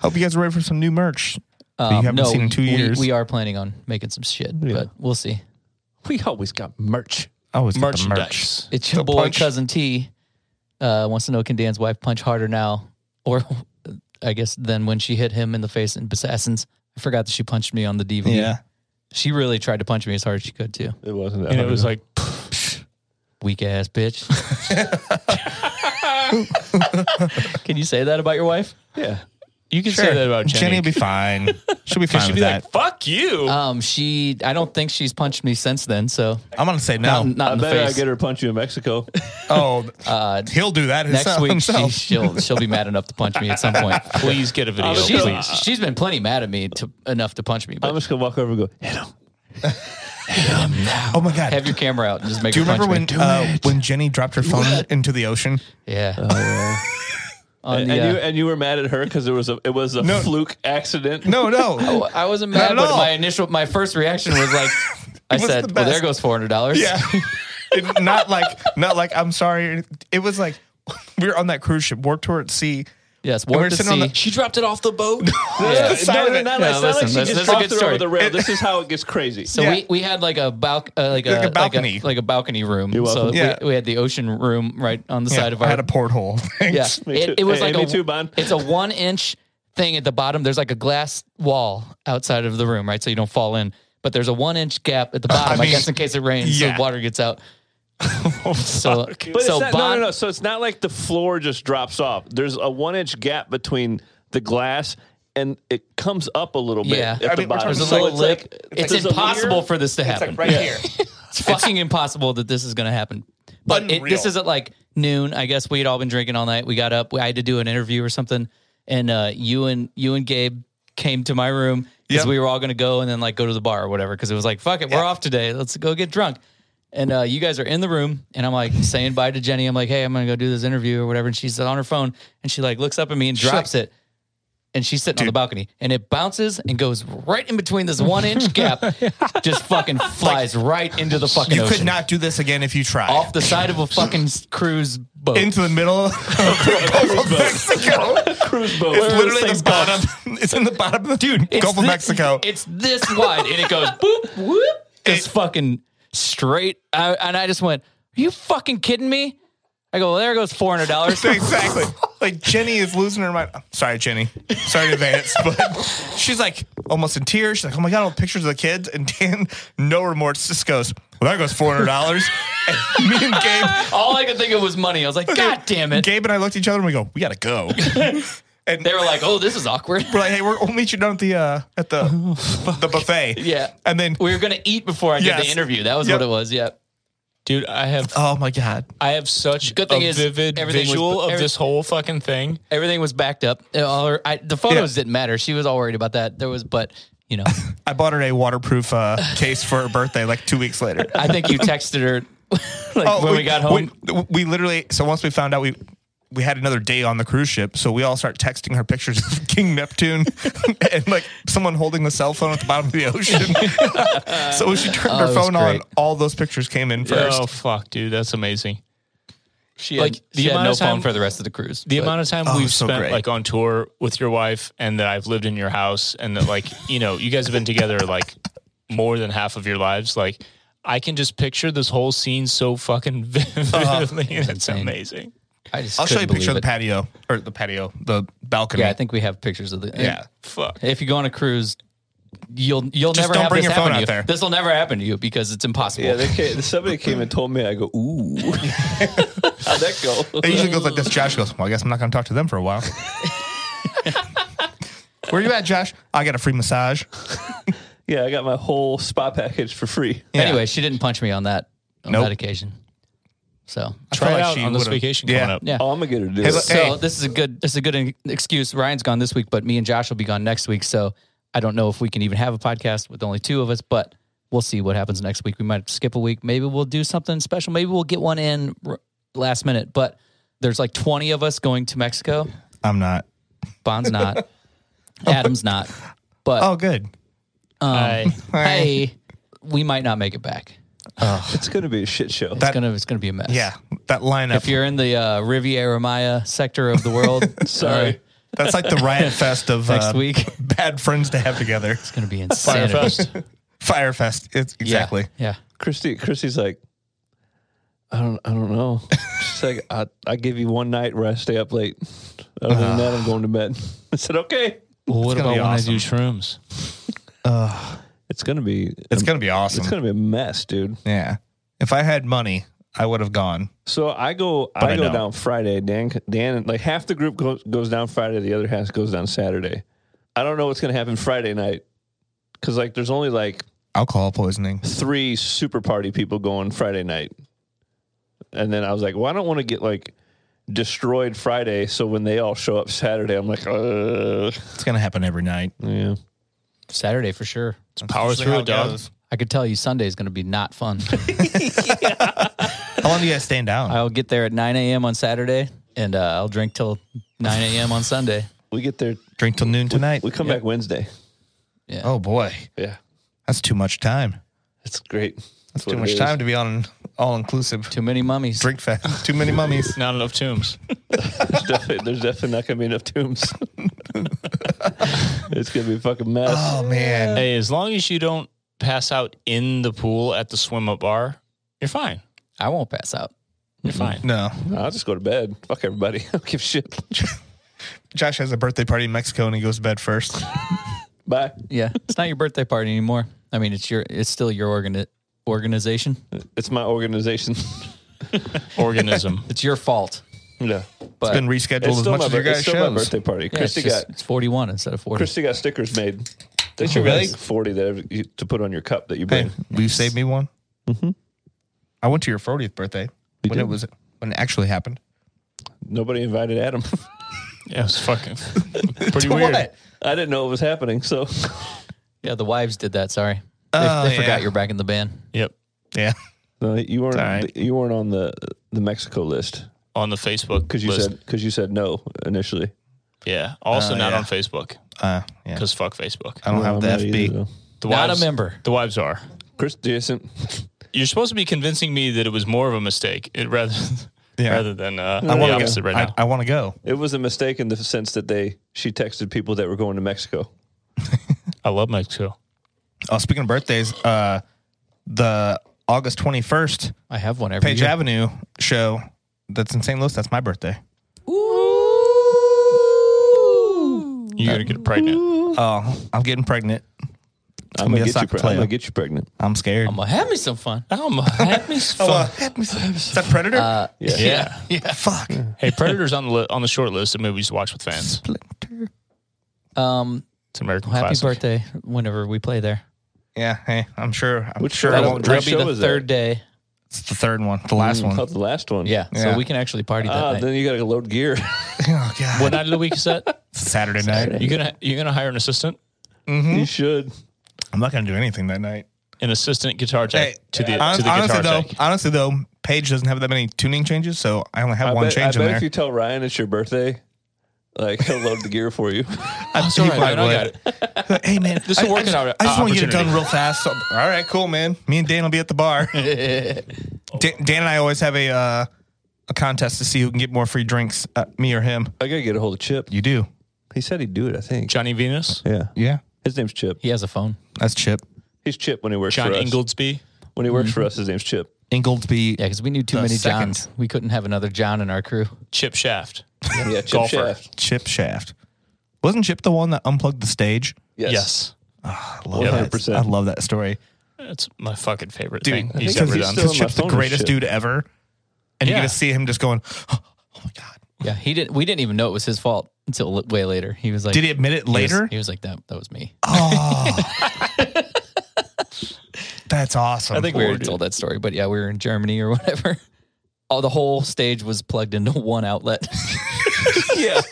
Speaker 5: Hope you guys are ready for some new merch that you
Speaker 4: Um,
Speaker 5: haven't
Speaker 4: no,
Speaker 5: seen in two
Speaker 4: we,
Speaker 5: years.
Speaker 4: We are planning on making some shit, but we'll see.
Speaker 3: We always got merch.
Speaker 5: I always get the merch.
Speaker 2: merchandise.
Speaker 4: It's your
Speaker 5: So
Speaker 4: boy
Speaker 5: punch-
Speaker 4: cousin T. Uh, wants to know can Dan's wife punch harder now, or I guess than when she hit him in the face in Assassins. I forgot that she punched me on the DVD.
Speaker 5: Yeah.
Speaker 4: she really tried to punch me as hard as she could too.
Speaker 3: It wasn't that.
Speaker 2: And it
Speaker 3: hard.
Speaker 2: was like,
Speaker 4: Weak ass bitch. can you say that about your wife?
Speaker 3: yeah.
Speaker 2: you can say that about Jenny.
Speaker 5: will be fine. She'll be fine
Speaker 2: She'd
Speaker 5: with
Speaker 2: be
Speaker 5: that.
Speaker 2: like, fuck you.
Speaker 4: Um, she. I don't think she's punched me since then. So
Speaker 5: I'm gonna say no.
Speaker 4: not
Speaker 3: Oh. I
Speaker 4: in the
Speaker 3: bet I
Speaker 4: face.
Speaker 3: get her to punch you in Mexico.
Speaker 5: oh, he'll do that
Speaker 4: Next
Speaker 5: himself.
Speaker 4: week she,
Speaker 5: himself.
Speaker 4: she'll she'll be mad enough to punch me at some point.
Speaker 2: please get a video,
Speaker 4: She's,
Speaker 2: please.
Speaker 4: she's been plenty mad at me to, enough to punch me. But
Speaker 3: I'm just gonna walk over and go, hit him.
Speaker 5: oh my god.
Speaker 4: have your camera out and just make.
Speaker 5: do you
Speaker 4: her
Speaker 5: remember when
Speaker 4: punch me.
Speaker 5: uh, when Jenny dropped her phone into the ocean?
Speaker 4: Yeah.
Speaker 5: Oh,
Speaker 4: On
Speaker 3: And,
Speaker 4: the,
Speaker 3: and you
Speaker 4: uh,
Speaker 3: and you were mad at her because it was a it was a
Speaker 5: No.
Speaker 3: fluke accident.
Speaker 5: No, no.
Speaker 4: uh, I wasn't
Speaker 5: Not
Speaker 4: mad,
Speaker 5: at
Speaker 4: but
Speaker 5: all.
Speaker 4: my initial, my first reaction was like, I
Speaker 5: was
Speaker 4: said,
Speaker 5: the
Speaker 4: "Well, there
Speaker 5: best.
Speaker 4: goes four hundred dollars."
Speaker 5: Yeah. It- not like not like I'm sorry. It was like we were on that cruise ship, warp tour at sea.
Speaker 4: Yes.
Speaker 5: we were
Speaker 4: Warp to
Speaker 5: sitting on
Speaker 4: sea.
Speaker 5: the-
Speaker 2: she dropped it off the boat.
Speaker 4: Yeah.
Speaker 5: Side
Speaker 3: no,
Speaker 5: of
Speaker 3: no,
Speaker 5: it.
Speaker 3: no,
Speaker 4: No,
Speaker 3: it's not
Speaker 4: listen,
Speaker 3: like she just
Speaker 4: this- this is a
Speaker 3: dropped
Speaker 4: good
Speaker 3: her
Speaker 4: story.
Speaker 3: over the rail. this is how it gets crazy.
Speaker 4: So
Speaker 5: Yeah.
Speaker 4: we, we had like a balc uh, like,
Speaker 5: Like a
Speaker 4: a,
Speaker 5: balcony.
Speaker 4: like a like a balcony room. so
Speaker 3: welcome.
Speaker 5: Yeah.
Speaker 4: we, we had the ocean room right on the
Speaker 5: Yeah,
Speaker 4: side of
Speaker 5: I
Speaker 4: our
Speaker 5: had a porthole.
Speaker 4: Yeah,
Speaker 5: Thanks.
Speaker 3: Me too.
Speaker 4: it, it was
Speaker 3: Hey,
Speaker 4: like
Speaker 3: me
Speaker 4: a,
Speaker 3: too, Bon.
Speaker 4: It's a one inch thing at the bottom. There's like a glass wall outside of the room, right? So you don't fall in. But there's a one inch gap at the bottom, I,
Speaker 5: mean,
Speaker 4: guess, in case it rains,
Speaker 5: yeah.
Speaker 4: so water gets out.
Speaker 3: Oh,
Speaker 4: so,
Speaker 3: But it's
Speaker 4: so
Speaker 3: not, no,
Speaker 4: Bon,
Speaker 3: no, no. So it's not like the floor just drops off. There's a one inch gap between the glass and it comes up a little bit.
Speaker 4: Yeah.
Speaker 3: at
Speaker 4: I
Speaker 3: the
Speaker 5: mean, we're
Speaker 3: bottom.
Speaker 4: there's a
Speaker 3: So
Speaker 4: little
Speaker 3: it's
Speaker 4: lip.
Speaker 3: like-
Speaker 4: it's
Speaker 3: there's a
Speaker 4: impossible
Speaker 3: mirror.
Speaker 4: for this to happen.
Speaker 5: Like right here.
Speaker 4: It's fucking impossible that this is going to happen. But it, this
Speaker 5: Unreal.
Speaker 4: is at like noon. I guess we had all been drinking all night. We got up. I had to do an interview or something, and uh, you and you and Gabe came to my room because
Speaker 5: Yep.
Speaker 4: we were all going to go and then like go to the bar or whatever. Because it was like, fuck it, we're off today. Let's go get drunk. And uh, you guys are in the room, and I'm like saying bye to Jenny. I'm like, hey, I'm going to go do this interview or whatever. And she's on her phone, and she like looks up at me and drops it and she's sitting on the balcony and it bounces and goes right in between this one inch gap, just fucking flies right into the fucking
Speaker 5: You
Speaker 4: ocean.
Speaker 5: could not do this again if you tried.
Speaker 4: off the side of a fucking s- cruise boat.
Speaker 5: into the middle of Mexico.
Speaker 3: Cruise boat.
Speaker 5: It's literally the
Speaker 3: Things called-
Speaker 5: bottom. it's in the bottom of the dude
Speaker 4: It's
Speaker 5: Gulf of
Speaker 4: thi-
Speaker 5: Mexico.
Speaker 4: It's this wide, and it goes boop whoop. It's fucking straight, I, and I just went, "Are you fucking kidding me?" I go, "Well, there goes four hundred dollars."
Speaker 5: exactly. Like Jenny is losing her mind. I'm sorry, Jenny. Sorry in advance, but she's like almost in tears. She's like, "Oh my god, all the pictures of the kids." And Dan, no remorse, just goes, "Well, that goes four hundred dollars." And me and Gabe,
Speaker 4: All I could think of was money. I was like, "God damn it!"
Speaker 5: Gabe and I looked at each other and we go, "We gotta go." And
Speaker 4: They were like, "Oh, this is awkward."
Speaker 5: we're like, "Hey, we're, we'll meet you down at the uh, at the the buffet."
Speaker 4: Yeah.
Speaker 5: and then
Speaker 4: We were gonna eat before I did
Speaker 5: Yes.
Speaker 4: the interview. That was
Speaker 5: Yep.
Speaker 4: what it was. Yeah.
Speaker 2: Dude, I have
Speaker 5: oh my god,
Speaker 2: I have such
Speaker 4: Good thing
Speaker 2: a
Speaker 4: is
Speaker 2: vivid
Speaker 4: everything was-
Speaker 2: visual of
Speaker 4: every-
Speaker 2: this whole fucking thing.
Speaker 4: Everything was backed up. Uh, all her- I- the photos didn't matter. She was all worried about that. There was, but you know,
Speaker 5: I bought her a waterproof uh, case for her birthday like two weeks later.
Speaker 4: I think you texted her like when we, got home.
Speaker 5: Oh, We, we literally so once we found out we we had another day on the cruise ship, so we all start texting her pictures of King Neptune and like someone holding the cell phone at the bottom of the ocean. so when she turned
Speaker 4: Oh, it
Speaker 5: her
Speaker 4: was
Speaker 5: phone on,
Speaker 4: great.
Speaker 5: all those pictures came in first.
Speaker 2: Oh fuck, dude, that's amazing.
Speaker 4: she
Speaker 2: like,
Speaker 4: had,
Speaker 2: the
Speaker 4: she had
Speaker 2: amount
Speaker 4: no
Speaker 2: of time-
Speaker 4: phone for the rest of the cruise.
Speaker 2: The
Speaker 4: but-
Speaker 2: amount of time
Speaker 5: Oh,
Speaker 2: we've
Speaker 5: so
Speaker 2: spent
Speaker 5: great.
Speaker 2: like on tour with your wife and that I've lived in your house and that like, you know, you guys have been together like more than half of your lives, like I can just picture this whole scene so fucking vividly. and it's
Speaker 4: insane.
Speaker 2: amazing.
Speaker 4: I just
Speaker 5: I'll show you a
Speaker 4: couldn't
Speaker 5: picture of the
Speaker 4: believe it.
Speaker 5: patio or the patio, the balcony.
Speaker 4: Yeah, I think we have pictures of the.
Speaker 5: Yeah.
Speaker 2: Fuck.
Speaker 4: If you go on a cruise, you'll you'll
Speaker 5: Just
Speaker 4: never
Speaker 5: don't
Speaker 4: have
Speaker 5: bring
Speaker 4: this
Speaker 5: your
Speaker 4: happen
Speaker 5: phone
Speaker 4: to
Speaker 5: out
Speaker 4: you.
Speaker 5: there.
Speaker 4: This will never happen to you because it's impossible.
Speaker 3: Yeah, they came, somebody came and told me. I go, ooh, how'd that go?
Speaker 5: it usually goes like this. Josh goes, Well, I guess I'm not gonna talk to them for a while. Where you at, Josh? I got a free massage.
Speaker 3: Yeah, I got my whole spa package for free.
Speaker 5: Yeah.
Speaker 4: Anyway, she didn't punch me on that on
Speaker 5: Nope.
Speaker 4: that occasion. So
Speaker 2: Try
Speaker 5: felt
Speaker 2: it
Speaker 5: like
Speaker 2: out
Speaker 5: she
Speaker 2: on this
Speaker 5: would've-
Speaker 2: vacation
Speaker 5: Yeah.
Speaker 2: coming up.
Speaker 4: yeah.
Speaker 3: All I'm gonna do
Speaker 5: Hey,
Speaker 3: is
Speaker 5: look-
Speaker 4: So
Speaker 5: hey.
Speaker 4: this is a good this is a good in- excuse. Ryan's gone this week, but me and Josh will be gone next week. So I don't know if we can even have a podcast with only two of us, but we'll see what happens next week. We might skip a week. Maybe we'll do something special. Maybe we'll get one in r- last minute. But there's like 20 of us going to Mexico.
Speaker 5: I'm not.
Speaker 4: Bond's not. Adam's not. But um,
Speaker 5: Oh good.
Speaker 2: I,
Speaker 4: hey, we might not make it back.
Speaker 3: it's gonna be a shit show.
Speaker 4: It's gonna it's gonna be a mess.
Speaker 5: Yeah. That lineup.
Speaker 4: If you're in the uh, Riviera Maya sector of the world,
Speaker 3: Sorry.
Speaker 4: uh,
Speaker 5: That's like the riot fest of
Speaker 4: Next
Speaker 5: uh,
Speaker 4: week.
Speaker 5: Bad friends to have together.
Speaker 4: it's gonna be
Speaker 2: Fire
Speaker 4: insanity.
Speaker 2: Fest.
Speaker 5: Fire fest. It's
Speaker 4: Yeah,
Speaker 5: exactly.
Speaker 4: yeah.
Speaker 3: Christy, Christy's like, I don't, I don't know. She's like, I, I give you one night where I stay up late. Other than that, I'm going to bed. I said, okay.
Speaker 2: Well, what
Speaker 5: gonna
Speaker 2: about
Speaker 5: be
Speaker 2: when I
Speaker 5: awesome.
Speaker 2: do shrooms?
Speaker 3: It's gonna be,
Speaker 5: It's gonna be awesome.
Speaker 3: it's gonna be a mess, dude.
Speaker 5: yeah. If I had money, I would have gone.
Speaker 3: So I go,
Speaker 5: I
Speaker 3: I go
Speaker 5: don't.
Speaker 3: down Friday. Dan, Dan, like half the group goes goes down Friday. The other half goes down Saturday. I don't know what's gonna happen Friday night because like there's only like
Speaker 5: Alcohol poisoning.
Speaker 3: three super party people going Friday night. And then I was like, well, I don't want to get like destroyed Friday. So when they all show up Saturday, I'm like, Ugh.
Speaker 5: It's gonna happen every night.
Speaker 3: yeah.
Speaker 4: Saturday for sure.
Speaker 2: Power
Speaker 5: Usually
Speaker 2: through
Speaker 5: how
Speaker 2: it, dog.
Speaker 5: goes.
Speaker 4: I could tell you Sunday is going to be not fun.
Speaker 5: How long do you guys stand down?
Speaker 4: I'll get there at 9 a.m. on Saturday and uh, I'll drink till 9 a.m. on Sunday.
Speaker 3: We get there.
Speaker 5: Drink till noon tonight.
Speaker 3: We come back Wednesday.
Speaker 5: oh boy,
Speaker 3: Yeah.
Speaker 5: that's too much time.
Speaker 3: It's great.
Speaker 5: That's
Speaker 3: what
Speaker 5: too
Speaker 3: it
Speaker 5: much
Speaker 3: is.
Speaker 5: time to be on all inclusive
Speaker 4: Too many mummies.
Speaker 5: drink fest. Too many mummies.
Speaker 2: Not enough tombs.
Speaker 3: There's definitely, there's definitely not going to be enough tombs. it's going to be a fucking mess.
Speaker 5: Oh man,
Speaker 2: Hey, as long as you don't pass out in the pool at the swim up bar, you're fine.
Speaker 4: I won't pass out.
Speaker 2: You're fine.
Speaker 5: no.
Speaker 3: I'll just go to bed. Fuck everybody. I don't give a shit.
Speaker 5: Josh has a birthday party in Mexico and he goes to bed first.
Speaker 3: Bye.
Speaker 4: Yeah. It's not your birthday party anymore. I mean, it's your it's still your organi- organization.
Speaker 3: It's my organization.
Speaker 2: Organism.
Speaker 4: It's your fault.
Speaker 3: yeah.
Speaker 4: But
Speaker 5: Been rescheduled
Speaker 3: It's
Speaker 5: as
Speaker 3: still,
Speaker 5: much
Speaker 3: my,
Speaker 5: as your
Speaker 3: bir- it's
Speaker 5: guys'
Speaker 3: still my
Speaker 5: shows.
Speaker 3: birthday party.
Speaker 4: yeah, it's,
Speaker 3: Christy
Speaker 4: just-
Speaker 3: got
Speaker 4: it's 41 instead of 40.
Speaker 3: Christy got stickers made. They should
Speaker 5: Oh, really?
Speaker 3: make forty that you, to put on your cup that you bring.
Speaker 5: Hey, will you save me one? I went to your 40th birthday when it
Speaker 3: did?
Speaker 5: was when it actually happened.
Speaker 3: Nobody invited Adam.
Speaker 2: Yeah, it was fucking pretty weird.
Speaker 3: I didn't know it was happening. So
Speaker 4: yeah, the wives did that. Sorry. They,
Speaker 5: Oh,
Speaker 4: they forgot
Speaker 5: yeah.
Speaker 4: you're back in the band.
Speaker 2: Yep.
Speaker 5: Yeah.
Speaker 3: No, you weren't.
Speaker 5: right.
Speaker 3: You weren't on the the Mexico list
Speaker 2: On the Facebook.
Speaker 3: because you
Speaker 2: list.
Speaker 3: said because you said no initially.
Speaker 2: Yeah. Also
Speaker 5: Oh,
Speaker 2: not
Speaker 5: yeah.
Speaker 2: on Facebook.
Speaker 5: Uh, yeah.
Speaker 2: Because fuck Facebook.
Speaker 5: I don't have the
Speaker 3: I'm not
Speaker 5: FB.
Speaker 3: either, though.
Speaker 2: The
Speaker 4: Not a member.
Speaker 2: The wives are.
Speaker 3: Chris Jason.
Speaker 2: You're supposed to be convincing me that it was more of a mistake. It rather
Speaker 5: Yeah.
Speaker 2: rather than uh,
Speaker 5: I
Speaker 2: the
Speaker 5: want to
Speaker 2: opposite
Speaker 5: go.
Speaker 2: right
Speaker 5: I,
Speaker 2: now.
Speaker 5: I want to go.
Speaker 3: It was a mistake in the sense that they she texted people that were going to Mexico.
Speaker 2: I love Mexico.
Speaker 5: Oh, speaking of birthdays, uh, the August twenty first
Speaker 4: I have one every
Speaker 5: Page
Speaker 4: year.
Speaker 5: Avenue show that's in St. Louis. That's my birthday.
Speaker 2: You're gonna get pregnant.
Speaker 5: Oh, I'm getting pregnant.
Speaker 3: I'm gonna,
Speaker 5: be a
Speaker 3: get you
Speaker 5: soccer
Speaker 3: pre- I'm
Speaker 5: player.
Speaker 3: gonna get you pregnant.
Speaker 5: I'm scared.
Speaker 4: I'm gonna have me some fun. I'm gonna have me some
Speaker 5: Oh,
Speaker 4: fun.
Speaker 5: uh, is that Predator?
Speaker 2: Uh,
Speaker 3: Yeah.
Speaker 2: Yeah.
Speaker 5: Fuck.
Speaker 2: Hey, Predator's on the li- on the short list of movies to watch with fans.
Speaker 4: Um,
Speaker 2: It's an American
Speaker 4: happy
Speaker 2: classic.
Speaker 4: birthday whenever we play there.
Speaker 5: Yeah. Hey, I'm sure. I'm
Speaker 3: Which
Speaker 5: sure I
Speaker 3: show?
Speaker 5: won't
Speaker 4: That'll
Speaker 5: drink.
Speaker 3: Which
Speaker 4: be
Speaker 3: show
Speaker 4: the
Speaker 3: is that?
Speaker 4: third day.
Speaker 5: It's the third one. The last
Speaker 3: Oh,
Speaker 5: one.
Speaker 3: the last one.
Speaker 4: Yeah,
Speaker 5: Yeah.
Speaker 4: so we can actually party that
Speaker 3: Ah,
Speaker 4: night.
Speaker 3: then you gotta load gear.
Speaker 5: Oh god.
Speaker 2: What night of the week is that?
Speaker 5: It's Saturday night.
Speaker 2: You gonna you gonna hire an assistant,
Speaker 3: you should.
Speaker 5: I'm not gonna do anything that night.
Speaker 2: an assistant guitar
Speaker 5: Hey,
Speaker 2: tech to the
Speaker 5: hon-
Speaker 2: to the
Speaker 5: honestly
Speaker 2: guitar
Speaker 5: though,
Speaker 2: tech.
Speaker 5: honestly though, Paige doesn't have that many tuning changes, so I only have
Speaker 3: I
Speaker 5: one
Speaker 3: bet,
Speaker 5: change
Speaker 3: I
Speaker 5: in
Speaker 3: bet
Speaker 5: there.
Speaker 3: if you tell Ryan it's your birthday, like he'll load the gear for you.
Speaker 5: I
Speaker 2: it's all
Speaker 5: he
Speaker 2: right,
Speaker 5: probably
Speaker 2: man, I
Speaker 5: would.
Speaker 2: got it.
Speaker 5: Like, hey man,
Speaker 2: This is a
Speaker 5: I- I,
Speaker 2: working
Speaker 5: just,
Speaker 2: hour-
Speaker 5: I just want to get it done
Speaker 2: opportunity.
Speaker 5: real fast. So, all right, cool, man. Me and Dan will be at the bar. Dan, Dan and I always have a uh, a contest to see who can get more free drinks, uh, me or him.
Speaker 3: I gotta get a hold of Chip.
Speaker 5: You do,
Speaker 3: He said he'd do it. I think.
Speaker 2: Johnny Venus,
Speaker 3: Yeah.
Speaker 5: yeah.
Speaker 3: His name's Chip.
Speaker 4: he has a phone.
Speaker 5: That's Chip
Speaker 3: He's Chip when he works
Speaker 2: John
Speaker 3: for us.
Speaker 2: Ingoldsby.
Speaker 3: When he works for us, his name's Chip.
Speaker 5: Ingoldsby.
Speaker 4: Yeah, because we knew too
Speaker 5: The
Speaker 4: many
Speaker 5: second.
Speaker 4: Johns. We couldn't have another John in our crew.
Speaker 2: Chip Shaft.
Speaker 3: Yeah, Chip
Speaker 2: Golfer.
Speaker 3: Shaft.
Speaker 5: Chip Shaft. Wasn't Chip the one that unplugged the stage?
Speaker 3: Yes.
Speaker 2: Yes.
Speaker 5: I love that.
Speaker 3: 100%.
Speaker 5: I love that story.
Speaker 2: That's my fucking favorite
Speaker 5: Dude,
Speaker 2: thing he's
Speaker 3: think
Speaker 2: ever
Speaker 3: he's
Speaker 2: done.
Speaker 3: still-
Speaker 5: Chip's the
Speaker 3: phone is
Speaker 5: greatest
Speaker 3: Chip.
Speaker 5: dude ever, and you
Speaker 2: Yeah.
Speaker 5: get to see him just going, "Oh my god."
Speaker 4: Yeah, he didn't. We didn't even know it was his fault until li- way later. He was like,
Speaker 5: Did he admit it
Speaker 4: he was-
Speaker 5: later?
Speaker 4: He was like, that that was me.
Speaker 5: That's awesome.
Speaker 2: I think
Speaker 4: we
Speaker 2: we were
Speaker 4: already told that story, but yeah, we were in Germany or whatever. Oh, the whole stage was plugged into one outlet. yeah.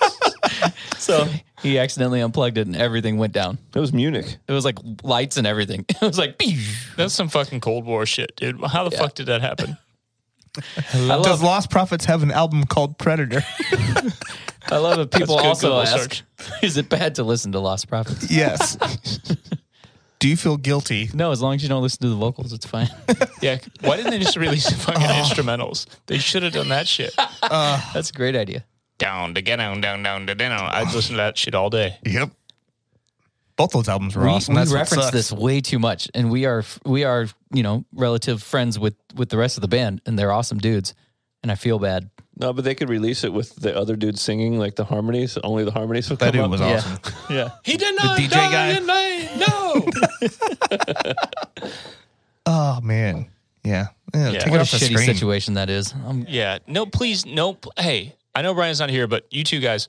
Speaker 4: So he accidentally unplugged it and everything went down.
Speaker 3: That was Munich.
Speaker 4: It was like lights and everything. It was like,
Speaker 2: That's some fucking Cold War shit, dude. How the fuck did that happen?
Speaker 4: I
Speaker 5: Does
Speaker 4: love,
Speaker 5: Lost Prophets have an album called Predator?
Speaker 4: I love it. People
Speaker 2: That's good
Speaker 4: also
Speaker 2: Google
Speaker 4: ask,
Speaker 2: search.
Speaker 4: is it bad to listen to Lost Prophets?
Speaker 5: yes. Do you feel guilty?
Speaker 4: No, as long as you don't listen to the vocals, it's fine.
Speaker 2: Yeah. Oh. Why didn't they just release the fucking instrumentals? They should have done that shit.
Speaker 4: That's a great idea.
Speaker 2: down to get down, down, down to down. I'd listen to that shit all day.
Speaker 5: Yep. Both those albums were
Speaker 4: we,
Speaker 5: awesome.
Speaker 4: we
Speaker 5: That's what
Speaker 4: reference
Speaker 5: sucks.
Speaker 4: this way too much, and we are we are you know relative friends with with the rest of the band, and they're awesome dudes. And I feel bad.
Speaker 3: No, but they could release it with the other dude singing like the harmonies. Only the harmonies would
Speaker 5: That
Speaker 3: come
Speaker 5: dude
Speaker 3: up.
Speaker 5: was
Speaker 4: Yeah.
Speaker 5: awesome.
Speaker 3: Yeah.
Speaker 2: He did not
Speaker 5: DJ
Speaker 2: die
Speaker 5: guy?
Speaker 2: in vain. No.
Speaker 5: Oh man. Yeah. Yeah, Take
Speaker 4: What
Speaker 5: it
Speaker 4: a
Speaker 5: off the
Speaker 4: shitty
Speaker 5: screen.
Speaker 4: situation that is. Um, I'm,
Speaker 2: yeah. No, please. No. pl- Hey, I know Brian's not here, but you two guys,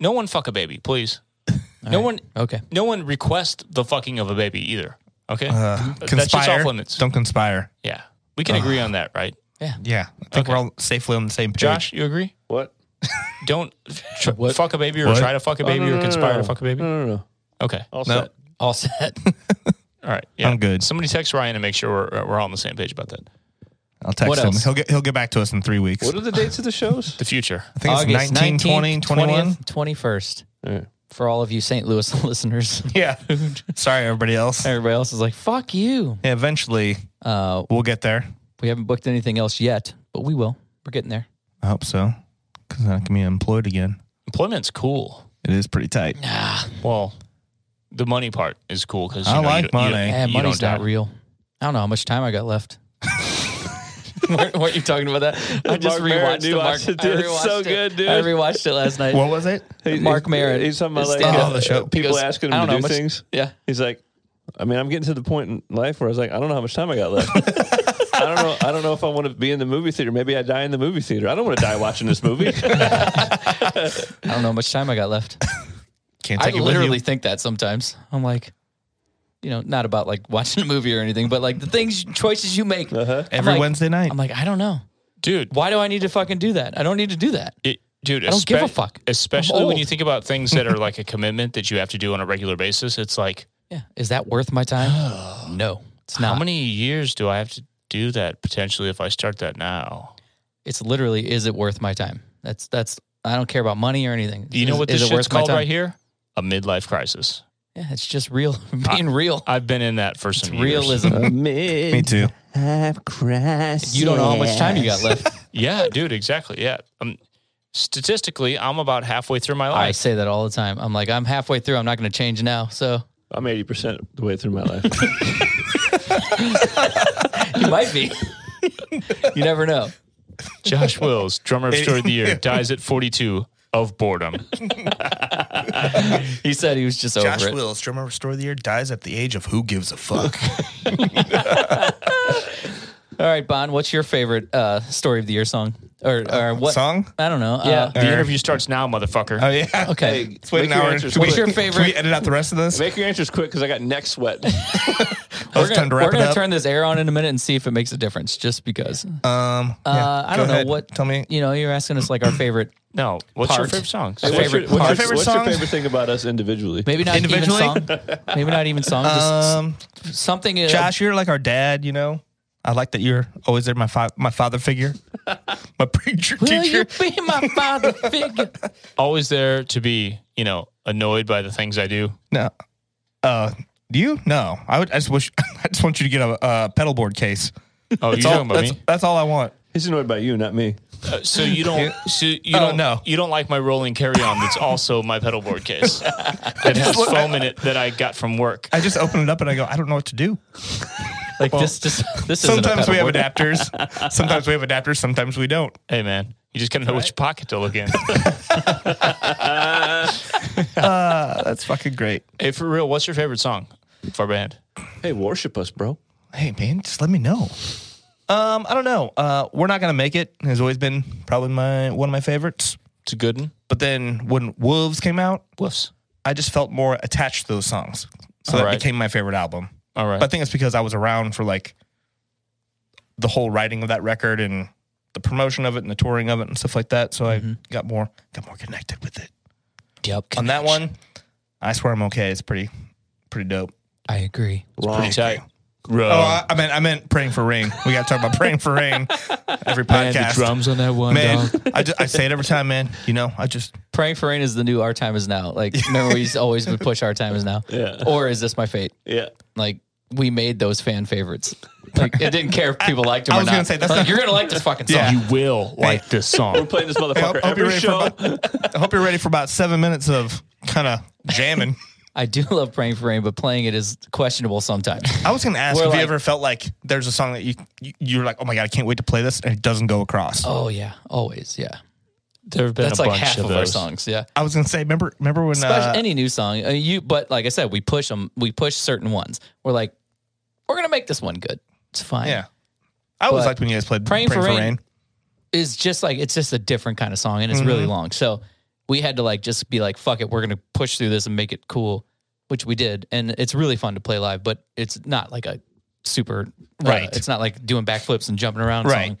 Speaker 2: no one fuck a baby, please. no one.
Speaker 4: okay.
Speaker 2: No one request the fucking of a baby either. Okay.
Speaker 5: Uh,
Speaker 2: That shit's
Speaker 5: conspire.
Speaker 2: off limits.
Speaker 5: Don't conspire.
Speaker 2: yeah. We can agree on that, right?
Speaker 5: Yeah. I think we're all safely on the same page.
Speaker 2: Josh, you agree?
Speaker 3: What?
Speaker 2: Don't tr- fuck a baby or
Speaker 5: What?
Speaker 2: try to fuck a baby
Speaker 3: Oh, no,
Speaker 2: or
Speaker 3: no,
Speaker 2: conspire
Speaker 3: no.
Speaker 2: to fuck a baby.
Speaker 3: No, no, no.
Speaker 2: Okay.
Speaker 3: All
Speaker 5: No.
Speaker 3: set.
Speaker 4: All set.
Speaker 2: All right. Yeah.
Speaker 5: I'm good.
Speaker 2: Somebody text Ryan and make sure we're, we're all on the same page about that.
Speaker 5: I'll text
Speaker 4: What
Speaker 5: him.
Speaker 4: else?
Speaker 5: He'll get he'll get back to us in three weeks.
Speaker 3: What are the dates of the shows?
Speaker 2: The future.
Speaker 5: I think it's 19, 20, 21.
Speaker 4: 21st.
Speaker 3: All right.
Speaker 4: For all of you St. Louis listeners,
Speaker 5: Yeah. Sorry, everybody else. Yeah,
Speaker 4: everybody else is like, fuck you.
Speaker 5: eventually
Speaker 4: Uh,
Speaker 5: we'll get there.
Speaker 4: we haven't booked anything else yet, but we will. We're getting there.
Speaker 5: I hope so. Because I can be employed again.
Speaker 2: Employment's cool.
Speaker 5: It is pretty tight.
Speaker 2: Well, the money part is cool because
Speaker 5: I like money.
Speaker 4: Eh,
Speaker 2: You
Speaker 4: money's
Speaker 2: don't
Speaker 4: not
Speaker 2: die.
Speaker 4: real. I don't know how much time I got left. weren't, weren't you talking about that? I just
Speaker 3: Mark Maron,
Speaker 4: rewatched
Speaker 3: you
Speaker 4: the Mark.
Speaker 3: watched it,
Speaker 4: I
Speaker 3: dude.
Speaker 4: rewatched
Speaker 3: So
Speaker 4: it.
Speaker 3: good, dude.
Speaker 4: I rewatched it last night.
Speaker 5: What was it?
Speaker 3: Hey,
Speaker 4: Mark
Speaker 3: he's-
Speaker 4: Maron
Speaker 3: He's talking about
Speaker 4: is
Speaker 3: like
Speaker 4: stand
Speaker 5: Oh,
Speaker 3: uh,
Speaker 5: the show.
Speaker 4: He
Speaker 3: people
Speaker 4: goes,
Speaker 3: asking
Speaker 4: "I
Speaker 3: him
Speaker 4: don't
Speaker 3: to
Speaker 4: know
Speaker 3: do
Speaker 4: how much-"
Speaker 3: things.
Speaker 4: Yeah.
Speaker 3: He's like, I mean, I'm getting to the point in life where I was like, I don't know how much time I got left. I don't know. I don't know if I want to be in the movie theater. Maybe I die in the movie theater. I don't want to die watching this movie.
Speaker 4: I don't know how much time I got left.
Speaker 5: Can't
Speaker 4: I
Speaker 5: take it with you.
Speaker 4: literally think that sometimes. I'm like, you know, not about like watching a movie or anything, but like the things, choices you make. I'm
Speaker 5: every
Speaker 4: like-
Speaker 5: Wednesday night.
Speaker 4: I'm like, I don't know.
Speaker 2: dude.
Speaker 4: Why do I need to fucking do that? I don't need to do that.
Speaker 2: It, dude,
Speaker 4: I don't give a fuck. I'm
Speaker 2: Especially when
Speaker 4: old.
Speaker 2: you think about things that are like a commitment that you have to do on a regular basis. It's like,
Speaker 4: Yeah. Is that worth my time? no, it's
Speaker 2: how
Speaker 4: not.
Speaker 2: many years do I have to do that potentially if I start that now?
Speaker 4: it's literally, is it worth my time? That's, that's, I don't care about money or anything.
Speaker 2: You know
Speaker 4: Is-
Speaker 2: what
Speaker 4: is
Speaker 2: this
Speaker 4: it worth
Speaker 2: shit's
Speaker 4: my
Speaker 2: called
Speaker 4: time?
Speaker 2: right here? A midlife crisis.
Speaker 4: Yeah, it's just real, being real.
Speaker 2: I've been in that for some years.
Speaker 4: Realism.
Speaker 5: Me too.
Speaker 6: I've crashed.
Speaker 4: You don't know how much time you got left.
Speaker 2: Yeah, dude, exactly. Yeah. Um, statistically, I'm about halfway through my
Speaker 4: I
Speaker 2: life.
Speaker 4: say that all the time. I'm like, I'm halfway through. I'm not going to change now. So
Speaker 3: I'm 80% the way through my life.
Speaker 4: you might be. you never know.
Speaker 2: Josh Wills, drummer of Story of the Year, dies at 42 of boredom.
Speaker 4: He said he was just
Speaker 5: Josh
Speaker 4: over it.
Speaker 5: Wills, drummer of Restore the Year, dies at the age of who gives a fuck.
Speaker 4: All right, Bon, what's your favorite uh, story of the year song or or what
Speaker 5: Uh, Song?
Speaker 4: I don't know.
Speaker 2: Yeah.
Speaker 4: Yeah.
Speaker 2: the interview starts now, motherfucker.
Speaker 5: Oh yeah.
Speaker 4: okay.
Speaker 5: Let's wait
Speaker 3: Make
Speaker 5: an
Speaker 3: your
Speaker 5: hour.
Speaker 3: answers
Speaker 5: Can we-
Speaker 4: quick. What's your
Speaker 5: Can we
Speaker 4: favorite-
Speaker 5: edit out the rest of this?
Speaker 3: Make your answers quick because I got neck sweat.
Speaker 5: Oh,
Speaker 4: We're
Speaker 5: it's time
Speaker 4: gonna,
Speaker 5: to wrap
Speaker 4: we're
Speaker 5: it
Speaker 4: gonna
Speaker 5: up.
Speaker 4: turn this air on in a minute and see if it makes a difference. Just because.
Speaker 5: um, yeah,
Speaker 4: uh, I
Speaker 5: go
Speaker 4: don't know
Speaker 5: ahead.
Speaker 4: what.
Speaker 5: Tell me.
Speaker 4: You know, you're asking us like our favorite.
Speaker 2: No, what's your
Speaker 4: Part.
Speaker 2: favorite song?
Speaker 3: Hey, what's your-
Speaker 4: Favorite
Speaker 3: what's your-
Speaker 4: parts.
Speaker 5: Favorite
Speaker 3: what's your
Speaker 5: song?
Speaker 3: favorite thing about us individually?
Speaker 4: Maybe not even
Speaker 5: Individually?
Speaker 4: song. Maybe not even song. Just
Speaker 5: Um,
Speaker 4: something. uh,
Speaker 5: Josh, you're like our dad. You know, I like that you're always there, my fa- my father figure, my preacher
Speaker 4: Will you
Speaker 5: teacher.
Speaker 4: be my father figure?
Speaker 2: Always there to be, you know, annoyed by the things I do.
Speaker 5: No, uh, do you? No, I would. I just wish. I just want you to get a, a pedal board case.
Speaker 2: Oh, you're
Speaker 5: That's all,
Speaker 2: talking about
Speaker 5: that's,
Speaker 2: me.
Speaker 5: that's all I want.
Speaker 3: He's annoyed by you, not me.
Speaker 2: Uh, so you don't, so you
Speaker 5: Oh,
Speaker 2: don't
Speaker 5: no.
Speaker 2: you don't like my rolling carry-on. That's also my pedal board case that has foam in it that I got from work.
Speaker 5: I just open it up and I go. I don't know what to do.
Speaker 4: Like this, just this. isn't a
Speaker 5: Sometimes we have
Speaker 4: pedal board.
Speaker 5: adapters. sometimes we have adapters. Sometimes we don't.
Speaker 2: Hey, man, you just gotta know which pocket to look in.
Speaker 5: Uh, that's fucking great.
Speaker 2: hey, for real, what's your favorite song for a band?
Speaker 3: Hey, worship us, bro.
Speaker 5: hey man, just let me know. Um, I don't know. Uh, we're not gonna make it. Has always been probably my one of my favorites.
Speaker 2: It's a good one.
Speaker 5: But then when Wolves came out,
Speaker 2: Woofs.
Speaker 5: I just felt more attached to those songs, so that
Speaker 2: Alright.
Speaker 5: became my favorite album.
Speaker 2: All right.
Speaker 5: But I think it's because I was around for like the whole writing of that record and the promotion of it and the touring of it and stuff like that. So I got more got more connected with it.
Speaker 4: Yep.
Speaker 5: Mm-hmm. On that one, I swear I'm okay. It's pretty pretty dope.
Speaker 4: I agree.
Speaker 2: pretty tight. Bro.
Speaker 5: Oh, I, I meant I meant praying for rain. We got to talk about praying for rain every podcast.
Speaker 4: on that one,
Speaker 5: man. I, just, I say it every time, man. You know, I just
Speaker 4: Praying for rain is the new "Our Time Is Now." Like, remember we always would push "Our Time Is Now,"
Speaker 3: Yeah.
Speaker 4: or "Is This My Fate?"
Speaker 3: Yeah.
Speaker 4: Like, we made those fan favorites. Like, it didn't care if people liked them.
Speaker 5: I
Speaker 4: or
Speaker 5: was gonna
Speaker 4: not.
Speaker 5: say, that's
Speaker 4: like,
Speaker 5: not-
Speaker 4: you're gonna like this fucking song.
Speaker 5: Yeah.
Speaker 2: You will like this
Speaker 3: We're
Speaker 2: song.
Speaker 3: playing this
Speaker 5: I hope,
Speaker 3: motherfucker
Speaker 5: hope you're
Speaker 3: every
Speaker 5: ready for
Speaker 3: show.
Speaker 5: about, I hope you're ready for about seven minutes of kind of jamming.
Speaker 4: I do love "Praying for Rain," but playing it is questionable sometimes.
Speaker 5: I was gonna ask
Speaker 4: We're
Speaker 5: if
Speaker 4: like-
Speaker 5: you ever felt like there's a song that you you- you're like, oh my god, I can't wait to play this, and it doesn't go across.
Speaker 4: oh yeah, always yeah.
Speaker 2: There have been
Speaker 4: That's
Speaker 2: a
Speaker 4: like
Speaker 2: bunch
Speaker 4: half
Speaker 2: of,
Speaker 4: of, our
Speaker 2: those.
Speaker 4: songs. Yeah.
Speaker 5: I was gonna say, remember remember when
Speaker 4: Especially
Speaker 5: uh,
Speaker 4: any new song. uh, you, but like I said, we push them. We push certain ones. We're like, we're gonna make this one good. It's fine.
Speaker 5: yeah, I always
Speaker 4: But
Speaker 5: liked when you guys played
Speaker 4: Praying for Rain- is just like it's just a different kind of song and it's
Speaker 5: Mm-hmm.
Speaker 4: really long. So we had to like just be like, fuck it, we're gonna push through this and make it cool, which we did. And it's really fun to play live, but it's not like a super uh,
Speaker 5: Right.
Speaker 4: it's not like doing backflips and jumping around
Speaker 5: Right.
Speaker 4: song.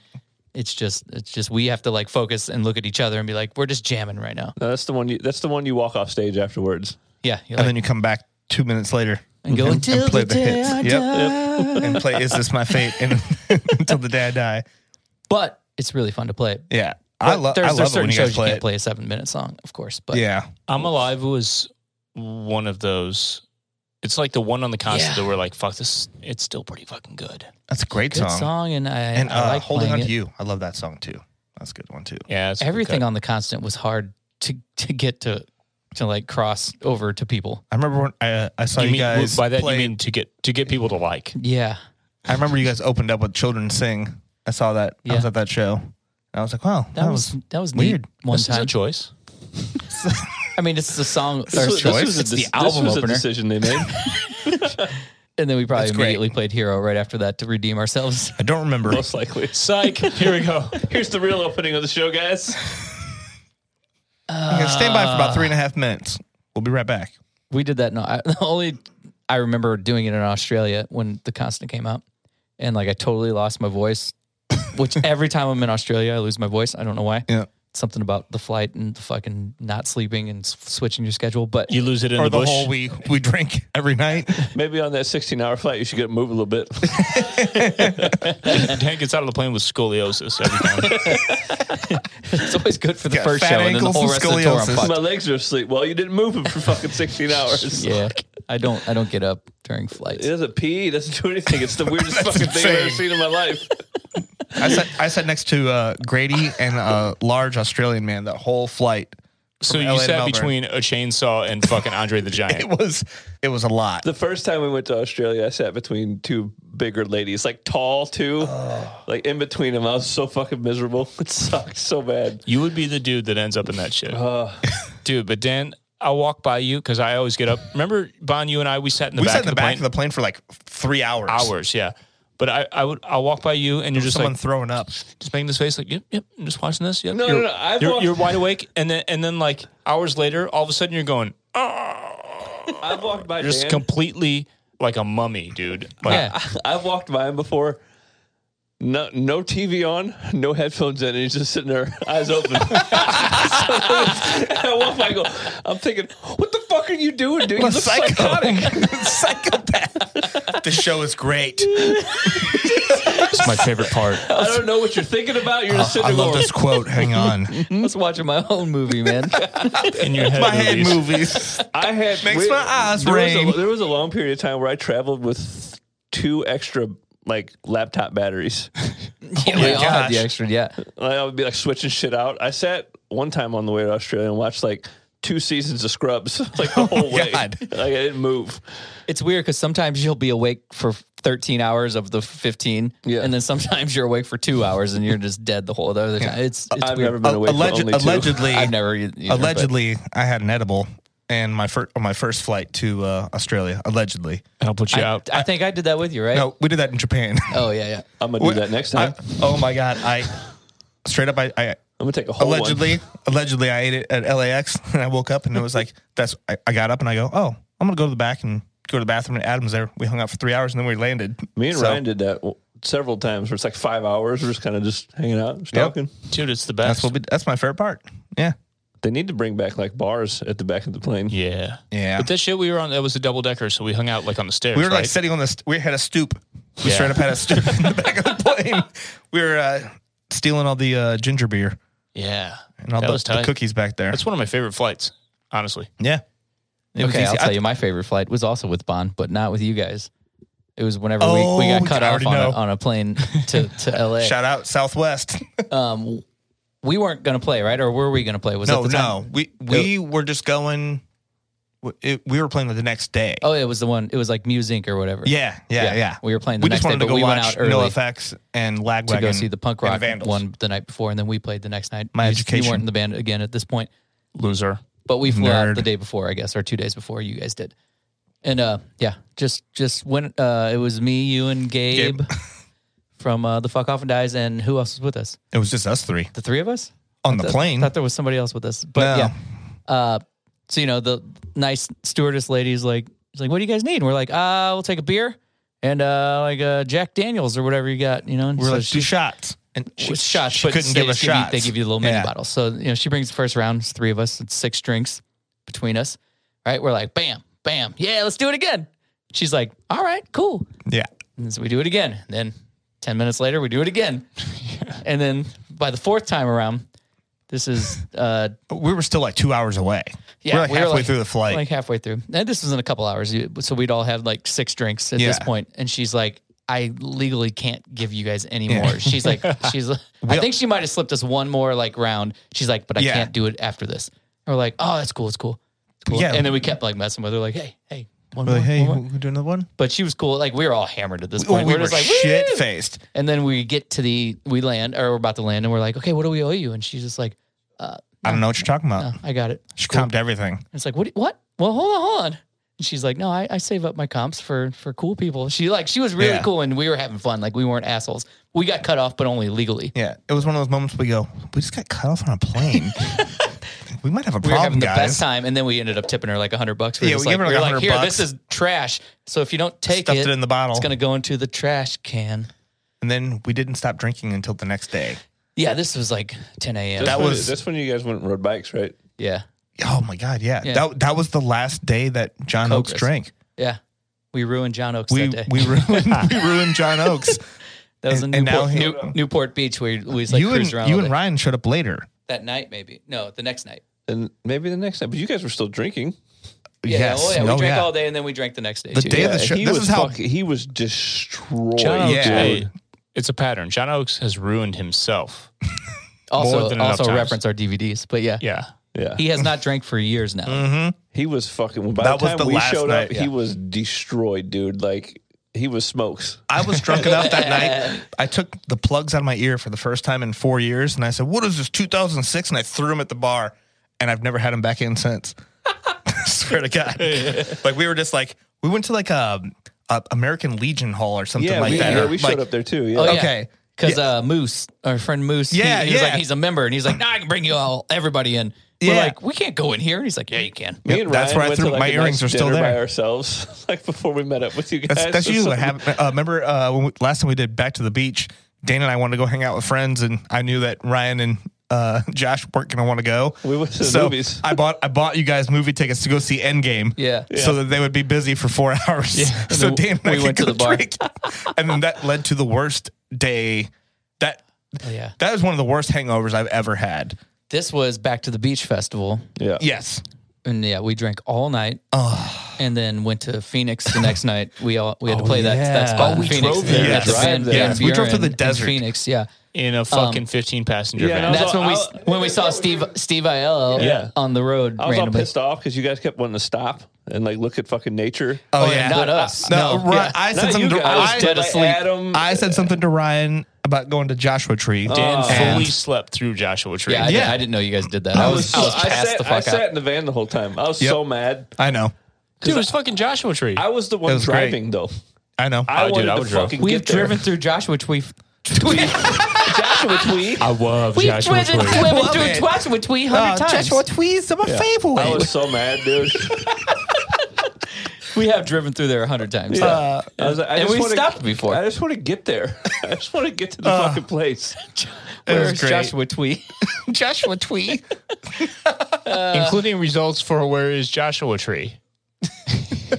Speaker 4: It's just it's just we have to like focus and look at each other and be like, we're just jamming right now.
Speaker 3: No, that's the one. You, that's the one you walk off stage afterwards.
Speaker 4: Yeah. You're
Speaker 5: and
Speaker 4: like,
Speaker 5: then you come back two minutes later
Speaker 4: and go until
Speaker 5: play
Speaker 4: the
Speaker 5: the
Speaker 4: day
Speaker 5: hits.
Speaker 4: I
Speaker 5: Yep.
Speaker 4: die."
Speaker 5: and play "Is This My Fate" and until the day I die.
Speaker 4: But it's really fun to play.
Speaker 5: Yeah, I,
Speaker 4: But
Speaker 5: lo-
Speaker 4: there's,
Speaker 5: I
Speaker 4: there's
Speaker 5: love it
Speaker 4: certain
Speaker 5: when you
Speaker 4: shows you
Speaker 5: guys play
Speaker 4: can't
Speaker 5: it.
Speaker 4: play a seven minute song, of course. But
Speaker 5: yeah,
Speaker 2: I'm Alive was one of those. It's like the one on the concert
Speaker 4: Yeah.
Speaker 2: that we're like, fuck this. It's still pretty fucking good.
Speaker 5: that's a great
Speaker 4: good song, and I,
Speaker 5: and
Speaker 4: I
Speaker 5: uh,
Speaker 4: like
Speaker 5: holding
Speaker 4: playing
Speaker 5: on
Speaker 4: it.
Speaker 5: to you. I love that song too. That's a good one too.
Speaker 2: Yeah, it's a good
Speaker 4: everything
Speaker 2: cut.
Speaker 4: on the constant was hard to to get to to like cross over to people.
Speaker 5: I remember when I, I saw
Speaker 2: You
Speaker 5: you,
Speaker 2: mean,
Speaker 5: guys
Speaker 2: by that
Speaker 5: play-
Speaker 2: you mean to get to get people to like.
Speaker 4: Yeah.
Speaker 5: I remember you guys opened up with "Children Sing." I saw that. I was
Speaker 4: Yeah.
Speaker 5: at that show. And I was like, "Wow,
Speaker 4: That, was, that was
Speaker 5: weird.
Speaker 4: weird. One
Speaker 2: this is a
Speaker 4: time.
Speaker 2: choice.
Speaker 4: I mean, it's the song
Speaker 5: This
Speaker 4: or
Speaker 5: was- choice.
Speaker 3: was a,
Speaker 4: It's the
Speaker 3: dec- this
Speaker 4: album
Speaker 3: was a
Speaker 4: opener.
Speaker 3: decision they made.
Speaker 4: and then we probably
Speaker 5: That's great.
Speaker 4: immediately played Hero right after that to redeem ourselves.
Speaker 5: I don't remember."
Speaker 3: most likely.
Speaker 2: Psych. Here we go.
Speaker 3: Here's the real opening of the show, guys.
Speaker 5: Okay, stand by for about three and a half minutes. We'll be right back.
Speaker 4: We did that. No, I, the only I remember doing it in Australia when the constant came out, and like I totally lost my voice. Which every time I'm in Australia, I lose my voice. I don't know why.
Speaker 5: Yeah.
Speaker 4: Something about the flight and the fucking not sleeping and s- switching your schedule. But
Speaker 2: You lose it in
Speaker 5: Or
Speaker 2: the
Speaker 5: the
Speaker 2: bush.
Speaker 5: whole we we drink every night.
Speaker 3: Maybe on that 16 hour flight, you should get moved a little bit.
Speaker 2: Dan gets out of the plane with scoliosis every time.
Speaker 4: it's always good for the
Speaker 5: Got
Speaker 4: first show,
Speaker 5: fat
Speaker 4: and then the
Speaker 5: ankles
Speaker 4: whole
Speaker 5: and
Speaker 4: rest of the tour. I'm
Speaker 5: scoliosis.
Speaker 4: fucked.
Speaker 3: My legs are asleep. Well, you didn't move them for fucking 16 hours.
Speaker 4: Yeah. I don't. I don't get up during flights.
Speaker 3: It doesn't pee. It doesn't do anything. It's the weirdest fucking thing I've ever
Speaker 5: insane.
Speaker 3: seen in my life.
Speaker 5: I sat, I sat next to uh, Grady and a large Australian man that whole flight.
Speaker 2: So
Speaker 5: from
Speaker 2: you
Speaker 5: LA to
Speaker 2: sat
Speaker 5: Melbourne.
Speaker 2: between a chainsaw and fucking Andre the
Speaker 5: It
Speaker 2: Giant.
Speaker 5: was it was a lot.
Speaker 3: The first time we went to Australia, I sat between two bigger ladies, like tall too,
Speaker 5: Oh.
Speaker 3: like in between them. I was so fucking miserable. It sucked so bad.
Speaker 2: You would be the dude that ends up in that shit, dude. But Dan, I'll walk by you because I always get up. Remember, Bon, you and I we sat in the
Speaker 5: we
Speaker 2: back
Speaker 5: sat in
Speaker 2: of the
Speaker 5: the, back
Speaker 2: plane
Speaker 5: of the plane for like three hours.
Speaker 2: hours. Yeah, but I, I would I'll walk by you and you're just
Speaker 5: Someone
Speaker 2: like
Speaker 5: throwing up.
Speaker 2: just making this face like yep yep. I'm just watching this. Yep.
Speaker 3: No,
Speaker 2: you're,
Speaker 3: no, no, I've
Speaker 2: you're,
Speaker 3: walked-
Speaker 2: you're wide awake, and then and then like hours later, all of a sudden you're going
Speaker 3: I've walked by
Speaker 2: just
Speaker 3: Dan.
Speaker 2: completely like a mummy, dude. Like,
Speaker 4: yeah.
Speaker 3: I've walked by him before. No, no TV on, no headphones in, and he's just sitting there, eyes open. So I walk by, I go, I'm thinking, what the fuck are you doing, dude? You
Speaker 5: What
Speaker 3: look
Speaker 5: a psycho.
Speaker 3: psychotic.
Speaker 5: Psychopath. the show is great.
Speaker 2: It's my favorite part.
Speaker 3: I don't know what you're thinking about. You're just
Speaker 5: I
Speaker 3: sitting there
Speaker 5: love
Speaker 3: going,
Speaker 5: this quote. Hang on.
Speaker 4: I was watching my own movie, man.
Speaker 2: In your head,
Speaker 5: My head
Speaker 2: movies.
Speaker 5: movies.
Speaker 3: I had
Speaker 5: Uh, Makes
Speaker 3: we-
Speaker 5: my eyes
Speaker 3: there was a-
Speaker 5: rain.
Speaker 3: there was a long period of time where I traveled with two extra like laptop batteries.
Speaker 4: yeah, we all had
Speaker 5: Oh gosh.
Speaker 4: the extra. Yeah.
Speaker 3: Like, I would be like switching shit out. I sat one time on the way to Australia and watched like two seasons of Scrubs like the whole way.
Speaker 5: Oh God.
Speaker 3: Like I didn't move.
Speaker 4: It's weird because sometimes you'll be awake for 13 hours of the 15,
Speaker 3: Yeah.
Speaker 4: and then sometimes you're awake for two hours and you're just dead the whole other time. It's, it's
Speaker 3: I've
Speaker 4: weird.
Speaker 3: never been awake
Speaker 5: Alleged-
Speaker 3: for only two.
Speaker 5: allegedly,
Speaker 4: I've never e- either, but-
Speaker 5: allegedly, I had an edible and my first on my first flight to uh, Australia. Allegedly,
Speaker 2: I'll put you out.
Speaker 4: I think I did that with you, right?
Speaker 5: no, we did that in Japan.
Speaker 4: Oh yeah, yeah.
Speaker 3: I'm gonna do that next time. I,
Speaker 5: I- oh my god! I straight up, I, I
Speaker 3: am gonna take a whole
Speaker 5: allegedly, allegedly, I ate it at LAX, and I woke up and it was like that's. I, I got up and I go, oh, I'm gonna go to the back and go to the bathroom. And Adam's there. We hung out for three hours and then we landed.
Speaker 3: One. Me and
Speaker 5: So,
Speaker 3: Ryan did that w- several times. Where it's like five hours. We're just kind of just hanging out, just
Speaker 5: Yep.
Speaker 3: talking.
Speaker 2: Dude, it's the best.
Speaker 5: That's what we, that's my favorite part. Yeah,
Speaker 3: They need to bring back like bars at the back of the plane.
Speaker 2: yeah.
Speaker 5: yeah.
Speaker 2: But that shit we were on, that was a double decker, so we hung out like on the stairs.
Speaker 5: We were like
Speaker 2: right?
Speaker 5: sitting on this. We had a stoop. We
Speaker 2: Yeah.
Speaker 5: straight up had a stoop in the back of the plane. We were uh, stealing all the uh, ginger beer
Speaker 2: yeah.
Speaker 5: and all
Speaker 2: That
Speaker 5: the,
Speaker 2: was
Speaker 5: the
Speaker 2: tight.
Speaker 5: cookies back there.
Speaker 2: That's one of my favorite flights, honestly.
Speaker 5: yeah. It was
Speaker 4: okay, I'll
Speaker 5: easy.
Speaker 4: tell
Speaker 5: I-
Speaker 4: you. My favorite flight was also with Bond, but not with you guys. It was whenever we, we
Speaker 5: Oh,
Speaker 4: got cut
Speaker 5: I
Speaker 4: off
Speaker 5: already
Speaker 4: on a,
Speaker 5: know.
Speaker 4: on a plane to to L.A.
Speaker 5: Shout out Southwest.
Speaker 4: Um, we weren't gonna play, right? Or were we gonna play? Was
Speaker 5: no,
Speaker 4: it the time?
Speaker 5: no. We we were just going. w- It, we were playing the next day.
Speaker 4: Oh, it was the one. It was like Music or whatever.
Speaker 5: Yeah, yeah,
Speaker 4: Yeah,
Speaker 5: yeah.
Speaker 4: we were playing the
Speaker 5: we
Speaker 4: next
Speaker 5: just wanted
Speaker 4: day,
Speaker 5: to
Speaker 4: but
Speaker 5: go
Speaker 4: we went
Speaker 5: watch
Speaker 4: out early.
Speaker 5: No Effects and Lagwagon
Speaker 4: to go see the punk
Speaker 5: and
Speaker 4: rock
Speaker 5: Vandals.
Speaker 4: one the night before, and then we played the next night.
Speaker 5: My
Speaker 4: you, You
Speaker 5: education.
Speaker 4: weren't in the band again at this point,
Speaker 2: Loser.
Speaker 4: but we flew out
Speaker 5: Nerd.
Speaker 4: the day before, I guess, or two days before you guys did. And uh, yeah, just just when uh, it was me, you, and Gabe, from uh, the Fuck Off and Dies, and who else was with us?
Speaker 5: It was just us three
Speaker 4: The three of us
Speaker 5: on the
Speaker 4: Th-
Speaker 5: plane.
Speaker 4: Thought there was somebody else with us, but
Speaker 5: No.
Speaker 4: yeah. Uh, so you know the nice stewardess lady's like, she's like, "What do you guys need?" And we're like, "Uh, we'll take a beer." And uh, like uh, Jack Daniels or whatever you got, you know. And
Speaker 5: we were
Speaker 4: so
Speaker 5: like
Speaker 4: she-
Speaker 5: two shots, and
Speaker 4: with shots,
Speaker 5: she
Speaker 4: but
Speaker 5: couldn't
Speaker 4: they
Speaker 5: give us
Speaker 4: just you-
Speaker 5: shots.
Speaker 4: they give you little mini
Speaker 5: Yeah.
Speaker 4: bottles. So you know, she brings the first round. It's three of us. It's six drinks between us. Right? We're like, bam, bam, yeah, let's do it again. She's like, all right, cool.
Speaker 5: Yeah,
Speaker 4: And so we do it again. Then ten minutes later, we do it again. And then by the fourth time around, this is uh,
Speaker 5: we were still like two hours away.
Speaker 4: yeah,
Speaker 5: we were like
Speaker 4: we were
Speaker 5: halfway
Speaker 4: like-
Speaker 5: through the flight.
Speaker 4: like halfway through. And this was in a couple hours, you- so we'd all have like six drinks at this
Speaker 5: Yeah.
Speaker 4: point. And she's like, "I legally can't give you guys any
Speaker 5: Yeah.
Speaker 4: more." She's like, "She's," I think she might have slipped us one more like round. She's like, "But I
Speaker 5: Yeah.
Speaker 4: can't do it after this." And we're like, "Oh, that's cool. It's cool." It's cool.
Speaker 5: Yeah.
Speaker 4: And then we kept like messing with her, like, "Hey, hey." One
Speaker 5: we're
Speaker 4: more,
Speaker 5: like, hey,
Speaker 4: one more."
Speaker 5: we doing another one?
Speaker 4: But she was cool. Like we were all hammered at this
Speaker 5: Oh,
Speaker 4: point.
Speaker 5: we
Speaker 4: were
Speaker 5: were
Speaker 4: just like,
Speaker 5: shit
Speaker 4: "Woo!"
Speaker 5: faced.
Speaker 4: And then we get to the we land or we're about to land, and we're like, "Okay, what do we owe you?" And she's just like,
Speaker 5: I don't know what you're talking about.
Speaker 4: "Oh, "I got it."
Speaker 5: She
Speaker 4: Cool.
Speaker 5: comped everything.
Speaker 4: And it's like, what? What? Well, hold on, hold on. And she's like, no, I, I save up my comps for for cool people. She like, she was really
Speaker 5: Yeah.
Speaker 4: cool, and we were having fun. Like, we weren't assholes. We got cut off, but only legally.
Speaker 5: Yeah, it was one of those moments we go, we just got cut off on a plane. we might have a
Speaker 4: We were
Speaker 5: problem,
Speaker 4: having the
Speaker 5: guys.
Speaker 4: best time, and then we ended up tipping her like hundred bucks.
Speaker 5: Yeah,
Speaker 4: just
Speaker 5: we gave her,
Speaker 4: we
Speaker 5: like,
Speaker 4: were
Speaker 5: 100
Speaker 4: here,
Speaker 5: bucks.
Speaker 4: this is trash. So if you don't take
Speaker 5: Stuffed
Speaker 4: it,
Speaker 5: it in the bottle.
Speaker 4: it's gonna go into the trash can.
Speaker 5: and then we didn't stop drinking until the next day.
Speaker 4: Yeah, this was like 10 a.m.
Speaker 3: That's
Speaker 5: That
Speaker 3: when-
Speaker 5: was-
Speaker 3: that's when you guys went and rode bikes, right?
Speaker 4: yeah,
Speaker 5: Oh my god, yeah.
Speaker 4: Yeah.
Speaker 5: That that was the last day that John
Speaker 4: Cobras.
Speaker 5: Oakes drank.
Speaker 4: yeah. We ruined John Oaks
Speaker 5: We
Speaker 4: that day.
Speaker 5: we ruined we ruined John Oakes.
Speaker 4: that was in
Speaker 5: and- and now
Speaker 4: Newport,
Speaker 5: he-
Speaker 4: New, Newport Beach where we was like
Speaker 5: you and
Speaker 4: cruised around
Speaker 5: you
Speaker 4: all
Speaker 5: and
Speaker 4: day.
Speaker 5: Ryan showed up later.
Speaker 4: that night maybe. No, the next night.
Speaker 3: And maybe the next time, but you guys were still drinking.
Speaker 4: Yeah,
Speaker 5: yes.
Speaker 4: oh, yeah. We
Speaker 5: No,
Speaker 4: drank
Speaker 5: yeah.
Speaker 4: all day and then we drank the next day.
Speaker 5: The
Speaker 4: too.
Speaker 5: day of
Speaker 3: Yeah,
Speaker 5: the show.
Speaker 3: he
Speaker 5: This
Speaker 3: was
Speaker 5: is how.
Speaker 3: fuck- he was destroyed.
Speaker 2: John Oakes,
Speaker 5: Yeah.
Speaker 2: hey, it's a pattern. John Oakes has ruined himself. more
Speaker 4: also,
Speaker 2: than enough
Speaker 4: also
Speaker 2: times.
Speaker 4: reference our DVDs. But yeah,
Speaker 2: Yeah.
Speaker 3: Yeah,
Speaker 4: he has not drank for years now.
Speaker 3: Mm-hmm. he was fucking. By
Speaker 5: That
Speaker 3: the
Speaker 5: was
Speaker 3: time
Speaker 5: the
Speaker 3: we
Speaker 5: last
Speaker 3: showed
Speaker 5: night,
Speaker 3: up,
Speaker 5: yeah.
Speaker 3: he was destroyed, dude. Like he was smokes.
Speaker 5: I was drunk enough that night. I took the plugs out of my ear for the first time in four years, and I said, "What is this? 2006?" And I threw them at the bar, and I've never had them back in since. Swear to God. like we were just like we went to like a, a American Legion Hall or something
Speaker 3: Yeah,
Speaker 5: like
Speaker 3: we,
Speaker 5: that.
Speaker 3: yeah,
Speaker 5: or,
Speaker 3: we
Speaker 5: like,
Speaker 3: showed up there too. Yeah.
Speaker 4: Oh, yeah.
Speaker 5: Okay.
Speaker 4: Because uh, Moose, our friend Moose, he-
Speaker 5: Yeah,
Speaker 4: he, was
Speaker 5: yeah.
Speaker 4: like, he's a member, and he's like, nah, I can bring you all, everybody in. We're
Speaker 5: Yeah.
Speaker 4: like, we can't go in here. And he's like, yeah, you can.
Speaker 3: Me
Speaker 5: Yep,
Speaker 3: and
Speaker 5: that's
Speaker 3: Ryan
Speaker 5: where I
Speaker 3: went to,
Speaker 5: threw-
Speaker 3: like,
Speaker 5: my
Speaker 3: a
Speaker 5: earrings
Speaker 3: nice
Speaker 5: are still
Speaker 3: dinner
Speaker 5: there.
Speaker 3: by ourselves, like before we met up with you guys.
Speaker 5: That's, that's
Speaker 3: or
Speaker 5: you. What
Speaker 3: something.
Speaker 5: happened? Uh, remember uh, when we, last time we did Back to the Beach? Dana and I wanted to go hang out with friends, and I knew that Ryan and uh, Josh weren't going to want to go.
Speaker 3: We went to the
Speaker 5: so
Speaker 3: movies.
Speaker 5: I bought I bought you guys movie tickets to go see Endgame.
Speaker 4: Yeah.
Speaker 5: So that they would be busy for four hours.
Speaker 4: and
Speaker 5: So
Speaker 4: then
Speaker 5: Dana and I
Speaker 4: we went
Speaker 5: could
Speaker 4: to
Speaker 5: go
Speaker 4: the bar.
Speaker 5: drink. and then that led to the worst day. That
Speaker 4: Oh, yeah.
Speaker 5: that is one of the worst hangovers I've ever had.
Speaker 4: This was Back to the Beach Festival.
Speaker 3: Yeah.
Speaker 5: Yes.
Speaker 4: And yeah, we drank all night. And then went to Phoenix the next night. We all
Speaker 5: Oh,
Speaker 4: we had to play that, that spot. in Phoenix.
Speaker 2: drove there.
Speaker 4: At the
Speaker 5: Yes.
Speaker 4: Van- Van
Speaker 5: Yes. We drove to
Speaker 4: Buren
Speaker 5: the
Speaker 4: in
Speaker 5: desert.
Speaker 4: Phoenix, yeah.
Speaker 2: In a fucking 15 passenger
Speaker 3: yeah,
Speaker 2: van.
Speaker 3: and I was
Speaker 4: That's
Speaker 3: all-
Speaker 4: when we
Speaker 3: I
Speaker 4: s-
Speaker 3: was-
Speaker 4: when we saw Steve Steve Iello
Speaker 3: Yeah.
Speaker 4: on the road
Speaker 3: I was all
Speaker 4: randomly.
Speaker 3: pissed off because you guys kept wanting to stop and like look at fucking nature.
Speaker 5: Oh,
Speaker 4: yeah, not us.
Speaker 5: No,
Speaker 4: No.
Speaker 5: Ri-
Speaker 4: Yeah.
Speaker 5: I said
Speaker 3: Not
Speaker 5: something.
Speaker 3: you
Speaker 5: To,
Speaker 3: guys,
Speaker 4: I was
Speaker 5: I,
Speaker 4: dead
Speaker 3: but
Speaker 4: asleep.
Speaker 3: Adam,
Speaker 5: I said something to Ryan about going to Joshua Tree.
Speaker 4: Oh.
Speaker 2: Dan
Speaker 5: And-
Speaker 2: fully slept through Joshua Tree.
Speaker 4: Yeah, I, Didn't,
Speaker 5: Yeah.
Speaker 4: I didn't know you guys did that. I was I was
Speaker 3: I
Speaker 4: passed
Speaker 3: sat,
Speaker 4: the
Speaker 3: I
Speaker 4: fuck
Speaker 3: sat
Speaker 4: out.
Speaker 3: in the van the whole time. I was
Speaker 5: Yep.
Speaker 3: so mad.
Speaker 5: I know.
Speaker 2: Dude, it was fucking Joshua Tree.
Speaker 3: I was the one
Speaker 5: was great. Oh,
Speaker 3: driving though.
Speaker 5: I know.
Speaker 3: I
Speaker 2: dude,
Speaker 3: wanted
Speaker 2: I
Speaker 3: to
Speaker 2: would drive.
Speaker 3: fucking
Speaker 4: We've
Speaker 3: get there.
Speaker 4: driven through Joshua Tree.
Speaker 3: Joshua Tweed.
Speaker 2: I love
Speaker 4: We've driven, driven
Speaker 5: Love
Speaker 4: through
Speaker 5: it.
Speaker 4: Uh, Joshua Tree hundred times.
Speaker 5: tweets are my
Speaker 3: I was so mad, dude.
Speaker 4: We have driven through there a hundred times.
Speaker 3: I was like, I
Speaker 4: Uh, And
Speaker 3: just
Speaker 4: we
Speaker 3: wanna-
Speaker 4: stopped before.
Speaker 3: I just want to get there. I just want to get to the fucking place.
Speaker 4: Where's
Speaker 5: great.
Speaker 4: Joshua Twee?
Speaker 5: Joshua Tweet.
Speaker 2: including results for where is Joshua Tree.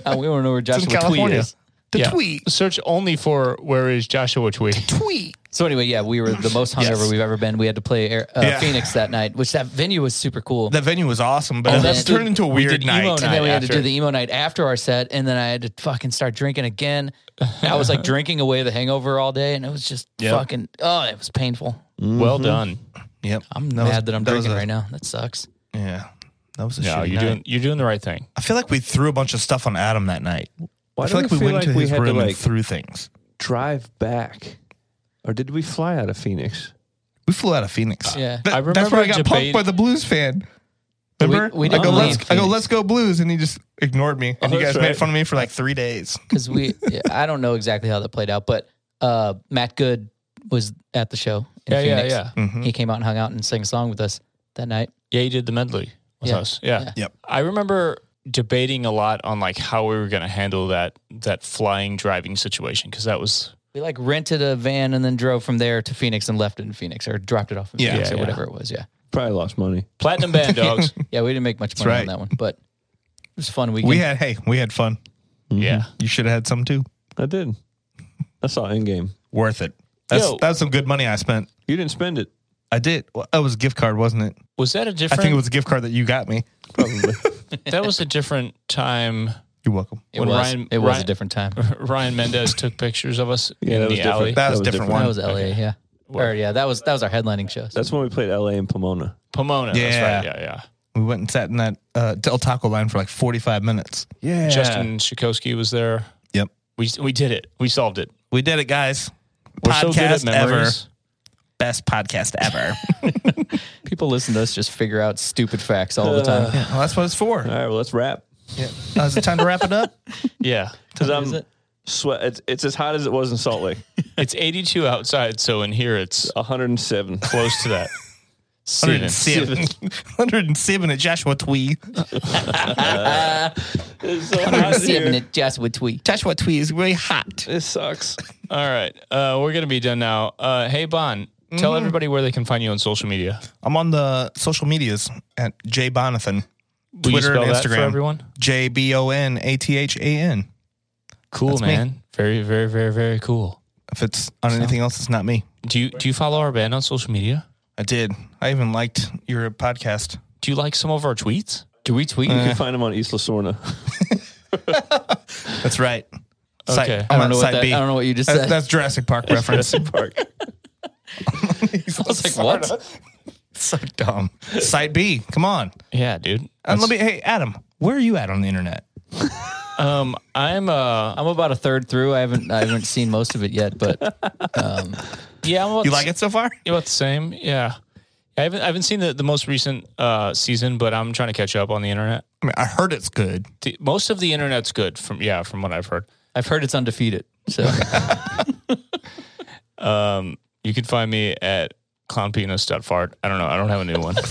Speaker 4: Uh, we don't know where Joshua
Speaker 5: in
Speaker 4: Twee
Speaker 5: California.
Speaker 4: is.
Speaker 5: The
Speaker 2: Yeah.
Speaker 5: tweet.
Speaker 2: Search only for where is Joshua Tree.
Speaker 5: Tweet.
Speaker 4: So anyway, yeah, we were the most hungover
Speaker 5: Yes.
Speaker 4: we've ever been. We had to play Air- uh,
Speaker 5: Yeah.
Speaker 4: Phoenix that night, which that venue was super cool.
Speaker 5: That venue was awesome, but
Speaker 4: And
Speaker 5: that's
Speaker 4: then-
Speaker 5: turned into a
Speaker 2: we
Speaker 5: weird
Speaker 2: did emo
Speaker 5: night.
Speaker 2: night.
Speaker 4: and then Oh, we had to
Speaker 2: after.
Speaker 4: do the emo night after our set, and then I had to fucking start drinking again. And I was like drinking away the hangover all day, and it was just fucking oh, it was painful.
Speaker 2: Well done.
Speaker 5: Yep.
Speaker 4: I'm
Speaker 5: That was-
Speaker 4: mad that I'm
Speaker 5: that was
Speaker 4: drinking
Speaker 5: a-
Speaker 4: right now. That sucks.
Speaker 5: Yeah. That was a
Speaker 2: No,
Speaker 5: shitty
Speaker 2: you're
Speaker 5: night.
Speaker 2: doing you're doing the right thing.
Speaker 5: I feel like we threw a bunch of stuff on Adam that night.
Speaker 3: Why
Speaker 5: I feel like we went to his room and threw things.
Speaker 3: drive back, or did we fly out of Phoenix?
Speaker 5: We flew out of Phoenix.
Speaker 4: Yeah.
Speaker 5: That-
Speaker 2: I
Speaker 5: that's where I
Speaker 2: remember
Speaker 5: got
Speaker 2: debate-
Speaker 5: punked by the Blues fan. Remember?
Speaker 4: we
Speaker 5: I go,
Speaker 4: didn't
Speaker 5: let's,
Speaker 4: leave
Speaker 5: I go,
Speaker 4: Phoenix.
Speaker 5: let's go Blues, and he just ignored me, and
Speaker 3: Oh,
Speaker 5: you guys
Speaker 3: that's
Speaker 5: made
Speaker 3: right.
Speaker 5: fun of me for like three days.
Speaker 4: because we yeah, I don't know exactly how that played out, but uh, Matt Good was at the show in
Speaker 2: Yeah, yeah,
Speaker 4: Phoenix.
Speaker 2: yeah.
Speaker 4: He came out and hung out and sang a song with us that night.
Speaker 2: Yeah, you did the medley with
Speaker 4: Yeah.
Speaker 2: us. Yeah.
Speaker 4: Yeah.
Speaker 5: Yep.
Speaker 2: I remember debating a lot on like how we were going to handle that that flying driving situation because that was
Speaker 4: We like rented a van and then drove from there to Phoenix and left it in Phoenix or dropped it off in
Speaker 5: Yeah.
Speaker 4: Phoenix
Speaker 2: Yeah,
Speaker 4: or
Speaker 2: yeah.
Speaker 4: whatever it was. Yeah,
Speaker 3: Probably lost money.
Speaker 2: platinum band dogs.
Speaker 4: yeah. We didn't make much money
Speaker 5: right.
Speaker 4: on that one, but it was a fun weekend.
Speaker 5: We had, hey, we had fun.
Speaker 2: Yeah.
Speaker 5: You should have had some too.
Speaker 3: I did. I saw Endgame.
Speaker 5: Worth it. That's
Speaker 2: Yo.
Speaker 5: that's some good money I spent.
Speaker 3: You didn't spend it,
Speaker 5: I did. Well, that was a gift card, wasn't it?
Speaker 2: Was that a
Speaker 5: I
Speaker 2: different
Speaker 5: think it was a gift card that you got me.
Speaker 3: probably.
Speaker 2: that was a different time
Speaker 5: You're welcome.
Speaker 4: it
Speaker 2: when
Speaker 4: was
Speaker 2: Ryan-
Speaker 4: it was
Speaker 2: Ryan-
Speaker 4: a different time.
Speaker 2: Ryan Mendez took pictures of us
Speaker 3: Yeah,
Speaker 2: in the
Speaker 3: that was different.
Speaker 2: alley.
Speaker 5: That, was a different,
Speaker 4: That
Speaker 5: one.
Speaker 4: was LA. Yeah. Or yeah, that was that was our headlining show. So
Speaker 3: That's when we played LA and Pomona.
Speaker 2: Pomona.
Speaker 5: Yeah.
Speaker 2: That's right. Yeah, yeah.
Speaker 5: We went and sat in that uh, Del Taco line for like 45 minutes.
Speaker 3: Yeah.
Speaker 2: Justin Shikoski was there.
Speaker 5: Yep.
Speaker 2: We we did it. We solved it.
Speaker 5: We did it, guys.
Speaker 2: We're so good at
Speaker 5: Podcast ever.
Speaker 2: memories.
Speaker 5: Best podcast ever.
Speaker 4: people listen to us just figure out stupid facts all the time.
Speaker 5: well, that's what it's for.
Speaker 3: All right, well, let's wrap.
Speaker 5: Uh, is it time to wrap it up?
Speaker 2: Yeah.
Speaker 3: Because I'm
Speaker 4: Is it?
Speaker 3: sweat. It's, it's as hot as it was in Salt Lake.
Speaker 2: It's 82 outside, so in here it's
Speaker 3: 107.
Speaker 2: close to that. Seven.
Speaker 5: 107. 107 at Joshua Twee.
Speaker 3: It's so hot
Speaker 4: I'm
Speaker 3: here.
Speaker 4: seeing it just with tweet.
Speaker 5: Joshua Twee is really hot.
Speaker 3: This sucks.
Speaker 2: All right. Uh, we're going to be done now. Uh, hey, Bon, tell everybody where they can find you on social media.
Speaker 5: I'm on the social medias at J Bonathan.
Speaker 2: Will
Speaker 5: Twitter
Speaker 2: you spell
Speaker 5: and
Speaker 2: that for
Speaker 5: Instagram.
Speaker 2: everyone?
Speaker 5: J B O N A T H A N.
Speaker 2: Cool,
Speaker 5: That's me.
Speaker 2: man. Very, very, very, very cool.
Speaker 5: If it's on anything else, it's not me.
Speaker 2: Do you do you follow our band on social media?
Speaker 5: I did. I even liked your podcast.
Speaker 2: Do you like some of our tweets?
Speaker 4: Do we tweet?
Speaker 3: You can find him on Isla Sorna.
Speaker 5: That's right. Side,
Speaker 2: Okay.
Speaker 5: I'm
Speaker 2: I
Speaker 4: I don't
Speaker 5: on
Speaker 4: know what
Speaker 5: side
Speaker 4: that,
Speaker 5: B.
Speaker 4: I don't know what you just
Speaker 5: that's,
Speaker 4: said.
Speaker 5: that's Jurassic Park reference.
Speaker 3: Jurassic Park.
Speaker 5: He's
Speaker 4: I was like, what?
Speaker 5: So dumb. Side B. Come on.
Speaker 2: Yeah, dude.
Speaker 5: And let me. Hey, Adam, where are you at on the internet?
Speaker 2: Um, I'm uh,
Speaker 4: I'm about a third through. I haven't I haven't seen most of it yet, but um,
Speaker 2: yeah, I'm about
Speaker 5: You like it so far?
Speaker 2: About the same, yeah. I haven't I haven't seen the, the most recent uh season, but I'm trying to catch up on the internet.
Speaker 5: I mean, I heard it's good.
Speaker 2: The, most of the internet's good from yeah, from what I've heard.
Speaker 4: I've heard it's undefeated. So
Speaker 2: Um, you can find me at clownpenis.fart. I don't know. I don't have a new one.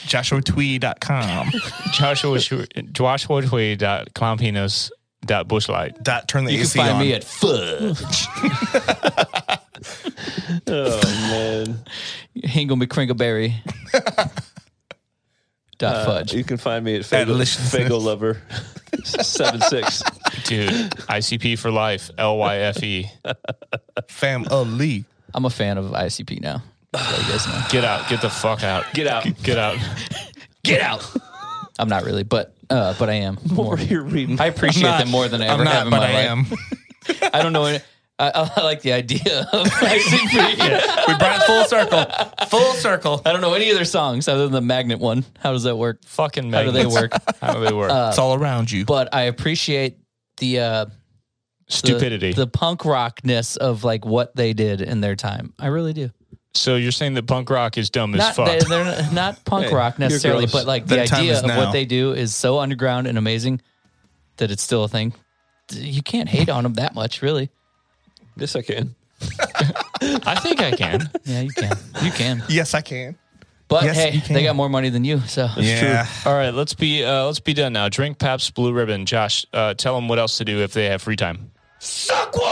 Speaker 5: JoshuaTwee.com.
Speaker 2: Joshua joshuatwee.clownpenis.bushlight.
Speaker 5: Dot turn the
Speaker 4: you can
Speaker 5: AC
Speaker 4: find
Speaker 5: on.
Speaker 4: me at Fudge.
Speaker 3: Oh man.
Speaker 4: Hingle McCringleberry. Dot
Speaker 5: Uh,
Speaker 4: fudge.
Speaker 3: You can find me at Fago,
Speaker 5: Deliciousness.
Speaker 3: Fago Lover seven six.
Speaker 2: Dude, ICP for life. L Y F E.
Speaker 5: family.
Speaker 4: I'm a fan of ICP now. So you guys know.
Speaker 2: Get out. Get the fuck out.
Speaker 3: Get out.
Speaker 2: Get out.
Speaker 4: Get out. I'm not really, but uh, but I am.
Speaker 3: What
Speaker 4: More.
Speaker 3: were you reading?
Speaker 4: I appreciate
Speaker 5: not-
Speaker 4: them more than I ever
Speaker 5: I'm
Speaker 4: have
Speaker 5: not,
Speaker 4: in
Speaker 5: but
Speaker 4: my
Speaker 5: I
Speaker 4: life.
Speaker 5: am.
Speaker 4: I don't know. Any, I, I like the idea of ICP.
Speaker 5: We brought it full circle. Full circle.
Speaker 4: I don't know any other songs other than the magnet one. How does that work?
Speaker 2: Fucking
Speaker 4: How do they
Speaker 2: magnets.
Speaker 4: work? Uh,
Speaker 2: How do they work?
Speaker 5: It's all around you.
Speaker 4: But I appreciate the uh, the-
Speaker 2: Stupidity.
Speaker 4: the, punk rockness of like what they did in their time. I really do.
Speaker 2: so you're saying that punk rock is dumb
Speaker 4: Not
Speaker 2: as fuck.
Speaker 4: they, they're not- not punk
Speaker 3: Hey,
Speaker 4: rock
Speaker 3: you're
Speaker 4: necessarily,
Speaker 3: gross.
Speaker 4: but like the
Speaker 5: That time
Speaker 4: idea
Speaker 5: is
Speaker 4: of
Speaker 5: now.
Speaker 4: what they do is so underground and amazing that it's still a thing. You can't hate on them that much, really.
Speaker 3: Yes, I can.
Speaker 2: I think I can.
Speaker 4: Yeah, you can. You can.
Speaker 5: yes, I can.
Speaker 4: But
Speaker 5: Yes,
Speaker 4: hey,
Speaker 5: you can.
Speaker 4: they got more money than you, so
Speaker 5: yeah.
Speaker 2: All right, let's be uh, let's be done now. Drink Paps Blue Ribbon. Josh, uh, tell them what else to do if they have free time.
Speaker 5: Suck one!